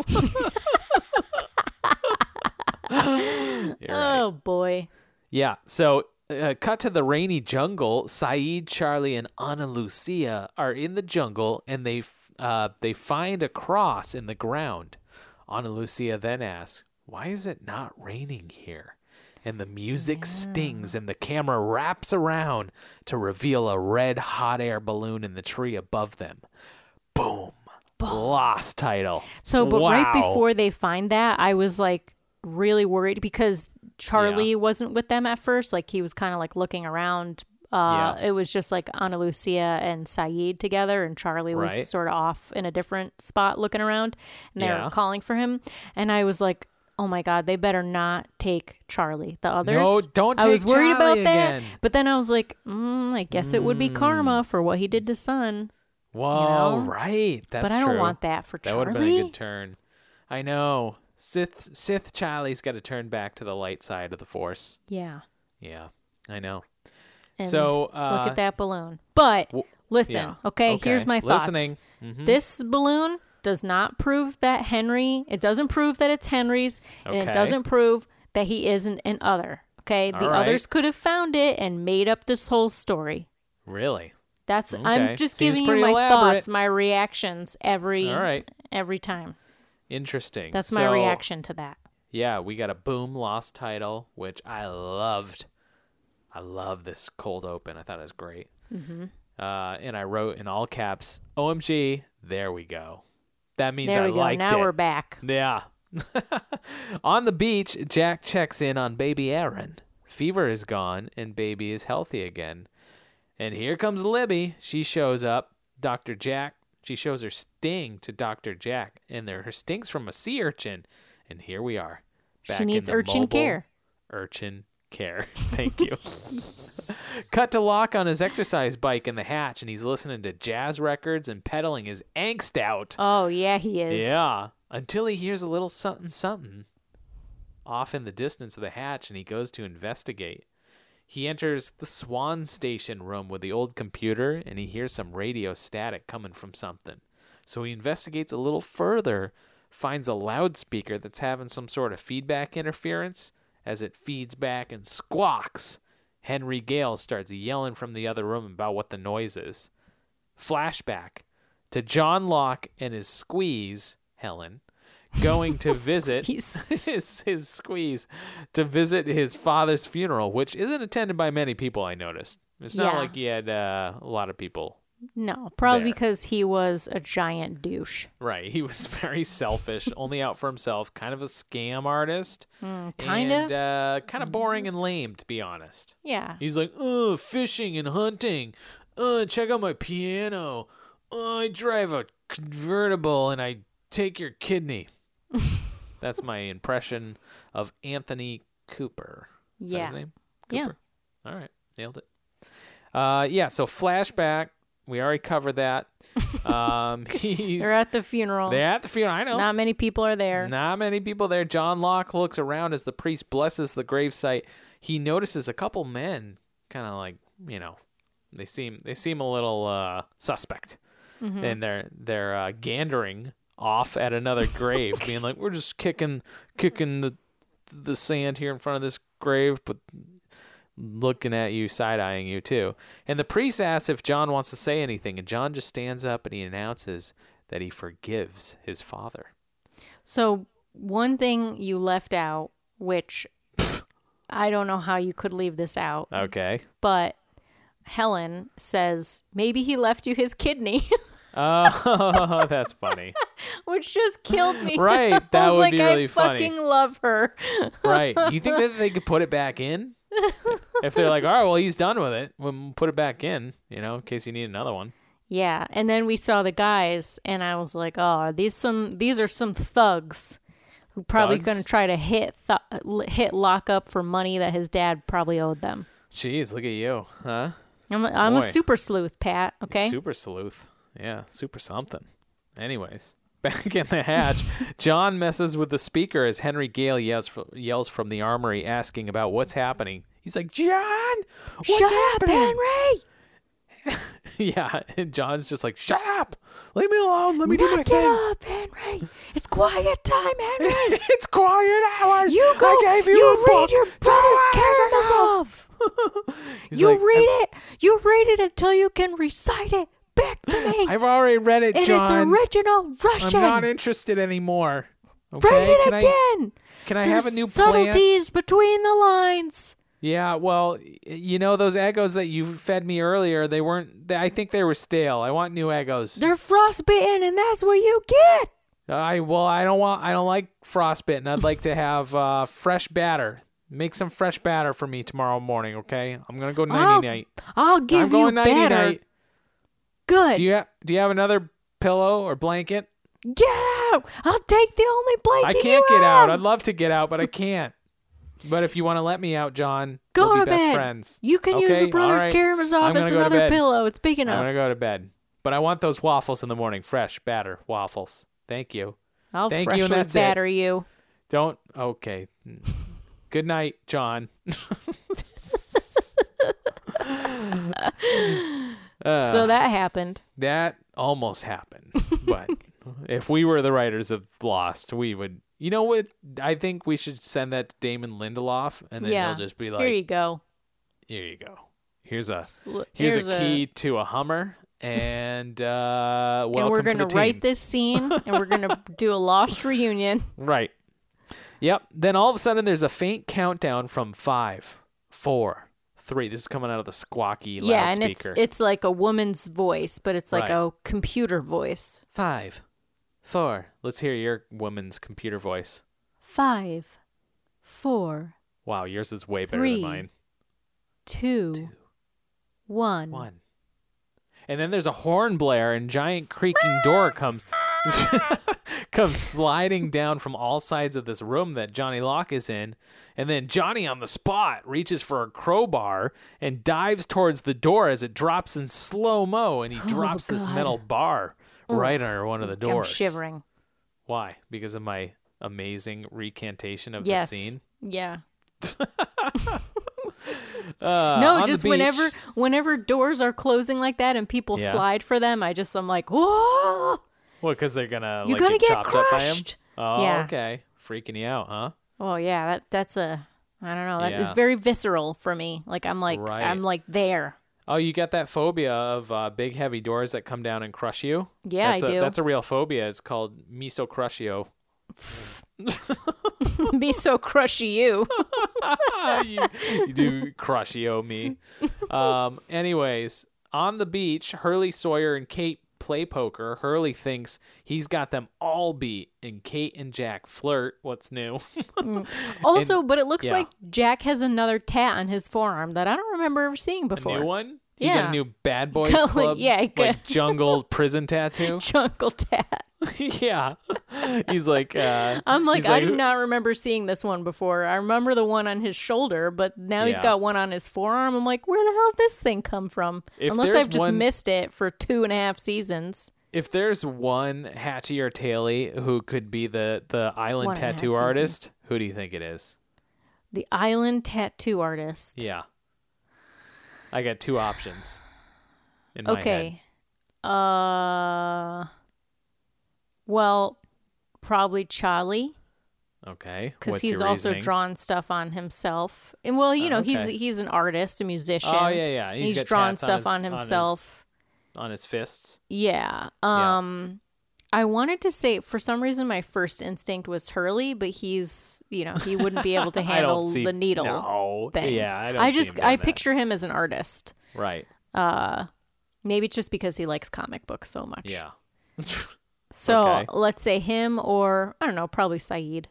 You're right.
Oh boy.
Yeah. So, uh, cut to the rainy jungle. Saeed, Charlie, and Ana Lucia are in the jungle, and they f- uh, they find a cross in the ground. Ana Lucia then asks, "Why is it not raining here?" And the music stings, and the camera wraps around to reveal a red hot air balloon in the tree above them. Boom. Lost title.
So, but right
Wow.
before they find that, I was like really worried because Charlie wasn't with them at first. Like he was kind of like looking around. Uh,
Yeah.
It was just like Ana Lucia and Saeed together, and Charlie was
Right.
sort of off in a different spot looking around, and they
Yeah.
were calling for him. And I was like, oh my God, they better not take Charlie. The others.
No, don't
I was
take
worried about
Charlie
that.
again. Mm.
But then I was like, mm, I guess it would be karma for what he did to Son.
Whoa,
you know?
right. That's
But I don't
true.
want that for
That
Charlie.
would have been a good turn. I know. Sith Sith Charlie's got to turn back to the light side of the Force.
yeah.
Yeah, I know.
And
so uh,
Look at that balloon. But listen,
yeah.
okay,
Okay.
here's my thoughts.
Listening. Mm-hmm.
This balloon does not prove that Henry, it doesn't prove that it's Henry's, and
Okay.
it doesn't prove that he isn't an other. Okay, the
All right.
others could have found it and made up this whole story.
Really?
That's
Okay.
I'm just
Seems
giving you
pretty
my
elaborate.
thoughts, my reactions every
All right.
every time.
Interesting.
That's my
So,
reaction to that.
Yeah, we got a boom lost title, which I loved. I love this cold open. I thought it was great. Mm-hmm. Uh, and I wrote in all caps, "OMG, there we go." That means
There
I
we go.
liked
now
it.
we're back.
Yeah. on the beach, Jack checks in on baby Aaron. Fever is gone and baby is healthy again. And here comes Libby. She shows up. Dr. Jack, she shows her sting to Dr. Jack and there her sting's from a sea urchin. And here we are. back
she
in
needs
the
urchin
mobile
care.
Urchin care. Thank you. Cut to Locke on his exercise bike in the hatch and he's listening to jazz records and pedaling his angst out.
Oh yeah, he is.
Yeah. Until he hears a little something something off in the distance of the hatch and he goes to investigate. He enters the Swan Station room with the old computer and he hears some radio static coming from something. So he investigates a little further, finds a loudspeaker that's having some sort of feedback interference as it feeds back and squawks. Henry Gale starts yelling from the other room about what the noise is flashback to John Locke and his squeeze, Helen, going to visit
Squeeze.
his, his squeeze to visit his father's funeral, which isn't attended by many people, I noticed. It's not
Yeah.
like he had uh, a lot of people.
No, probably
There.
because he was a giant douche.
Right. He was very selfish, only out for himself, kind of a scam artist.
Hmm, kinda. Hmm.
And uh, kind of boring and lame, to be honest.
Yeah.
He's like, uh, fishing and hunting. Uh, check out my piano. Uh, I drive a convertible and I take your kidney. That's my impression of Anthony Cooper. Is that
Yeah.
his name?
Yeah.
Cooper. All right. Nailed it. Uh, yeah, so flashback. We already covered that. Um, he's,
They're at the funeral.
they're at the funeral. I know.
Not many people are there.
Not many people there. John Locke looks around as the priest blesses the gravesite. He notices a couple men, kind of like you know, they seem they seem a little uh, suspect, and they're they're uh, gandering off at another grave, being like, "We're just kicking kicking the the sand here in front of this grave, but looking at you, side eyeing you too. And the priest asks if John wants to say anything, and John just stands up and he announces that he forgives his father.
So one thing you left out, which I don't know how you could leave this out,
Uh. Okay.
but Helen says maybe he left you his kidney.
Oh, that's funny.
which just killed me.
Right,
I
that
was
would
like,
be really
I
funny.
fucking love her.
Right. You think that they could put it back in? If they're like, all right, well, he's done with it. We'll put it back in, you know, in case you need another one.
yeah, and then we saw the guys, and I was like, oh, are these some these are some thugs who probably
Thugs?
going to try to hit th- hit lockup for money that his dad probably owed them.
Jeez, look at you, huh?
I'm a, I'm a
Boy.
super sleuth, Pat. Okay.
Super sleuth. Yeah, super something. Anyways, back in the hatch, John messes with the speaker as Henry Gale yells, fr- yells from the armory asking about what's happening. He's like, John, what's
Shut up,
happening?
Henry.
yeah, and John's just like, shut up. Leave me alone. Let me do my
Knock it
thing.
off, Henry. It's quiet time, Henry.
it's quiet hours.
You go.
I gave you, a
read
book.
your
Two
brother's
hours ago.
Karamazov.
He's
you
like,
read it. You read it until you can recite it back to me
I've already read it,
in its
John.
original
I'm
Russian.
not interested anymore. Okay?
Read it
can I,
again.
can I
There's
have a new plan?
subtleties between the lines.
Yeah, well, y- you know those egos that you fed me earlier, they weren't they, I think they were stale. I want new egos. Uh,
They're frostbitten, and that's what you get.
I well, I don't want I don't like frostbitten. I'd like to have uh fresh batter. Make some fresh batter for me tomorrow morning, okay? I'm going to go 90 night.
I'll
I'm
give you
going 90
better.
night.
Good.
Do you ha- do you have another pillow or blanket?
get out. I'll take the only blanket.
I can't
you
get out.
have.
I'd love to get out, but I can't. But if you want to let me out, John,
Go
we'll
to
be
bed.
best friends.
You can use
Okay?
the
All
brothers
right. I'm
Karamazov
gonna
as
go to
another
bed.
pillow. It's big
I'm
enough.
gonna go to bed. But I want those waffles in the morning, fresh batter waffles. Thank you.
I'll
Thank you, and
freshly
that's it.
batter you.
Don't. Okay. Good night, John. Uh,
so that happened.
that almost happened, but if we were the writers of Lost, we would. You know what? I think we should send that to Damon Lindelof, and then
yeah.
he'll just be like,
"Here you go.
"Here you go. Here's a
Sl-
here's,
here's
a
a-
key to a Hummer, and uh, welcome
and we're
to
gonna
the team."
write this scene, and we're gonna do a lost reunion.
Right. Yep. Then all of a sudden, there's a faint countdown from five, four, three. This is coming out of the squawky
yeah, and it's
loudspeaker.
it's like a woman's voice, but it's like
Right.
a computer voice.
five, four. Let's hear your woman's computer voice.
Five, four,
Wow, yours is way better
Three.
than mine.
two, one.
One. And then there's a horn blare, and giant creaking door comes comes sliding down from all sides of this room that Johnny Locke is in. And then Johnny on the spot reaches for a crowbar and dives towards the door as it drops in slow mo, and he drops this
Oh, God.
metal bar right under one of the
I'm
doors.
shivering.
Why? Because of my amazing recantation of
yes.
the scene.
Yeah.
Uh, on
no,
the
just
beach-
whenever whenever doors are closing like that and people
Yeah.
slide for them, I just I'm like, whoa,
What? Because they're gonna
You're
like
gonna
get,
get
chopped
crushed.
up by him. Oh,
Yeah.
okay. Freaking you out, huh?
oh yeah, that that's a I don't know, that is
Yeah.
very visceral for me. Like I'm like
Right.
I'm like there.
Oh, you got that phobia of uh, big heavy doors that come down and crush you?
Yeah,
that's
I
a-
do.
That's a real phobia. It's called misocrushio.
Be so crushy you.
Ah, you, you do crushio me. Um, anyways, on the beach, Hurley Sawyer and Kate play poker. Hurley thinks he's got them all beat, and Kate and Jack flirt. What's new?
Also, but it looks
yeah.
like Jack has another tat on his forearm that I don't remember ever seeing
a
before.
new one? He got
Yeah.
a new Bad Boys
Go-
Club,
yeah, he got-
like jungle prison tattoo.
Chunkle tat.
yeah, he's like, uh,
I'm like,
he's
I do not remember seeing this one before. I remember the one on his shoulder, but now he's
Yeah.
got one on his forearm. I'm like, where the hell did this thing come from?
If
Unless
there's
I've just
one-
missed it for two and a half seasons.
if there's one Hatchie or Taily who could be the the island
One and a half
tattoo
seasons.
artist, who do you think it is?
The island tattoo artist.
Yeah, I got two options. In my head.
okay. Uh well, probably Charlie.
okay,
because
What's
he's
your
also
reasoning?
drawn stuff on himself. And well, you
Oh,
know,
okay.
he's he's an artist, a musician.
Oh, yeah, yeah.
And
He's
He's,
got
drawn
tats on
stuff
his-
on,
on his-
himself.
on his fists.
Yeah. Um I wanted to say for some reason my first instinct was Hurley, but he's you know, he wouldn't be able to
I
handle
don't see
the needle
No,
thing.
yeah, I don't. see
just
him doing
I
that.
picture him as an artist.
right.
Maybe it's just because he likes comic books so much.
Yeah.
So
Okay.
let's say him or I don't know, probably Saeed.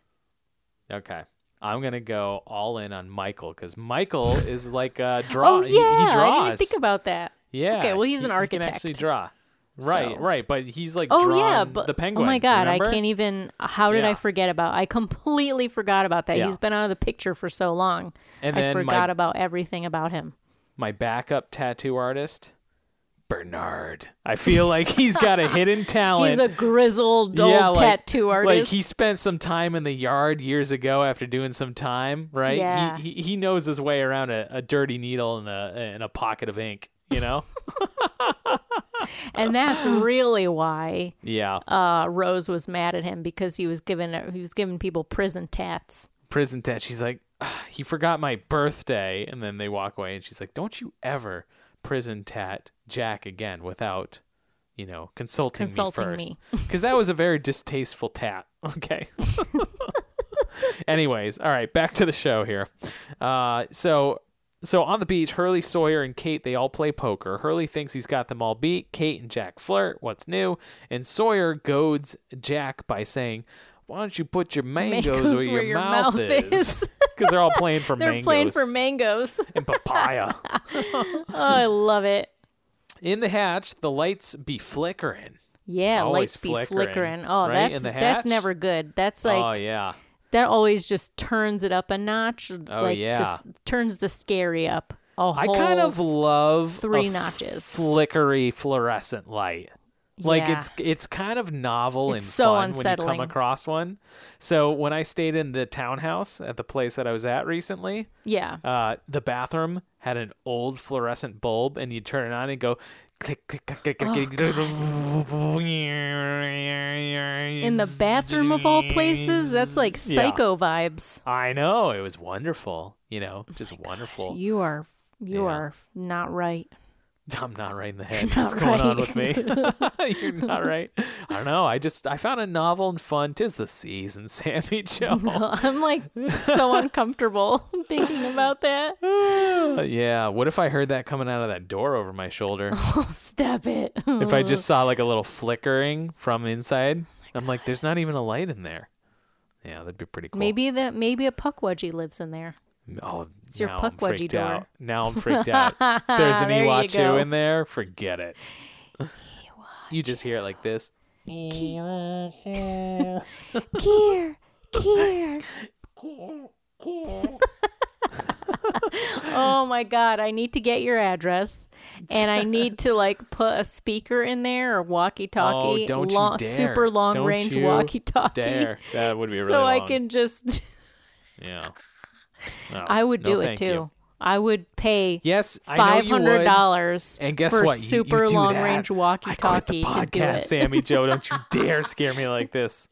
Okay. I'm gonna go all in on Michael because Michael is like a draw.
Oh
he- he,
yeah, I
draws.
didn't think about that.
yeah.
Okay, well, he's an
he- He
architect.
can actually draw. Right,
So-
right, but he's like
Oh
drawn
yeah, but
the
Oh
penguin.
my god,
remember?
I can't even. How did
Yeah.
I forget about? I completely forgot about that.
Yeah.
He's been out of the picture for so long.
And
I
then my-
forgot about everything about him.
my backup tattoo artist, Bernard. I feel like he's got a hidden talent.
He's a grizzled old
Oh, yeah, like,
tattoo artist.
Like he spent some time in the yard years ago after doing some time, right?
Yeah.
He, he he knows his way around a, a dirty needle and a and a pocket of ink, you know?
and that's really why
yeah.
uh, Rose was mad at him because he was giving he was giving people prison tats.
Prison tat. She's like, "Ah, he forgot my birthday, and then they walk away, and she's like, don't you ever prison tat Jack again without. You know, consulting,
Consulting
me first, because that was a very distasteful tat. Okay, Anyways, all right, back to the show here. Uh, so so on the beach, Hurley, Sawyer, and Kate they all play poker. Hurley thinks he's got them all beat. Kate and Jack flirt. What's new? And Sawyer goads Jack by saying, "Why don't you put your mangoes,
Mangoes
where, your, mouth, is?"
is.
Because they're all playing for
They're
mangoes
playing for mangoes.
and papaya.
oh, I love it.
In the hatch, the lights be flickering.
Yeah,
Always
lights be
flickering,
flickering. Oh,
right?
that's
In the hatch?
that's never good. That's like
oh yeah,
that always just turns it up a notch. like
Oh, yeah.
just turns the scary up. A
I kind
whole-
of love
three
a f-
notches.
flickery fluorescent light. Like
Yeah.
it's it's kind of novel
It's
and
so
fun when you
unsettling.
come across one. So when I stayed in the townhouse at the place that I was at recently,
yeah.
uh, the bathroom had an old fluorescent bulb, and you turn it on and go click click click click click. click
in
In
the bathroom of all places, that's like psycho vibes.
I know it was wonderful. You know, just wonderful.
You are you
Yeah.
are not right.
I'm not right in the head.
You're
What's
not
going on
right.
with me? You're not right. I don't know. I just I found a novel and fun. Tis the season, Sammy Joe.
I'm like so uncomfortable thinking about that.
yeah. What if I heard that coming out of that door over my shoulder?
Oh, stop it.
if I just saw like a little flickering from inside,
Oh
I'm like, there's not even a light in there. Yeah, that'd be pretty cool.
maybe that maybe a puck wedgie lives in there.
Oh,
It's your
now I'm
puck wedgie
freaked
door.
out. Now I'm freaked out. If There's an
There you
Iwachu
go.
in there. Forget it. You just hear it like this.
Kier, Kier. oh my god, I need to get your address and I need to like put a speaker in there or walkie-talkie,
Oh, don't you
long-
dare.
super long
Don't
range
you
walkie-talkie.
Dare. That would be really
so I
long.
can just
Yeah. No,
I would
no
do it
thank
too.
you.
I would pay
Yes, I
five
know you would.
hundred dollars
And guess
for
what? You- you
super
do
long
that.
range
I
walkie
quit
talkie
the
to do
podcast,
it.
Sammy Joe. Don't you dare scare me like this.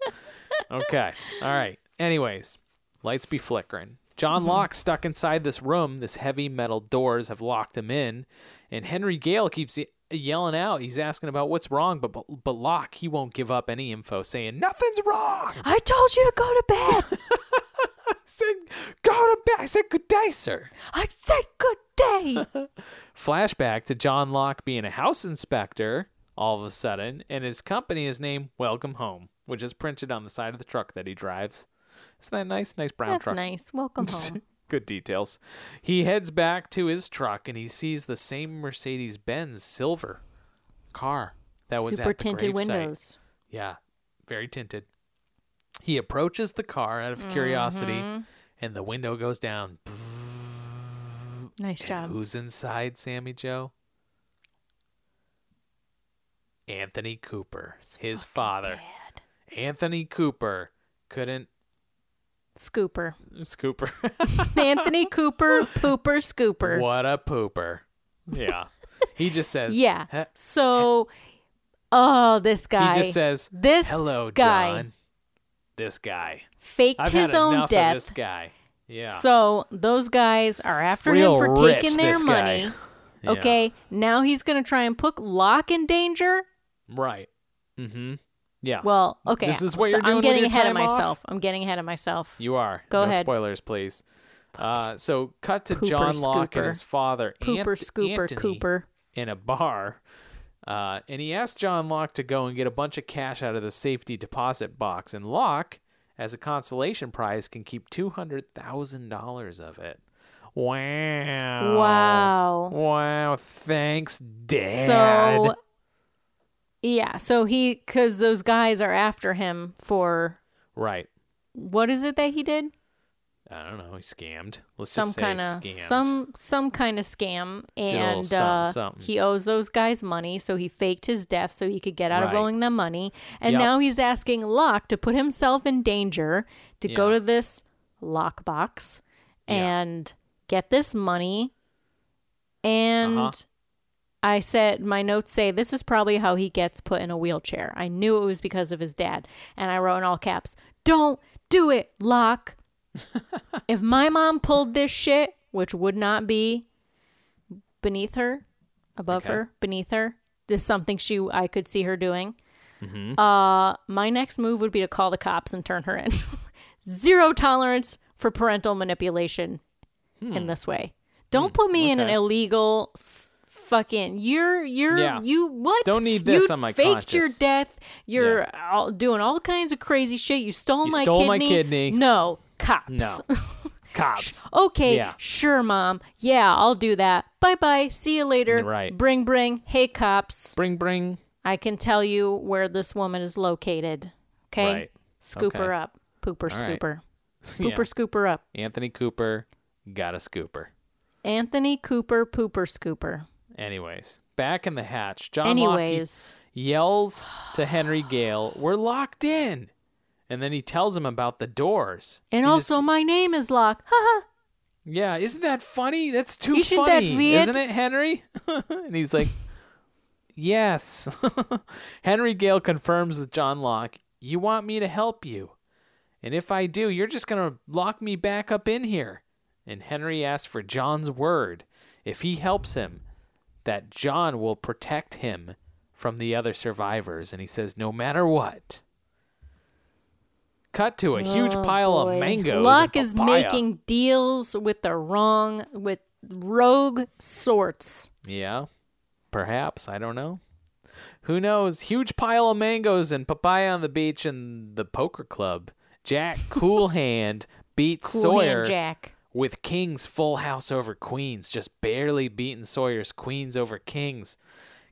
Okay. All right. Anyways, lights be flickering. John
Mm-hmm.
Locke stuck inside this room. This heavy metal doors have locked him in, and Henry Gale keeps ye- yelling out. He's asking about what's wrong, but but, but Locke he won't give up any info, saying nothing's wrong.
I told you to go to bed.
said, go to bed. I said, good day, sir.
I said good day.
Flashback to John Locke being a house inspector all of a sudden, and his company is named Welcome Home, which is printed on the side of the truck that he drives. Isn't that nice? Nice brown
That's
truck.
nice. Welcome home.
Good details. He heads back to his truck and he sees the same Mercedes Benz silver car that was
Super
at the
tinted
gravesite.
windows.
Yeah, very tinted. He approaches the car out of
Mm-hmm.
curiosity, and the window goes down.
Nice
And
job.
Who's inside, Sammy Joe? Anthony Cooper, his father.
Dad.
Anthony Cooper couldn't.
Scooper.
It's Cooper.
Anthony Cooper, pooper, scooper.
what a pooper. Yeah. he just says.
Yeah.
"He-
So, oh, this guy.
He just says.
this
Hello,
guy
John. This guy.
faked
I've
his
had
own
enough of this
death.
guy. Yeah.
So those guys are after
Real
him for
rich,
taking their
this guy.
money.
Yeah.
Okay, now he's gonna try and put Locke in danger.
Right. Mm-hmm. Yeah.
Well, okay,
This is what
so
you're doing
I'm
with
getting
your
ahead
time
of
off?
myself. I'm getting ahead of myself.
You are.
Go
no
ahead.
Spoilers, please. Uh, so cut to
Pooper
John Locke
scooper.
and his father,
Pooper,
Ant-
scooper,
Anthony,
Cooper.
in a bar, Uh, and he asked John Locke to go and get a bunch of cash out of the safety deposit box. And Locke, as a consolation prize, can keep $200,000 of it. Wow.
Wow.
Wow. Thanks, Dad.
So, yeah. So he, because those guys are after him for
right.
what is it that he did?
I don't know. He scammed. Let's
Some
just say
kind of
scammed.
some some kind of scam,
little
and
something,
uh,
something.
he owes those guys money, so he faked his death so he could get out of
Right.
owing them money, and
Yep.
now he's asking Locke to put himself in danger to go
Yeah.
to this lockbox and get this money. And
Uh-huh.
I said, my notes say this is probably how he gets put in a wheelchair. I knew it was because of his dad. And I wrote in all caps, don't do it, Locke. if my mom pulled this shit, which would not be beneath her, above
Okay.
her, beneath her, this is something she I could see her doing.
Mm-hmm.
Uh, my next move would be to call the cops and turn her in. Zero tolerance for parental manipulation in this way. Don't put me in an
Hmm. okay.
illegal s- fucking. You're you're
Yeah.
you what?
Don't need this
You
on my
faked your
conscience.
death. You're all, doing all kinds of crazy shit. You stole
You
my
stole
kidney.
my kidney.
No cops.
No. Cops.
Okay,
Yeah.
sure, mom. Yeah, I'll do that. Bye bye. See you later.
Right.
Bring bring. Hey cops.
Bring, bring.
I can tell you where this woman is located. Okay.
Right.
Scoop her
Okay.
up. Pooper
All right.
scooper.
Yeah.
Pooper scooper up.
Anthony Cooper got a scooper.
Anthony Cooper pooper scooper.
Anyways, back in the hatch, John Locke
Anyways.
yells to Henry Gale, "We're locked in!" And then he tells him about the doors.
And
He just-
also my name is Locke. Haha.
yeah, isn't that funny? That's too
Isn't that
funny,
weird?
isn't it, Henry? and he's like, "Yes." Henry Gale confirms with John Locke, "You want me to help you, and if I do, you're just gonna lock me back up in here." And Henry asks for John's word if he helps him that John will protect him from the other survivors. And he says, no matter what. Cut to a huge pile of mangoes. and
Oh, Locke is
papaya.
making deals with the wrong with rogue sorts.
Yeah, perhaps. I don't know. Who knows? Huge pile of mangoes and papaya on the beach and the poker club. Jack Cool Hand beats
Cool
Sawyer.
hand Jack.
with King's full house over Queens, just barely beating Sawyer's Queens over Kings.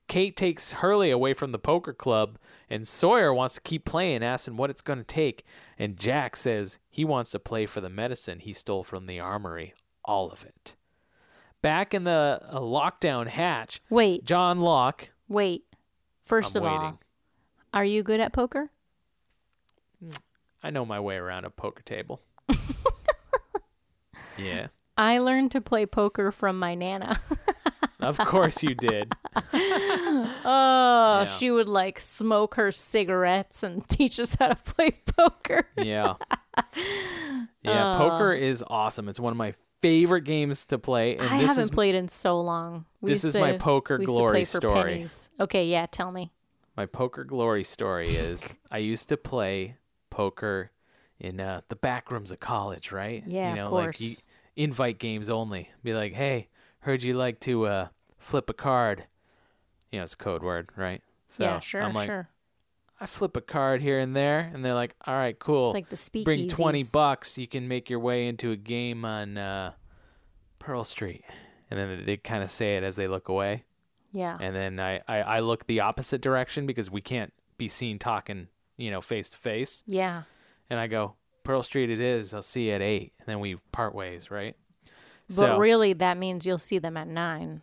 Kate takes Hurley away from the poker club, and Sawyer wants to keep playing, asking what it's going to take. And Jack says he wants to play for the medicine he stole from the armory, all of it. Back in the uh, lockdown hatch,
Wait,
John Locke.
wait. 1st
I'm
of
waiting.
all, are you good at poker?
I know my way around a poker table. yeah,
I learned to play poker from my nana.
of course you did.
Oh,
Yeah.
she would like smoke her cigarettes and teach us how to play poker.
Yeah. Yeah,
Oh.
poker is awesome. It's one of my favorite games to play. And
I
this
haven't
is
played in so long. We
this
used
is my
to-
poker
we used to
glory
play for
story.
pennies. Okay, yeah, tell me.
my poker glory story is I used to play poker in uh, the back rooms of college, right?
Yeah,
you
of
know, like you,
course.
invite games only. Be like, hey, heard you like to uh, flip a card. You know, it's a code word, right? So
yeah, sure,
I'm like,
sure.
I flip a card here and there, and they're like, "All right, cool.
like the
Bring twenty
speakeasies.
bucks, you can make your way into a game on uh, Pearl Street." And then they kind of say it as they look away,
Yeah.
and then I, I I look the opposite direction because we can't be seen talking, you know, face to face.
yeah.
And I go, "Pearl Street, it is. I'll see you at 8. And then we part ways, right?
But really that means you'll see them at 9.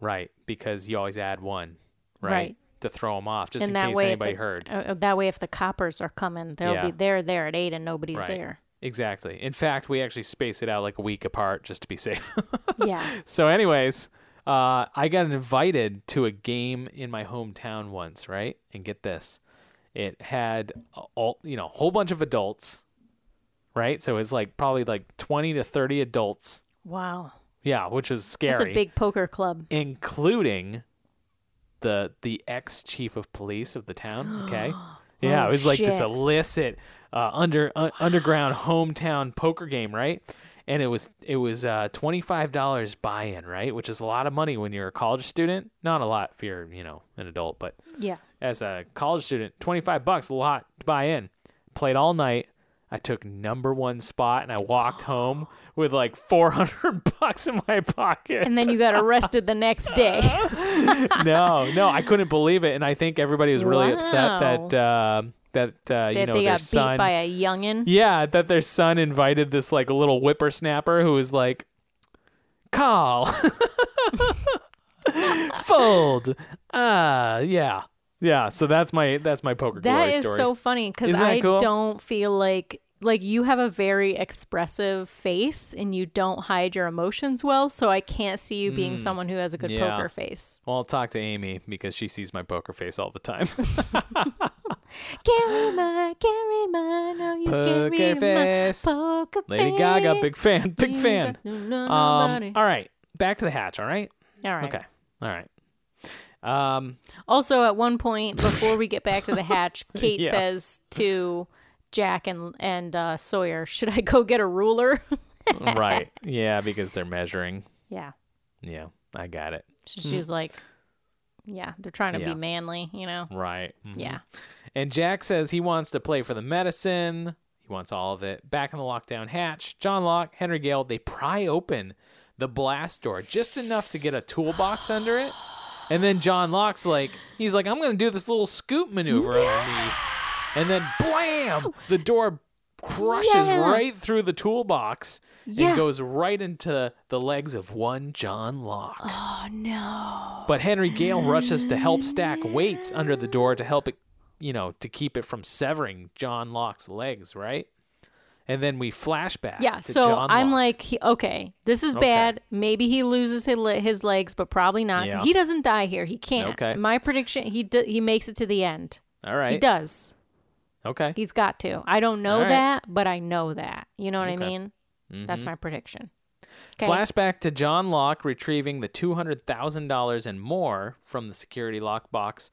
right, because you always add one, right,
Right.
to throw them off, just
and
in
that
case
way if
anybody
the-
heard.
uh, uh, that way if the coppers are coming, they'll
Yeah.
be there there at 8 and nobody's
Right.
there.
Exactly. In fact, we actually space it out like a week apart just to be safe.
Yeah.
so, anyways, uh, I got invited to a game in my hometown once, right? And get this, it had a- all you know, a whole bunch of adults, right? So it's like probably like twenty to thirty adults.
Wow.
Yeah, which is scary
That's a big poker club.
including the the ex chief of police of the town. Okay, yeah,
Oh,
it was like this
shit.
illicit uh, under uh, underground hometown poker game, right? and it was it was uh, twenty five dollars buy in, right? Which is a lot of money when you're a college student. Not a lot if you're you know an adult, but
Yeah.
as a college student, twenty five bucks a lot to buy in. Played all night. I took number one spot and I walked home with like four hundred bucks in my pocket.
And then you got arrested the next day.
no, no, I couldn't believe it, and I think everybody was really upset that uh, that uh, you
that
know
they
their
got
son.
beat by a youngin.
Yeah, that their son invited this like little whippersnapper who was like, "Call, fold, ah, yeah, yeah." So that's my that's my poker
That
glory
is
story.
so funny because
Isn't that
I
cool?
don't feel like like you have a very expressive face and you don't hide your emotions well, so I can't see you being someone who has a good
Mm. yeah.
poker face.
well, I'll talk to Amy because she sees my poker face all the time.
Can't read mine, can't read mine. No, you
Poker
can't read
face.
my poker
Lady
face.
Gaga, big fan, big
You
fan.
got to know nobody.
Um, all right, back to the hatch. All right,
all right.
okay, all right. Um,
Also, at one point before we get back to the hatch, Kate
Yes.
says to Jack and and uh, Sawyer, "Should I go get a ruler?"
right, yeah, because they're measuring.
yeah,
Yeah, I got it.
So she's like, "Yeah, they're trying to
Hmm. Yeah.
be manly, you know."
Right. mhm.
Yeah.
And Jack says he wants to play for the medicine. He wants all of it. Back in the lockdown hatch, John Locke, Henry Gale, they pry open the blast door just enough to get a toolbox under it. And then John Locke's like, he's like, I'm going to do this little scoop maneuver underneath. And then blam, the door crushes
Yeah.
right through the toolbox
Yeah.
and goes right into the legs of one John Locke.
Oh no!
But Henry Gale rushes to help stack weights under the door to help it, you know, to keep it from severing John Locke's legs, right? And then we flashback.
Yeah.
to
So
John
I'm
Locke.
like, he, okay, this is bad. Maybe he loses his, le- his legs, but probably not.
Yeah.
He doesn't die here. He can't.
Okay.
My prediction: he d- he makes it to the end.
all right,
He does.
okay,
He's got to. I don't know
All right.
that, but I know that. You know what
Okay. Mm-hmm.
I mean? That's my prediction. 'Kay.
Flashback to John Locke retrieving the two hundred thousand dollars and more from the security lockbox.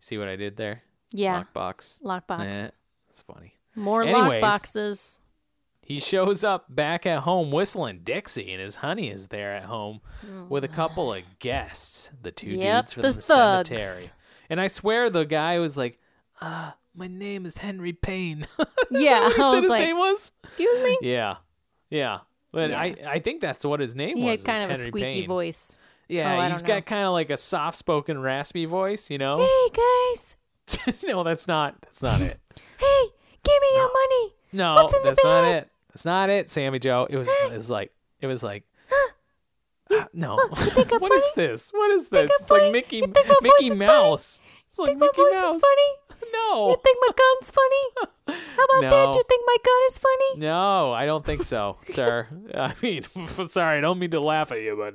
See what I did there?
Yeah.
Lockbox.
Lockbox.
Eh, That's funny.
More
Anyways.
lockboxes.
He shows up back at home whistling Dixie, and his honey is there at home with a couple of guests, the two
Mm. Yep,
dudes from the,
the thugs.
cemetery. And I swear the guy was like, uh, my name is Henry Payne. Is
Yeah.
that
I
what
was
his
like,
name was?
excuse me?
Yeah. Yeah. But
Yeah.
I, I think that's what his name
He
was.
had kind of
is
a
Henry
squeaky
Payne.
voice. Oh,
Yeah,
I
he's
don't know.
got kind of like a soft spoken, raspy voice, you know?
Hey, guys.
no, that's not that's not it.
Hey, give me your money.
No,
What's in the
that's not
bag?
it. That's not it, Sammy Joe. It was it was like it was like Ah, no. What is
oh, think I'm funny?
this? What is this?
I'm
It's like
funny?
Mickey
You think my
Mickey
voice is funny?
Mouse. It's like
Think my
Mickey
voice
Mouse.
is funny?
No.
You think my gun's funny? How about
No.
that? Do you think my gun is funny?
No, I don't think so, sir. I mean, sorry, I don't mean to laugh at you, but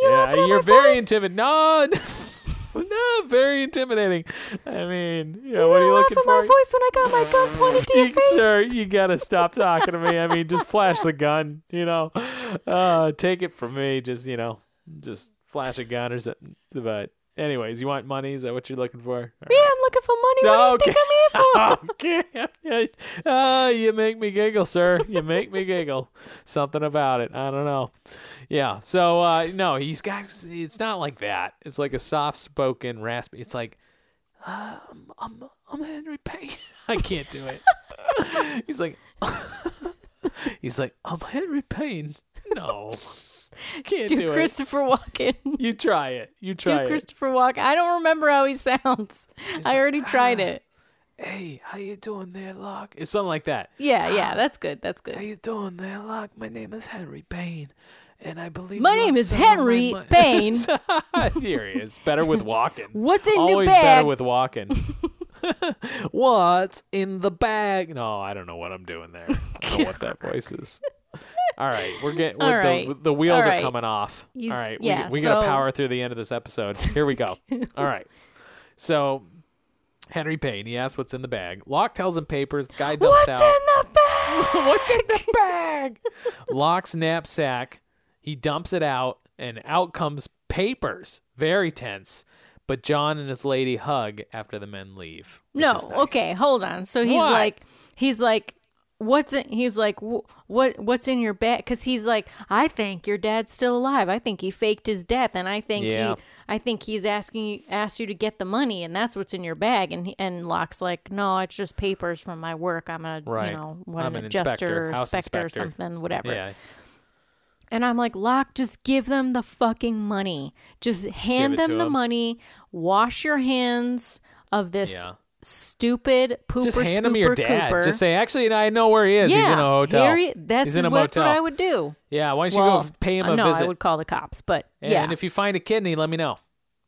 You laughing at
you're
my
very
voice?
intimidating. No, no, very intimidating. I mean, yeah, what are
you
you
laugh
looking
at
for?
my voice when I got my gun pointed to your
You-
face.
sir, you gotta stop talking to me. I mean, just flash the gun, you know. Uh, take it from me, just you know, just flash a gun or something. But anyways, you want money? Is that what you're looking for? All
Yeah,
right.
I'm looking for money. What do you think I'm here for?
okay. Ah, you make me giggle, sir. You make me giggle. Something about it. I don't know. Yeah. So uh, no, he's got. It's not like that. It's like a soft-spoken raspy. It's like, um, I'm, I'm Henry Payne. I can't do it. he's like, he's like, I'm Henry Payne. No, can't do,
Do
it.
Christopher Walken.
you try it. You try
do
it.
Christopher Walken. I don't remember how he sounds. I already tried it.
"Ah." hey, how you doing there, Locke? It's something like that.
Yeah, yeah, that's good. That's
How
good.
you doing there, Locke? My name is Henry Payne, and I believe
My
you
name
have
is
some of my
Henry
mon-
Payne.
Here he is. Better with walking.
What's in the
Always
bag?
better with walking. What's in the bag? No, I don't know what I'm doing there. I don't know what that voice is. All right, we're getting
All
we're- the,
right.
the wheels
All
are
right.
coming off.
He's-
All right,
yeah,
we, we gotta
so-
power through the end of this episode. Here we go. All right, so Henry Payne, he asks what's in the bag. Locke tells him papers. The guy dumps
What's in
out.
the bag?
What's in the bag? Locke's knapsack. He dumps it out, and out comes papers. Very tense. But John and his lady hug after the men leave. which
No,
is nice.
okay, hold on. So he's
What?
like, he's like, what's in, he's like "Wh- what what's in your bag because he's like i think your dad's still alive i think he faked his death and i think
Yeah.
he i think he's asking you asked you to get the money and that's what's in your bag and he, and locke's like no it's just papers from my work i'm a
Right.
you know what
I'm
an,
an
adjuster
inspector,
or
house
inspector or
inspector."
something whatever
Yeah.
and i'm like locke just give them the fucking money just hand
give it
them
to
the
'em.
money wash your hands of this
Yeah.
stupid pooper
Just hand
scooper
him your dad.
Cooper.
Just say, actually, I know where he is. He's in a hotel.
Harry- that's
He's in a
that's
motel.
what I would do.
Yeah, why don't you
well,
go f- pay him a
no,
visit?
I would call the cops, but
and
yeah,
if you find a kidney, let me know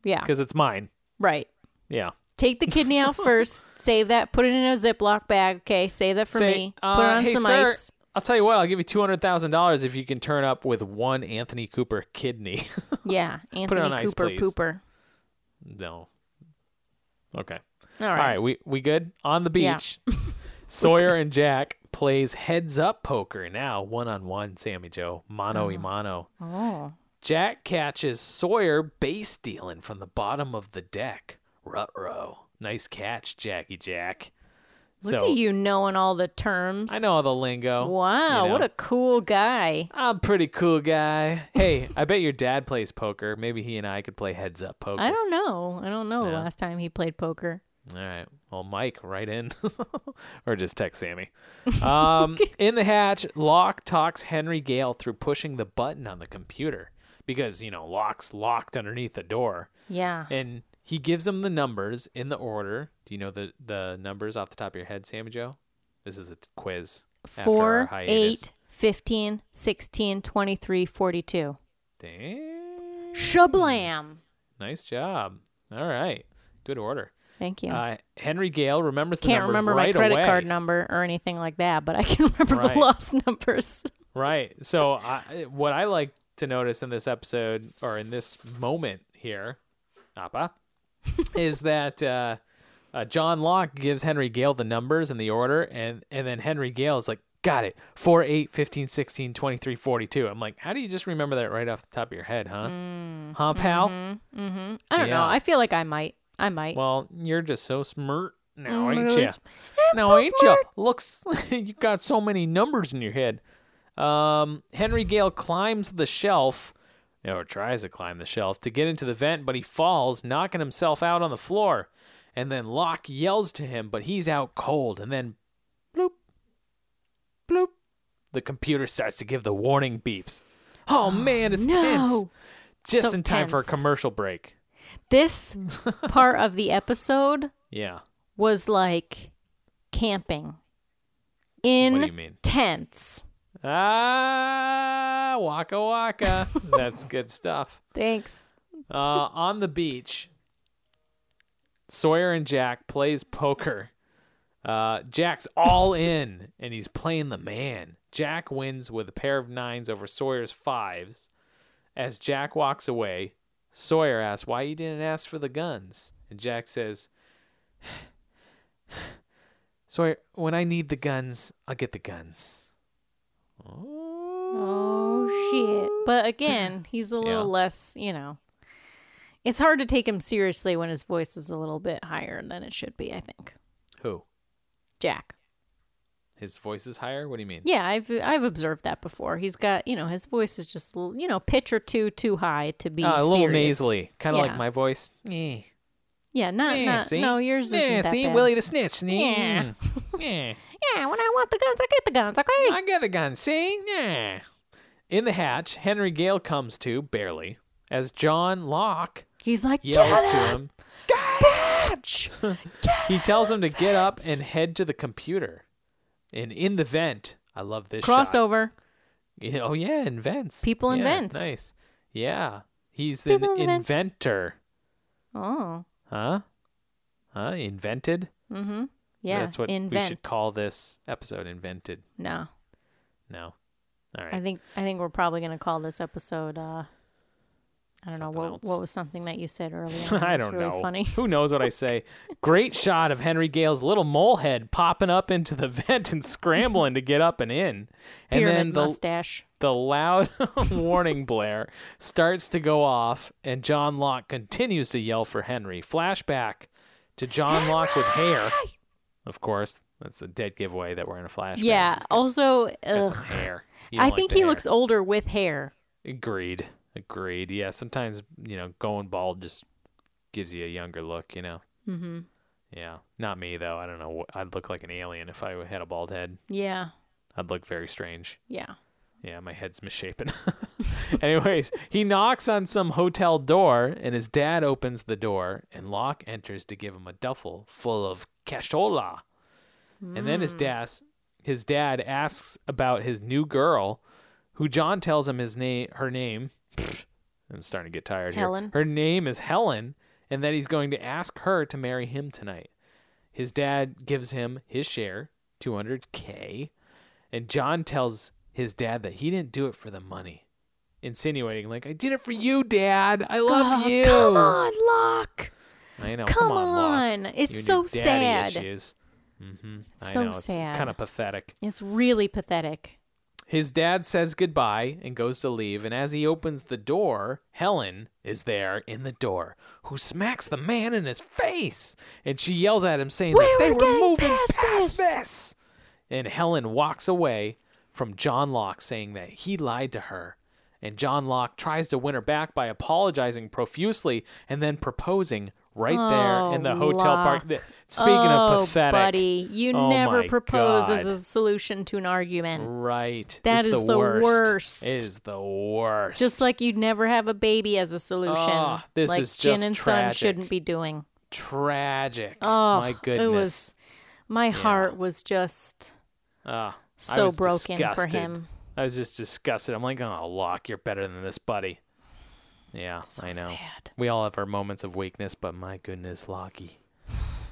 yeah,
because it's mine.
right.
Yeah.
Take the kidney out first. Save that. Put it in a Ziploc bag. Okay, save that for
Say,
me.
uh,
put it on
hey,
some
sir,
ice.
I'll tell you what, I'll give you two hundred thousand dollars if you can turn up with one Anthony Cooper kidney.
Yeah, Anthony
on ice,
Cooper
please.
Pooper.
no. Okay.
All
All
right.
right. we we good on the
Yeah.
beach. Sawyer and Jack plays heads up poker now, one on one. Sammy Joe, mano y mano.
Oh,
Jack catches Sawyer base dealing from the bottom of the deck. Rut row. Nice catch, Jackie Jack.
look at you knowing all the terms.
I know all the lingo.
Wow,
you know.
what a cool guy.
I'm a pretty cool guy. Hey, I bet your dad plays poker. Maybe he and I could play heads up poker.
I don't know. I don't know the last time he played poker.
All right. Well, Mike, right in, or just text Sammy. Um, in the hatch, Locke talks Henry Gale through pushing the button on the computer because you know Locke's locked underneath the door,
Yeah.
and he gives him the numbers in the order. Do you know the the numbers off the top of your head, Sammy Joe? This is a t- quiz. after our
4,
hiatus.
8, 15, 16, 23, 42.
Dang.
Shablam.
Nice job. All right. Good order.
Thank you.
Uh, Henry Gale remembers the
Can't
numbers
remember my
right
credit
away.
card number or anything like that, but I can remember
Right.
the lost numbers.
Right. So I, what I like to notice in this episode or in this moment here, Appa, is that uh, uh, John Locke gives Henry Gale the numbers and the order, and and then Henry Gale is like, "Got it. 4, 8, 15, 16, 23, 42." I'm like, "How do you just remember that right off the top of your head, huh? huh, pal?
I don't know.
Yeah.
I feel like I might. I might.
Well, you're just so smart now,
Mm,
ain't
really
you?
sm-
Now,
so
ain't ya?
smart.
Looks you got so many numbers in your head. Um, Henry Gale climbs the shelf, or tries to climb the shelf to get into the vent, but he falls, knocking himself out on the floor. And then Locke yells to him, but he's out cold. And then, bloop, bloop, the computer starts to give the warning beeps. Oh, man, it's tense.
no.
Just
So
in time for a
tense.
commercial break.
This part of the episode
Yeah.
was like camping.
do
In
you mean?
tents.
Ah, waka waka. That's good stuff.
Thanks.
Uh, on the beach, Sawyer and Jack plays poker. Uh, Jack's all in, and he's playing the man. Jack wins with a pair of nines over Sawyer's fives. As Jack walks away, Sawyer asks why he didn't ask for the guns, and Jack says, "Sawyer, when I need the guns, I'll get the guns."
Oh shit. But again, he's a little less, you know. It's hard to take him seriously when his voice is a little bit higher than it should be, I think.
Who?
Jack.
His voice is higher. What do you mean?
Yeah, I've I've observed that before. He's got you know his voice is just l- you know pitch or two too high to be
Uh, a little
serious.
nasally, kind of like
Yeah.
my voice. Yeah,
Yeah, not,
yeah
not
see?
no yours
yeah,
isn't that
see,
bad.
Willie the Snitch. Yeah,
Yeah.
yeah.
Yeah, when I want the guns, I get the guns. Okay.
I got a gun. See, yeah. In the hatch, Henry Gale comes to barely as John Locke
He's like
yells
"Get
to
up,
him.
bitch!"
He tells him to get up and head to the computer. And in the vent, I love this shot.
Crossover.
Yeah, Oh yeah, invents.
People
yeah,
invents.
Nice. Yeah, he's
People
an
invents.
inventor,
Oh,
huh? Huh? Invented.
yeah.
That's what
invent.
we should call this episode invented.
No,
No. All right.
I think I think we're probably gonna call this episode. uh I don't know
Something
what
else.
what was something that you said earlier.
I
It was
don't
really
know.
Funny.
Who knows what I say? Great shot of Henry Gale's little mole head popping up into the vent and scrambling to get up and in. And
Pyramid
then the
mustache.
the loud warning blare starts to go off and John Locke continues to yell for Henry. Flashback to John Locke with hair. Of course, That's a dead giveaway that we're in a flashback.
yeah.
He's got-
Also,
got
ugh,
some hair. You
I
don't like
think
the
he
hair.
looks older with hair.
Agreed. Agreed. Yeah, sometimes, you know, going bald just gives you a younger look, you know. Mhm. Yeah. Not me though. I don't know. what- I'd look like an alien if I had a bald head.
Yeah.
I'd look very strange.
Yeah.
Yeah, my head's misshapen. Anyways, he knocks on some hotel door and his dad opens the door and Locke enters to give him a duffel full of cashola. And then his dad his dad asks about his new girl who John tells him his name her name. I'm starting to get tired
Helen.
here. Her name is Helen and that he's going to ask her to marry him tonight. His dad gives him his share, 200k, and John tells his dad that he didn't do it for the money, insinuating like I did it for you, Dad. I love
Oh,
you.
Come on, Locke.
I know.
Come
Come on.
on.
Locke.
It's
You and
so
your daddy
sad.
Issues. Mm-hmm. I
So
know. It's
sad.
kind of pathetic.
It's really pathetic.
His dad says goodbye and goes to leave, and as he opens the door, Helen is there in the door, who smacks the man in his face, and she yells at him saying that
We
they
were
were
getting
moving
past
past
this."
this. And Helen walks away from John Locke saying that he lied to her. And John Locke tries to win her back by apologizing profusely and then proposing right there in the
Oh,
hotel park.
Locke.
Th- Speaking
oh,
of pathetic,
buddy, you
Oh
never
my
propose as
God.
a solution to an argument.
Right.
That
it's
is
the
the
worst.
worst.
It is the worst.
Just like you'd never have a baby as a solution.
Ah, this
like
is
Jin
just
and Son
tragic.
shouldn't be doing.
tragic.
Oh,
my goodness.
It was my heart was just
Ah, I
so
was
broken for
disgusted.
him.
I was just disgusted. I'm like, oh, Locke, you're better than this, buddy. Yeah, I know.
sad.
We all have our moments of weakness, but my goodness, Lockie.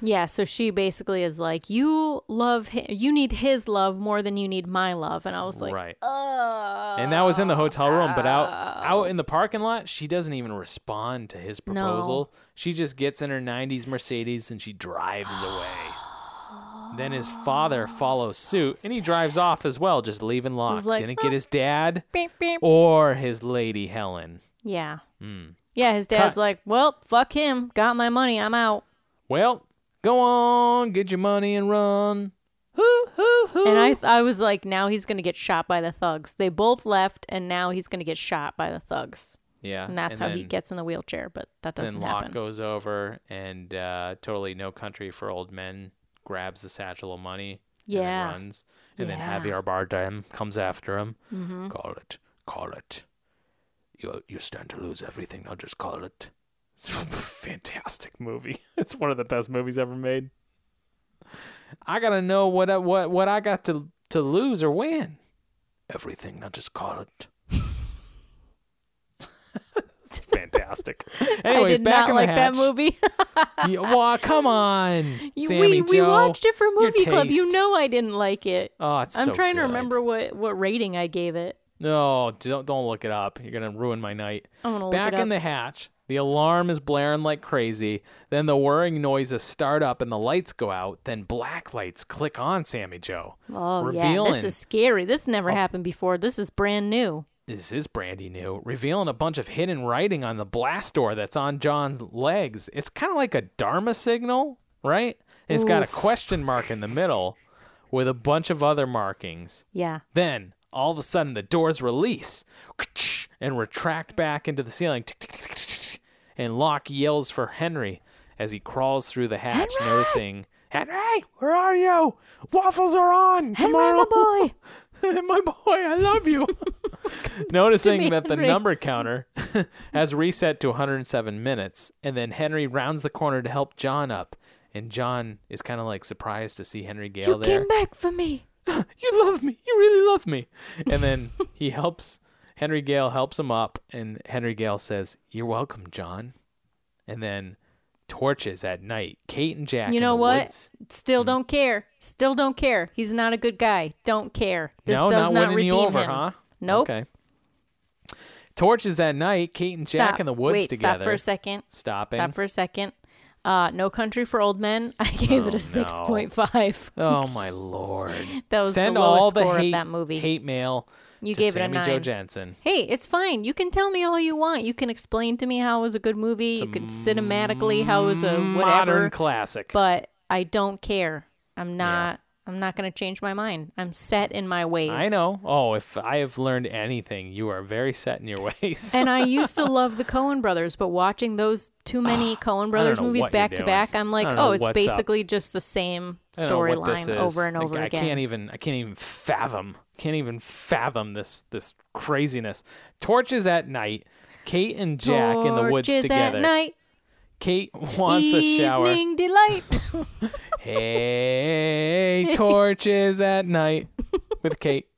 Yeah, so she basically is like, "You love him. You need his love more than you need my love." And I was like, "Oh,
right. and that was in the hotel room, but out out in the parking lot, she doesn't even respond to his proposal. She just gets in her 90s Mercedes and she drives away. then his father follows suit and he drives off as well, just leaving Locke.
like,
Didn't get his dad
beep,
Oh.
beep.
or his lady Helen.
"Yeah."
Hmm.
Yeah, his dad's like, "Well, fuck him. Got my money. I'm out."
Well, go on, get your money and run. Hoo, hoo, hoo.
And I, th- I was like, now he's gonna get shot by the thugs. They both left, and now he's gonna get shot by the thugs.
yeah,
And that's how he
then-
gets in the wheelchair, but that doesn't
then Locke
happen.
goes over and uh, totally no country for old men grabs the satchel of money and then
Yeah.
runs. And
Yeah. Mm-hmm.
then Javier Bardem comes after him. Call it, call it. You you stand to lose everything. Now just call it. It's a fantastic movie. It's one of the best movies ever made. I gotta know what I, what what I got to to lose or win. Everything. Now just call it. it's fantastic.
I
Anyways,
did
back
not
in
like
the
that
hatch.
movie.
Yeah, well, come on,
You- we,
Sammy
we
Joe,
watched it for
your
Movie Club. You
taste.
know I didn't like it.
Oh, it's
I'm
so
trying to
good.
remember what, what rating I gave it.
No, don't don't look it up. You're gonna ruin my night.
I'm gonna look
Back
it up.
in the hatch, the alarm is blaring like crazy. Then the whirring noises start up and the lights go out. Then black lights click on Sammy Joe,
Oh
revealing Oh.
yeah, this is scary. This never happened before. This is brand new.
this is brandy new, revealing a bunch of hidden writing on the blast door that's on John's legs. It's kind of like a Dharma signal, right? And it's got a question mark in the middle with a bunch of other markings.
Yeah.
Then, all of a sudden, the doors release and retract back into the ceiling. And Locke yells for Henry as he crawls through the hatch, noticing, Henry, where are you? Waffles are on
Henry,
tomorrow.
my boy.
my boy, I love you. Noticing
me,
that the
Henry.
number counter has reset to 107 minutes, and then Henry rounds the corner to help John up. And John is kind of like surprised to see Henry Gale
You
there
came back for me.
you love me. You really love me. And then he helps Henry Gale helps him up and Henry Gale says, You're welcome, John. And then torches at night. Kate and Jack.
You
in
know
the
what?
woods.
Still don't care. Still don't care. He's not a good guy. Don't care. This
no,
does
not,
not
winning
redeem
you over,
him.
huh?
Nope.
Okay. Torches at night, Kate and Jack
Stop.
in the woods
Wait,
together.
Stop for a second.
Stopping.
Stop for a second. Uh, no Country for Old Men. I gave it a six point five.
Oh my lord.
That was
Send
the lowest
all the
score
hate,
of that movie.
hate mail.
You
to
gave it a
Sammy Joe
nine.
Jensen.
Hey, it's fine. You can tell me all you want. You can explain to me how it was a good movie. you can cinematically how it was a whatever.
Modern classic.
but I don't care. I'm not. I'm not going to change my mind. I'm set in my ways.
I know. Oh, if I have learned anything, you are very set in your ways.
And I used to love the Coen brothers, but watching those too many Coen brothers
know
movies
what you're
back to
doing.
back, I'm like,
I don't know
oh, it's
what's up.
basically just the same
I don't know what this
storyline
is.
over and
Like,
over
I
again.
can't even. I can't even fathom. Can't even fathom this this craziness. Torches at night. Kate and Jack in the woods
Torches
together.
at night,
Kate wants a shower.
evening delight.
Hey, torches at night with Kate.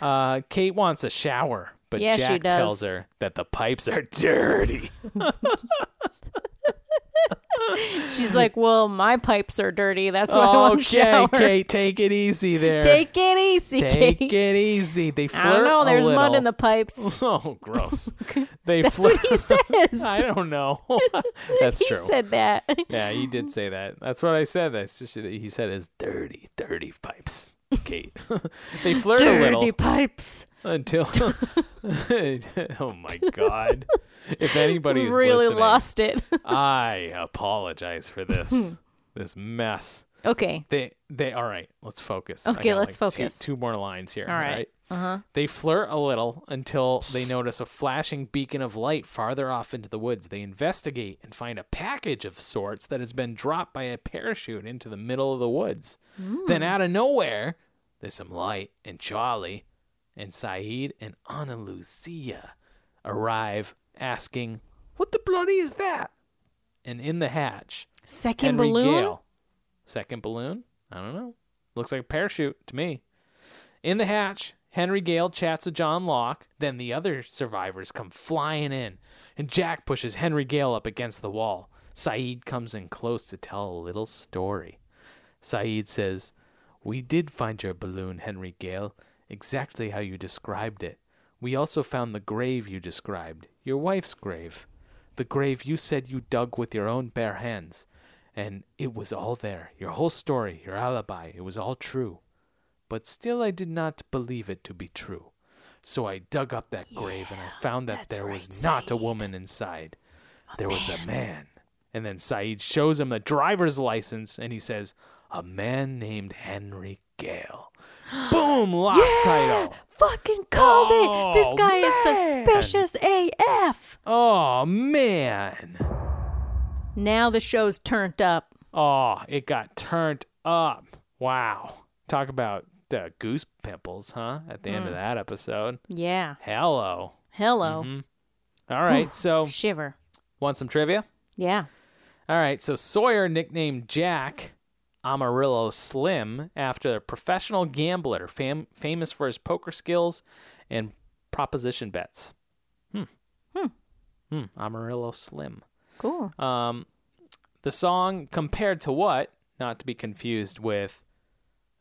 Uh, Kate wants a shower, but
Yeah, she
Jack tells
does.
her that the pipes are dirty.
She's like, well, my pipes are dirty. That's why I want a
okay,
shower.
Kate, take it easy there.
Take it easy,
Take
Kate.
it easy. They flirt
I don't know.
a
There's mud in the
little.
pipes.
Oh, gross. They
That's
flirt.
what he says.
I don't know. That's
he
true.
said that.
yeah, he did say that. That's what I said. That's just he said his dirty, dirty pipes. Kate. they flirt a little.
Dirty pipes.
until oh my god if anybody is
Really
listening,
lost it.
i apologize for this this mess
okay.
they they all right let's focus I
Okay,
got,
let's
like, two-
focus.
two, more lines here
All right.
uh-huh they flirt a little until they notice a flashing beacon of light farther off into the woods they investigate and find a package of sorts that has been dropped by a parachute into the middle of the woods
Hmm.
then out of nowhere there's some light and charlie and saeed and ana lucia arrive asking what the bloody is that and in the hatch
Second
Henry
balloon.
Gale. Second balloon? I don't know. Looks like a parachute to me. In the hatch, Henry Gale chats with John Locke. Then the other survivors come flying in, and Jack pushes Henry Gale up against the wall. Saeed comes in close to tell a little story. Saeed says, We did find your balloon, Henry Gale, exactly how you described it. We also found the grave you described, your wife's grave. The grave you said you dug with your own bare hands. And it was all there, your whole story, your alibi, it was all true. But still, I did not believe it to be true. So I dug up that grave and I found that there was not a woman inside. there was a man. And then Saeed shows him the driver's license and he says, A man named Henry Gale. Boom! Lost title.
Fucking called it.
Oh,
This guy
man.
is suspicious AF.
Oh, man.
Now the show's turned up.
Oh, it got turned up. Wow. Talk about the goose pimples, huh? At the end of that episode.
Yeah.
Hello.
Hello.
Mm-hmm. All right. so,
Shiver.
want some trivia?
Yeah.
All right. So, Sawyer, nicknamed Jack Amarillo Slim, after a professional gambler fam- famous for his poker skills and proposition bets. Hmm. Hmm. Hmm. Amarillo Slim.
Cool.
Um, the song compared to what? Not to be confused with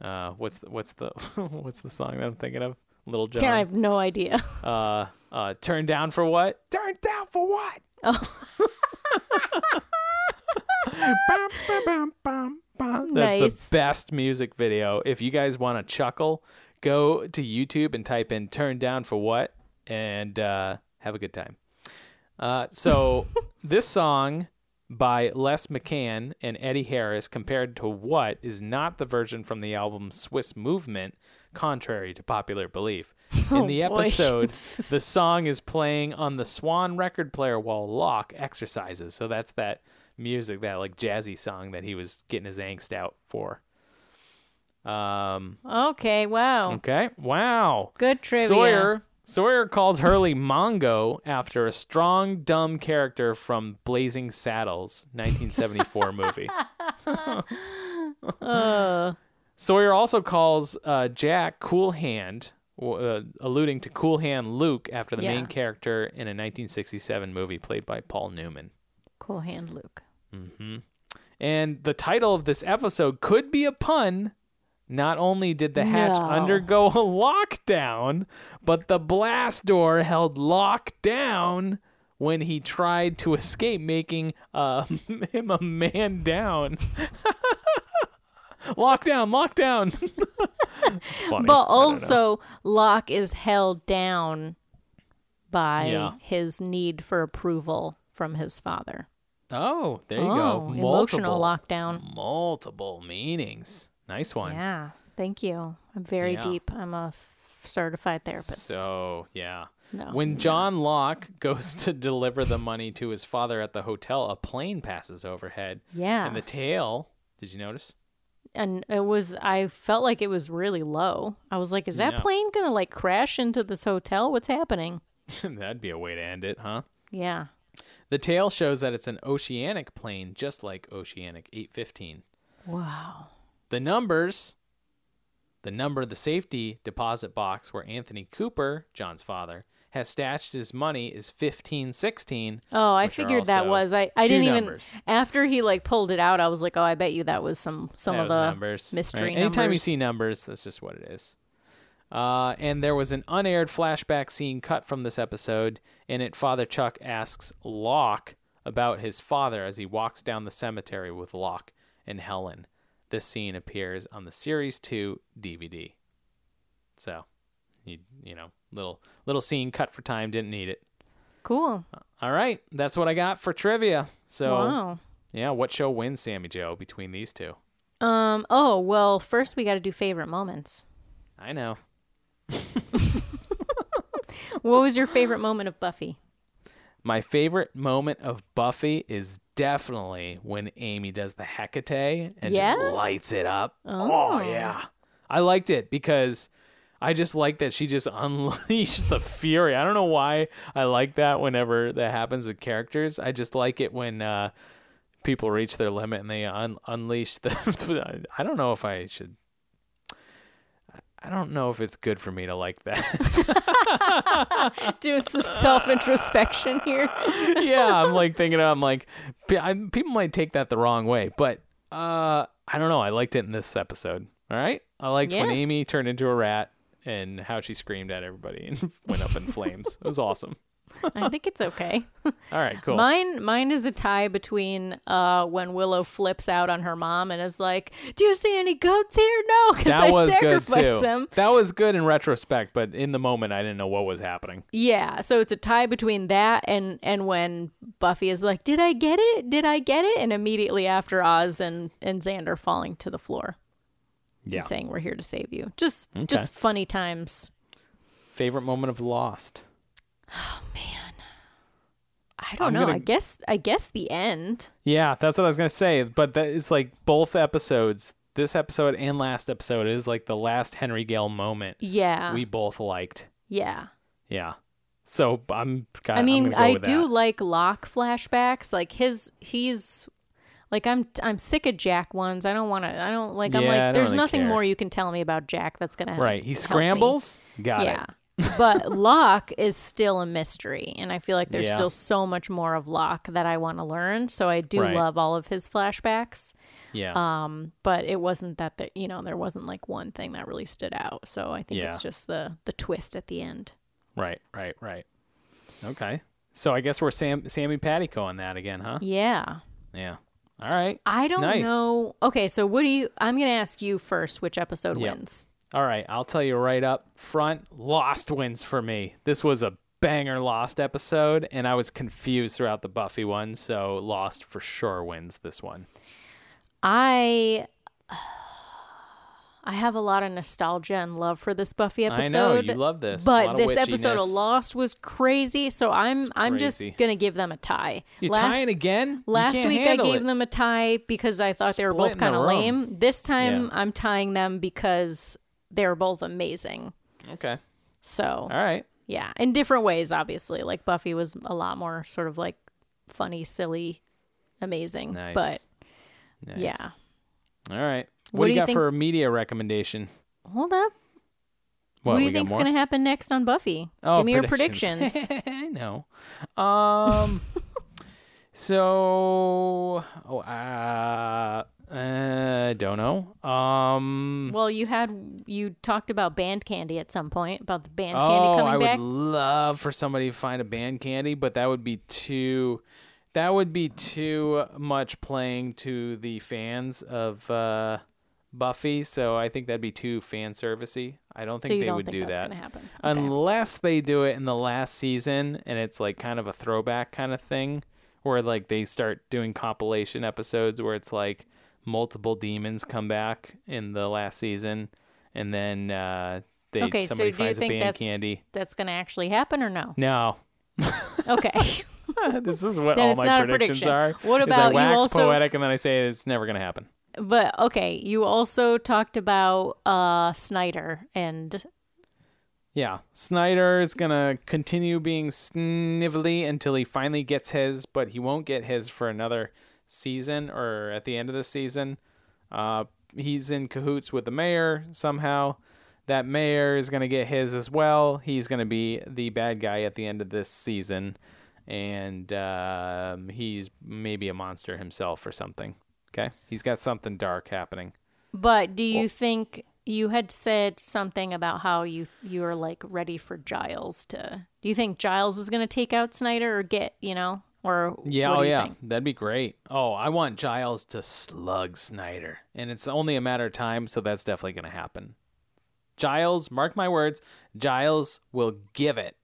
uh, what's the, what's the what's the song that I'm thinking of? Little John.
Yeah, I have no idea.
Uh, uh, turn down for what? Turn down for what? Bum, bum, bum, bum, bum. That's
Nice.
the best music video. If you guys want to chuckle, go to YouTube and type in "Turn Down for What" and uh, have a good time. Uh, so this song by Les McCann and Eddie Harris compared to what is not the version from the album Swiss Movement, contrary to popular belief. In the
boy.
episode, the song is playing on the Swan record player while Locke exercises. So that's that music, that like jazzy song that he was getting his angst out for. Um,
Okay. Wow.
okay. Wow.
Good trivia.
Mm. Sawyer Sawyer calls Hurley Mongo after a strong dumb character from Blazing Saddles, 1974 movie.
Uh.
Sawyer also calls uh, Jack Cool Hand, w- uh, alluding to Cool Hand Luke after the main
Yeah.
character in a 1967 movie played by Paul Newman.
Cool hand, Luke.
And the title of this episode could be a pun. Not only did the hatch
No.
undergo a lockdown, but the blast door held Locke down when he tried to escape, making uh, him a man down. lockdown, lockdown. it's
But
funny. I don't know.
also, Locke is held down by
Yeah.
his need for approval from his father.
oh, there you
oh,
go.
emotional
Multiple-
lockdown.
multiple meanings. Nice one.
Yeah. Thank you. I'm very
Yeah.
deep. I'm a f- certified therapist.
So yeah.
No,
when John Locke goes to deliver the money to his father at the hotel, a plane passes overhead.
Yeah.
And the tail. Did you notice?
and it was I felt like it was really low. I was like, is that
Yeah.
plane gonna like crash into this hotel? What's happening?
That'd be a way to end it, huh?
Yeah.
The tail shows that it's an oceanic plane, just like Oceanic 815.
Wow.
The numbers, the number of the safety deposit box where Anthony Cooper, John's father, has stashed his money is 1516.
Oh, I
which are
figured that
also
was I. I
two
didn't even
numbers.
after he like pulled it out. I was like, oh, I bet you that was some some
That
of
was
the
numbers,
mystery.
right? Anytime you
numbers.
see numbers, that's just what it is. Uh, and there was an unaired flashback scene cut from this episode. In it, Father Chuck asks Locke about his father as he walks down the cemetery with Locke and Helen. This scene appears on the series two DVD. So, you you know, little little scene cut for time. Didn't need it.
cool.
All right, that's what I got for trivia. So,
Wow.
yeah, what show wins Sammy Joe between these two?
Um. Oh well. First, we got to do favorite moments.
I know.
What was your favorite moment of Buffy?
My favorite moment of Buffy is definitely when Amy does the Hecate and
Yeah?
just lights it up. Oh. yeah. I liked it because I just like that she just unleashed the fury. I don't know why I like that whenever that happens with characters. I just like it when uh, people reach their limit and they un- unleash the. I don't know if I should. I don't know if it's good for me to like that.
Doing some self introspection here.
yeah, I'm like thinking, I'm like, pe- I, people might take that the wrong way, but uh, I don't know. I liked it in this episode. All right, I liked when
Yeah.
Amy turned into a rat and how she screamed at everybody and went up in flames. It was awesome.
I think it's okay.
All right, cool.
Mine, mine is a tie between uh, when Willow flips out on her mom and is like, "Do you see any goats here? No, because
that
I
was good
sacrificed
too.
them."
That was good in retrospect, but in the moment, I didn't know what was happening.
Yeah, so it's a tie between that and and when Buffy is like, "Did I get it? Did I get it?" And immediately after Oz and and Xander falling to the floor,
Yeah.
and saying, "We're here to save you." Just just funny times.
Favorite moment of Lost.
I don't
I'm
know.
gonna-
I guess I guess the end.
Yeah, that's what I was gonna say. But that is like both episodes, this episode and last episode, is like the last Henry Gale moment
Yeah,
we both liked.
yeah.
Yeah. So I'm. Got,
I mean,
i
I do like Locke flashbacks. Like his, he's like I'm. I'm sick of Jack ones. I don't want to. I don't like. I'm
Yeah, I don't
like. There's
really
nothing
care.
more you can tell me about Jack that's gonna
right. He
help me.
scrambles. Got
yeah,
it.
but Locke is still a mystery, and I feel like there's
Yeah.
still so much more of Locke that I want to learn. So I do
Right.
love all of his flashbacks.
Yeah.
Um, but it wasn't that the, you know there wasn't like one thing that really stood out. So I think
Yeah.
it's just the the twist at the end.
right. Right. Right. Okay. So I guess we're Sam, Sammy Patico on that again, huh?
Yeah.
Yeah. All right.
I don't
Nice.
know. Okay, so what do you? I'm going to ask you first which episode
Yep.
wins.
All right. I'll tell you right up front. Lost wins for me. This was a banger Lost episode, and I was confused throughout the Buffy one. So Lost for sure wins this one.
I I have a lot of nostalgia and love for this Buffy
I
episode.
know, you love this. A lot
but
of
this episode of
witchiness.
Lost was crazy. So I'm I'm just
crazy.
going to give them a tie.
You
Last-
tying again? You
Last
can't
week I
handle
gave
it.
them a tie because I thought they were
Split
both
in the
kind of
room.
lame. This time
Yeah.
I'm tying them because they're both amazing.
Okay.
So
All right.
Yeah, in different ways, obviously. Like Buffy was a lot more sort of like funny, silly, amazing.
Nice.
But
Nice.
yeah,
All right. What,
What
do
do
you
you
got
think-
for a media recommendation?
hold up. What, do
we
you
got
think's
more?
going to happen next on Buffy?
Oh,
Give me your predictions.
I know. Um, so, oh, uh, uh, don't know. Um,
well, you had you talked about band candy at some point about the band
oh,
candy coming
I would
back.
love for somebody to find a band candy, but that would be too. That would be too much playing to the fans of uh, Buffy, so I think that'd be too fan servicey. I don't think
so you
they
don't
would
think
do
that's
that.
going to happen? Okay.
unless they do it in the last season and it's like kind of a throwback kind of thing where like they start doing compilation episodes where it's like multiple demons come back in the last season, and then uh, they
Okay, so
somebody
do you
finds a
think
band
that's-
candy.
That's going to actually happen or no?
No,
Okay.
this is what
Then
all
it's
my
not a
predictions
prediction.
are.
What
is
about
I
you
wax
also-
poetic and then I say it's never gonna happen.
but okay, you also talked about uh Snyder and
Yeah, Snyder is gonna continue being snivelly until he finally gets his, but he won't get his for another season or at the end of the season. Uh, he's in cahoots with the mayor somehow. That mayor is gonna get his as well. He's gonna be the bad guy at the end of this season, and um, he's maybe a monster himself or something. Okay, he's got something dark happening.
but do you think you had said something about how you you are like ready for Giles to Do you think Giles is going to take out Snyder or get, you know, or
Yeah,
what do
oh
you
yeah,
think?
that'd be great. Oh, I want Giles to slug Snyder, and it's only a matter of time, so that's definitely gonna happen. Giles, mark my words, Giles will give it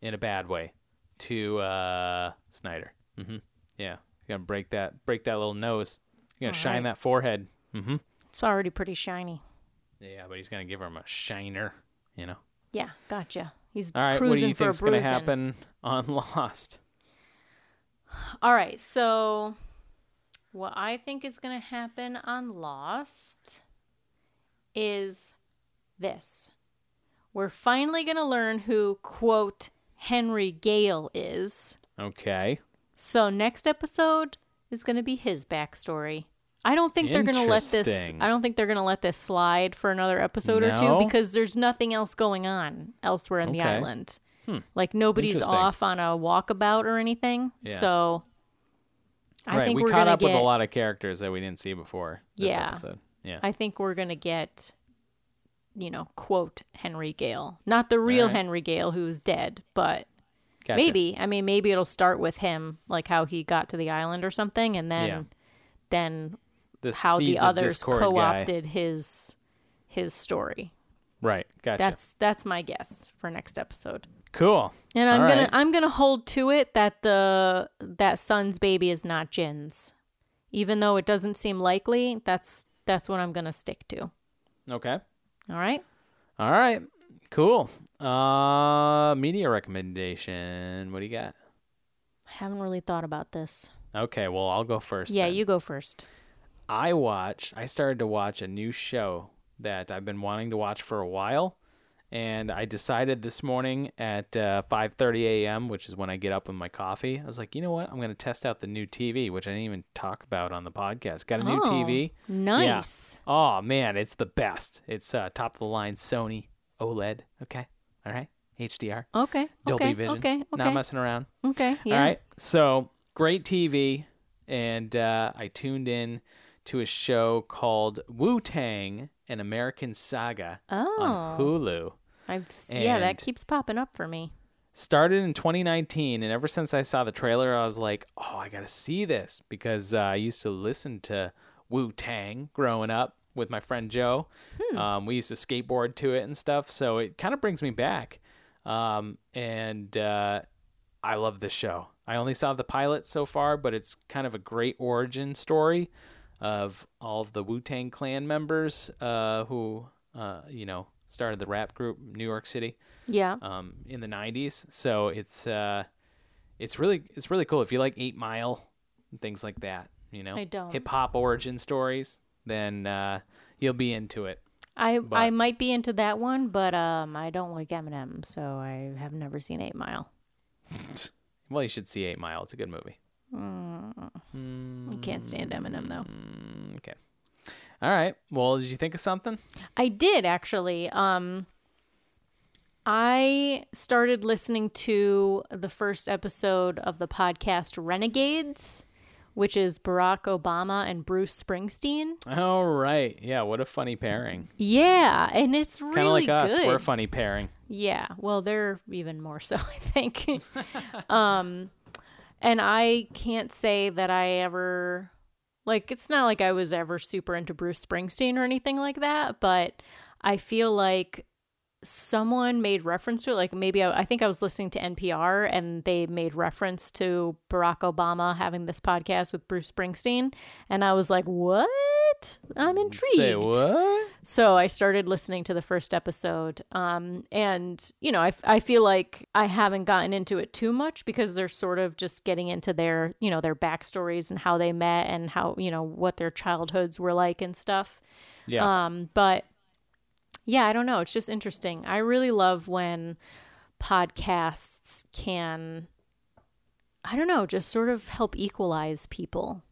in a bad way to uh, Snyder. hmm Yeah, you're gonna break that, break that little nose. You're gonna shine that forehead. hmm
It's already pretty shiny.
Yeah, but he's gonna give him a shiner. You know.
Yeah, gotcha. He's
All right,
cruising
what do you
for
think's
a bruising.
gonna happen on Lost?
All right, so what I think is going to happen on Lost is this. We're finally going to learn who, quote, Henry Gale is.
Okay.
So next episode is going to be his backstory. I don't think they're going to let this
Interesting.
I don't think they're going to let this slide for another episode or
No?
two because there's nothing else going on elsewhere in the
Okay. Hmm.
island. Like nobody's
Interesting.
off on a walkabout or anything.
Yeah.
So I
right,
think
we
are
caught
gonna
up
get,
with a lot of characters that we didn't see before this
Yeah.
episode. Yeah.
I think we're going to get you know, quote Henry Gale. Not the real
Alright.
Henry Gale who's dead, but
Gotcha.
maybe i mean maybe it'll start with him like how he got to the island or something and then
Yeah.
then
the
how the
seeds of
others
discord
co-opted his his story
Guy. Right. Gotcha.
that's that's my guess for next episode
cool.
and i'm
All
gonna
right.
i'm gonna hold to it that the that son's baby is not jin's even though it doesn't seem likely that's that's what i'm gonna stick to all
okay.
right
All right. Cool. Uh, media recommendation. What do you got?
i haven't really thought about this
Okay. Well, I'll go first.
yeah
then.
you go first
I watch. I started to watch a new show that I've been wanting to watch for a while, and I decided this morning at uh, 5:30 a.m., which is when I get up with my coffee. I was like, you know what? I'm going to test out the new TV, which I didn't even talk about on the podcast. Got a new
Oh,
TV. Yeah.
nice.
Oh man, it's the best. It's uh, top of the line Sony OLED. Okay, all right, HDR,
okay
Dolby
okay
Vision.
okay okay
Not messing around.
okay yeah
All right. So great TV, and uh, I tuned in to a show called Wu Tang: An American Saga on
Oh.
Hulu.
I've s yeah, that
And-
keeps popping up for me.
Started in 2019, and ever since I saw the trailer, I was like, "Oh, I gotta see this," because uh, I used to listen to Wu Tang growing up with my friend Joe. Um, we used to skateboard to it and stuff, so it kind of brings me back. Um, and uh, I love this show. I only saw the pilot so far, but it's kind of a great origin story of all of the Wu Tang Clan members uh, who, uh, you know, started the rap group New York City
Yeah.
um, in the '90s. So it's uh, it's really it's really cool if you like Eight Mile and things like that. You know,
I don't.
hip hop origin stories. Then uh, you'll be into it.
I I might be into that one, but um I don't like Eminem, so I have never seen 8 Mile.
Well, you should see Eight Mile. It's a good movie.
I can't stand Eminem though.
Mm. Okay. All right. Well, did you think of something?
I did actually um I started listening to the first episode of the podcast Renegades, which is Barack Obama and Bruce Springsteen.
All right. Yeah. What a funny pairing.
Yeah, and it's really
Kind of like us.
good.
We're a funny pairing.
Yeah, well, they're even more so, I think. um, and I can't say that I ever like. It's not like I was ever super into Bruce Springsteen or anything like that, but I feel like someone made reference to it. Like maybe I, I think I was listening to NPR and they made reference to Barack Obama having this podcast with Bruce Springsteen, and I was like, what? I'm intrigued.
Say what?
So I started listening to the first episode. Um, and, you know, I, I feel like I haven't gotten into it too much because they're sort of just getting into their, you know, their backstories and how they met and how, you know, what their childhoods were like and stuff.
Yeah.
Um, but yeah, I don't know. It's just interesting. I really love when podcasts can, I don't know, just sort of help equalize people,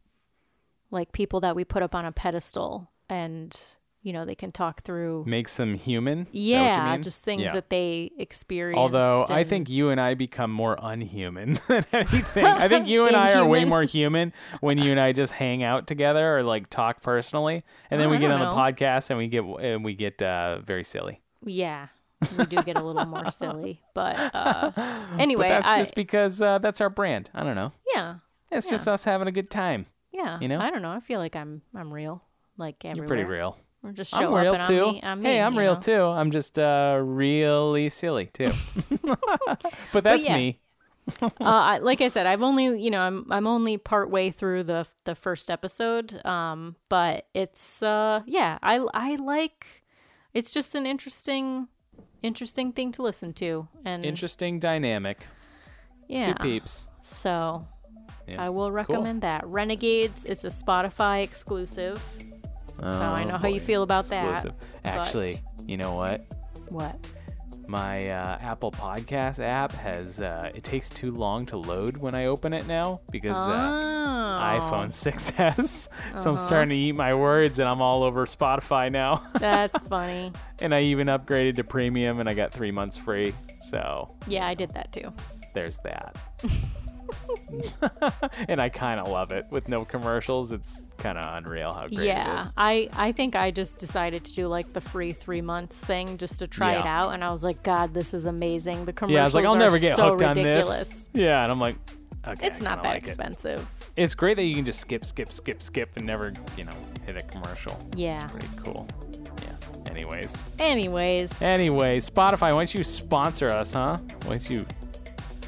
like people that we put up on a pedestal and, you know, they can talk through.
Makes them human. Is that what you
yeah,
mean?
just things
Yeah.
that they experience.
Although I
and-
think you and I become more unhuman than anything. I think you and I are way
Inhuman.
more human when you and I just hang out together or like talk personally, and then
Oh,
we
I
get on
don't
the
know.
podcast and we get and we get uh, very silly.
yeah, we do get a little more silly, but uh, anyway,
But that's
I,
just because uh, that's our brand. I don't know.
yeah,
It's just us having a good time.
yeah.
You know?
I don't know. I feel like I'm I'm real, like everywhere.
You're pretty real.
Or just show
I'm
up
real
and
too.
I'm me. I'm me,
hey, I'm
you
real
know?
too. I'm just uh, really silly too. but that's
yeah.
me.
uh, I, like I said, I've only you know I'm I'm only part way through the the first episode, um, but it's uh yeah I I like it's just an interesting interesting thing to listen to and
Interesting dynamic.
yeah
Two peeps.
so
Yeah.
I will recommend that Renegades. It's a Spotify exclusive, so I know how you feel about
Oh, Exclusive.
that.
Actually, you know what?
but what?
My uh, Apple Podcast app has uh, it takes too long to load when I open it now because uh,
Oh.
iPhone 6s. so
Uh-huh.
I'm starting to eat my words and I'm all over Spotify now.
That's funny.
and I even upgraded to premium and I got 3 months free. So,
Yeah, I did that too.
there's that. and I kind of love it with no commercials. It's kind of unreal how great it
yeah
is.
i i think i just decided to do like the free three months thing just to try it
Yeah.
out and i was like god this is amazing the commercials
Yeah, I was like, I'll never
are
get
so
hooked
ridiculous
on this. Yeah, and I'm like, okay,
it's
I
not
kinda
that
like it.
expensive
It's great that you can just skip, skip, skip, skip, and never, you know, hit a commercial.
yeah
It's pretty cool. Yeah. Anyways,
anyways
Eh, anyway, Spotify, why don't you sponsor us, huh? Why don't you?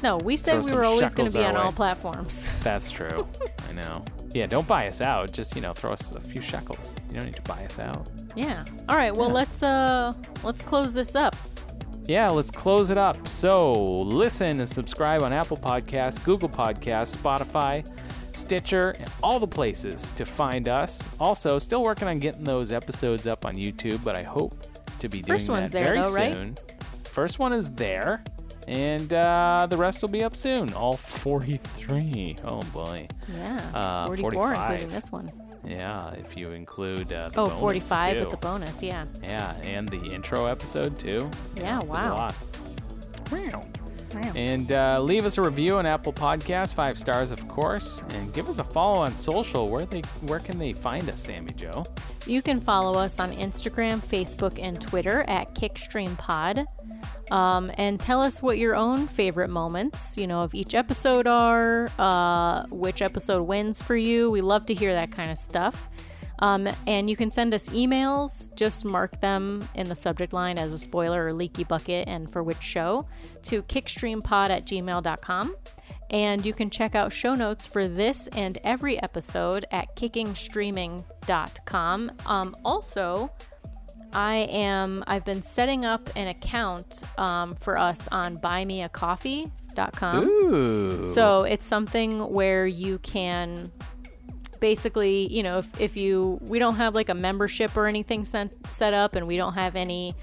no we
throw
said we
some
were always going
shekels
to be
our
on
way.
all platforms
That's true. I know. Yeah, don't buy us out. Just you know, throw us a few shekels. You don't need to buy us out.
yeah all right well let's uh let's close this up
Yeah, let's close it up. So listen and subscribe on Apple Podcasts, Google Podcasts, Spotify, Stitcher, and all the places to find us. Also, still working on getting those episodes up on YouTube, but I hope to be doing
First
that
one's there,
very
though, right?
soon. First one is there, and uh, the rest will be up soon. All 43. Oh boy.
yeah
Uh,
44
45.
including this one.
Yeah, if you include uh, the
Oh,
bonus,
45
too.
with the bonus yeah
Yeah, and the intro episode too.
yeah,
There's a
wow
lot. And uh, leave us a review on Apple Podcasts, five stars, of course, and give us a follow on social. Where they, where can they find us, Sammy Joe?
You can follow us on Instagram, Facebook, and Twitter at KickstreamPod. Um, and tell us what your own favorite moments, you know, of each episode are, uh, which episode wins for you. We love to hear that kind of stuff. Um, and you can send us emails. Just mark them in the subject line as a spoiler or leaky bucket and for which show to kickstreampod at gmail.com. And you can check out show notes for this and every episode at kickingstreaming.com. Um, also, I am I've been setting up an account um, for us on buymeacoffee.com.
Ooh.
So it's something where you can basically, you know, if, if you we don't have like a membership or anything sent, set up and we don't have any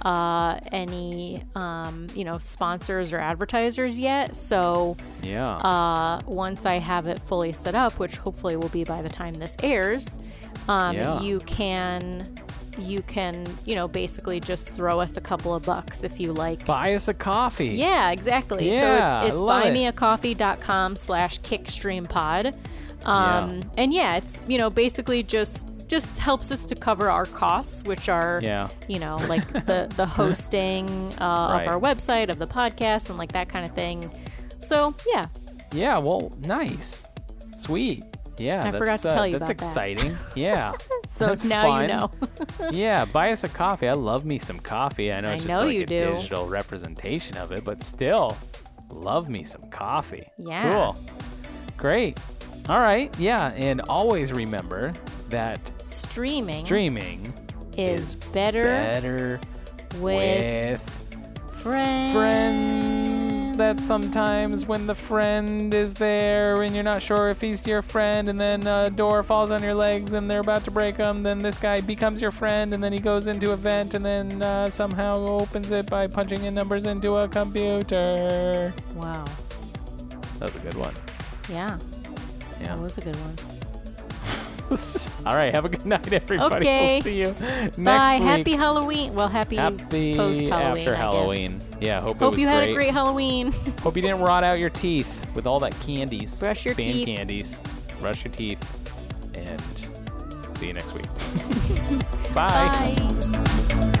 uh any um you know sponsors or advertisers yet so
yeah.
uh, once I have it fully set up, which hopefully will be by the time this airs, um,
Yeah.
you can you can you know basically just throw us a couple of bucks if you like.
Buy us a coffee.
Yeah, exactly.
Yeah, I
so it's, it's
love it.
buymeacoffee.com slash kickstreampod. Um,
Yeah.
And yeah, it's, you know, basically just just helps us to cover our costs, which are,
Yeah.
you know, like the, the hosting uh,
Right.
of our website, of the podcast, and like that kind of thing. So yeah,
Yeah. Well, nice. Sweet. Yeah.
I forgot
that's,
to
uh,
tell you
That's
about that.
exciting. yeah.
So
That's
now
fine.
you know.
yeah, buy us a coffee. I love me some coffee. I know
I
it's just
know
like
you
a
do.
digital representation of it, but still, love me some coffee.
Yeah.
Cool. Great. All right. Yeah. And always remember that
Streaming,
streaming
is
is
better,
better
with
with
friends.
friends. That sometimes when the friend is there and you're not sure if he's your friend, and then a door falls on your legs and they're about to break them, then this guy becomes your friend, and then he goes into a vent and then uh, somehow opens it by punching in numbers into a computer.
Wow.
That was a good one.
Yeah, that
Yeah.
was a good one.
All right. Have a good night, everybody.
Okay.
We'll see you next
Bye.
week.
Happy Halloween. Well, happy,
Happy
post Halloween.
after Halloween. Yeah. Hope it
Hope
was
you had
great.
a great Halloween.
Hope you didn't rot out your teeth with all that candies.
Brush your
Band
teeth.
candies. Brush your teeth. And see you next week. Bye.
Bye.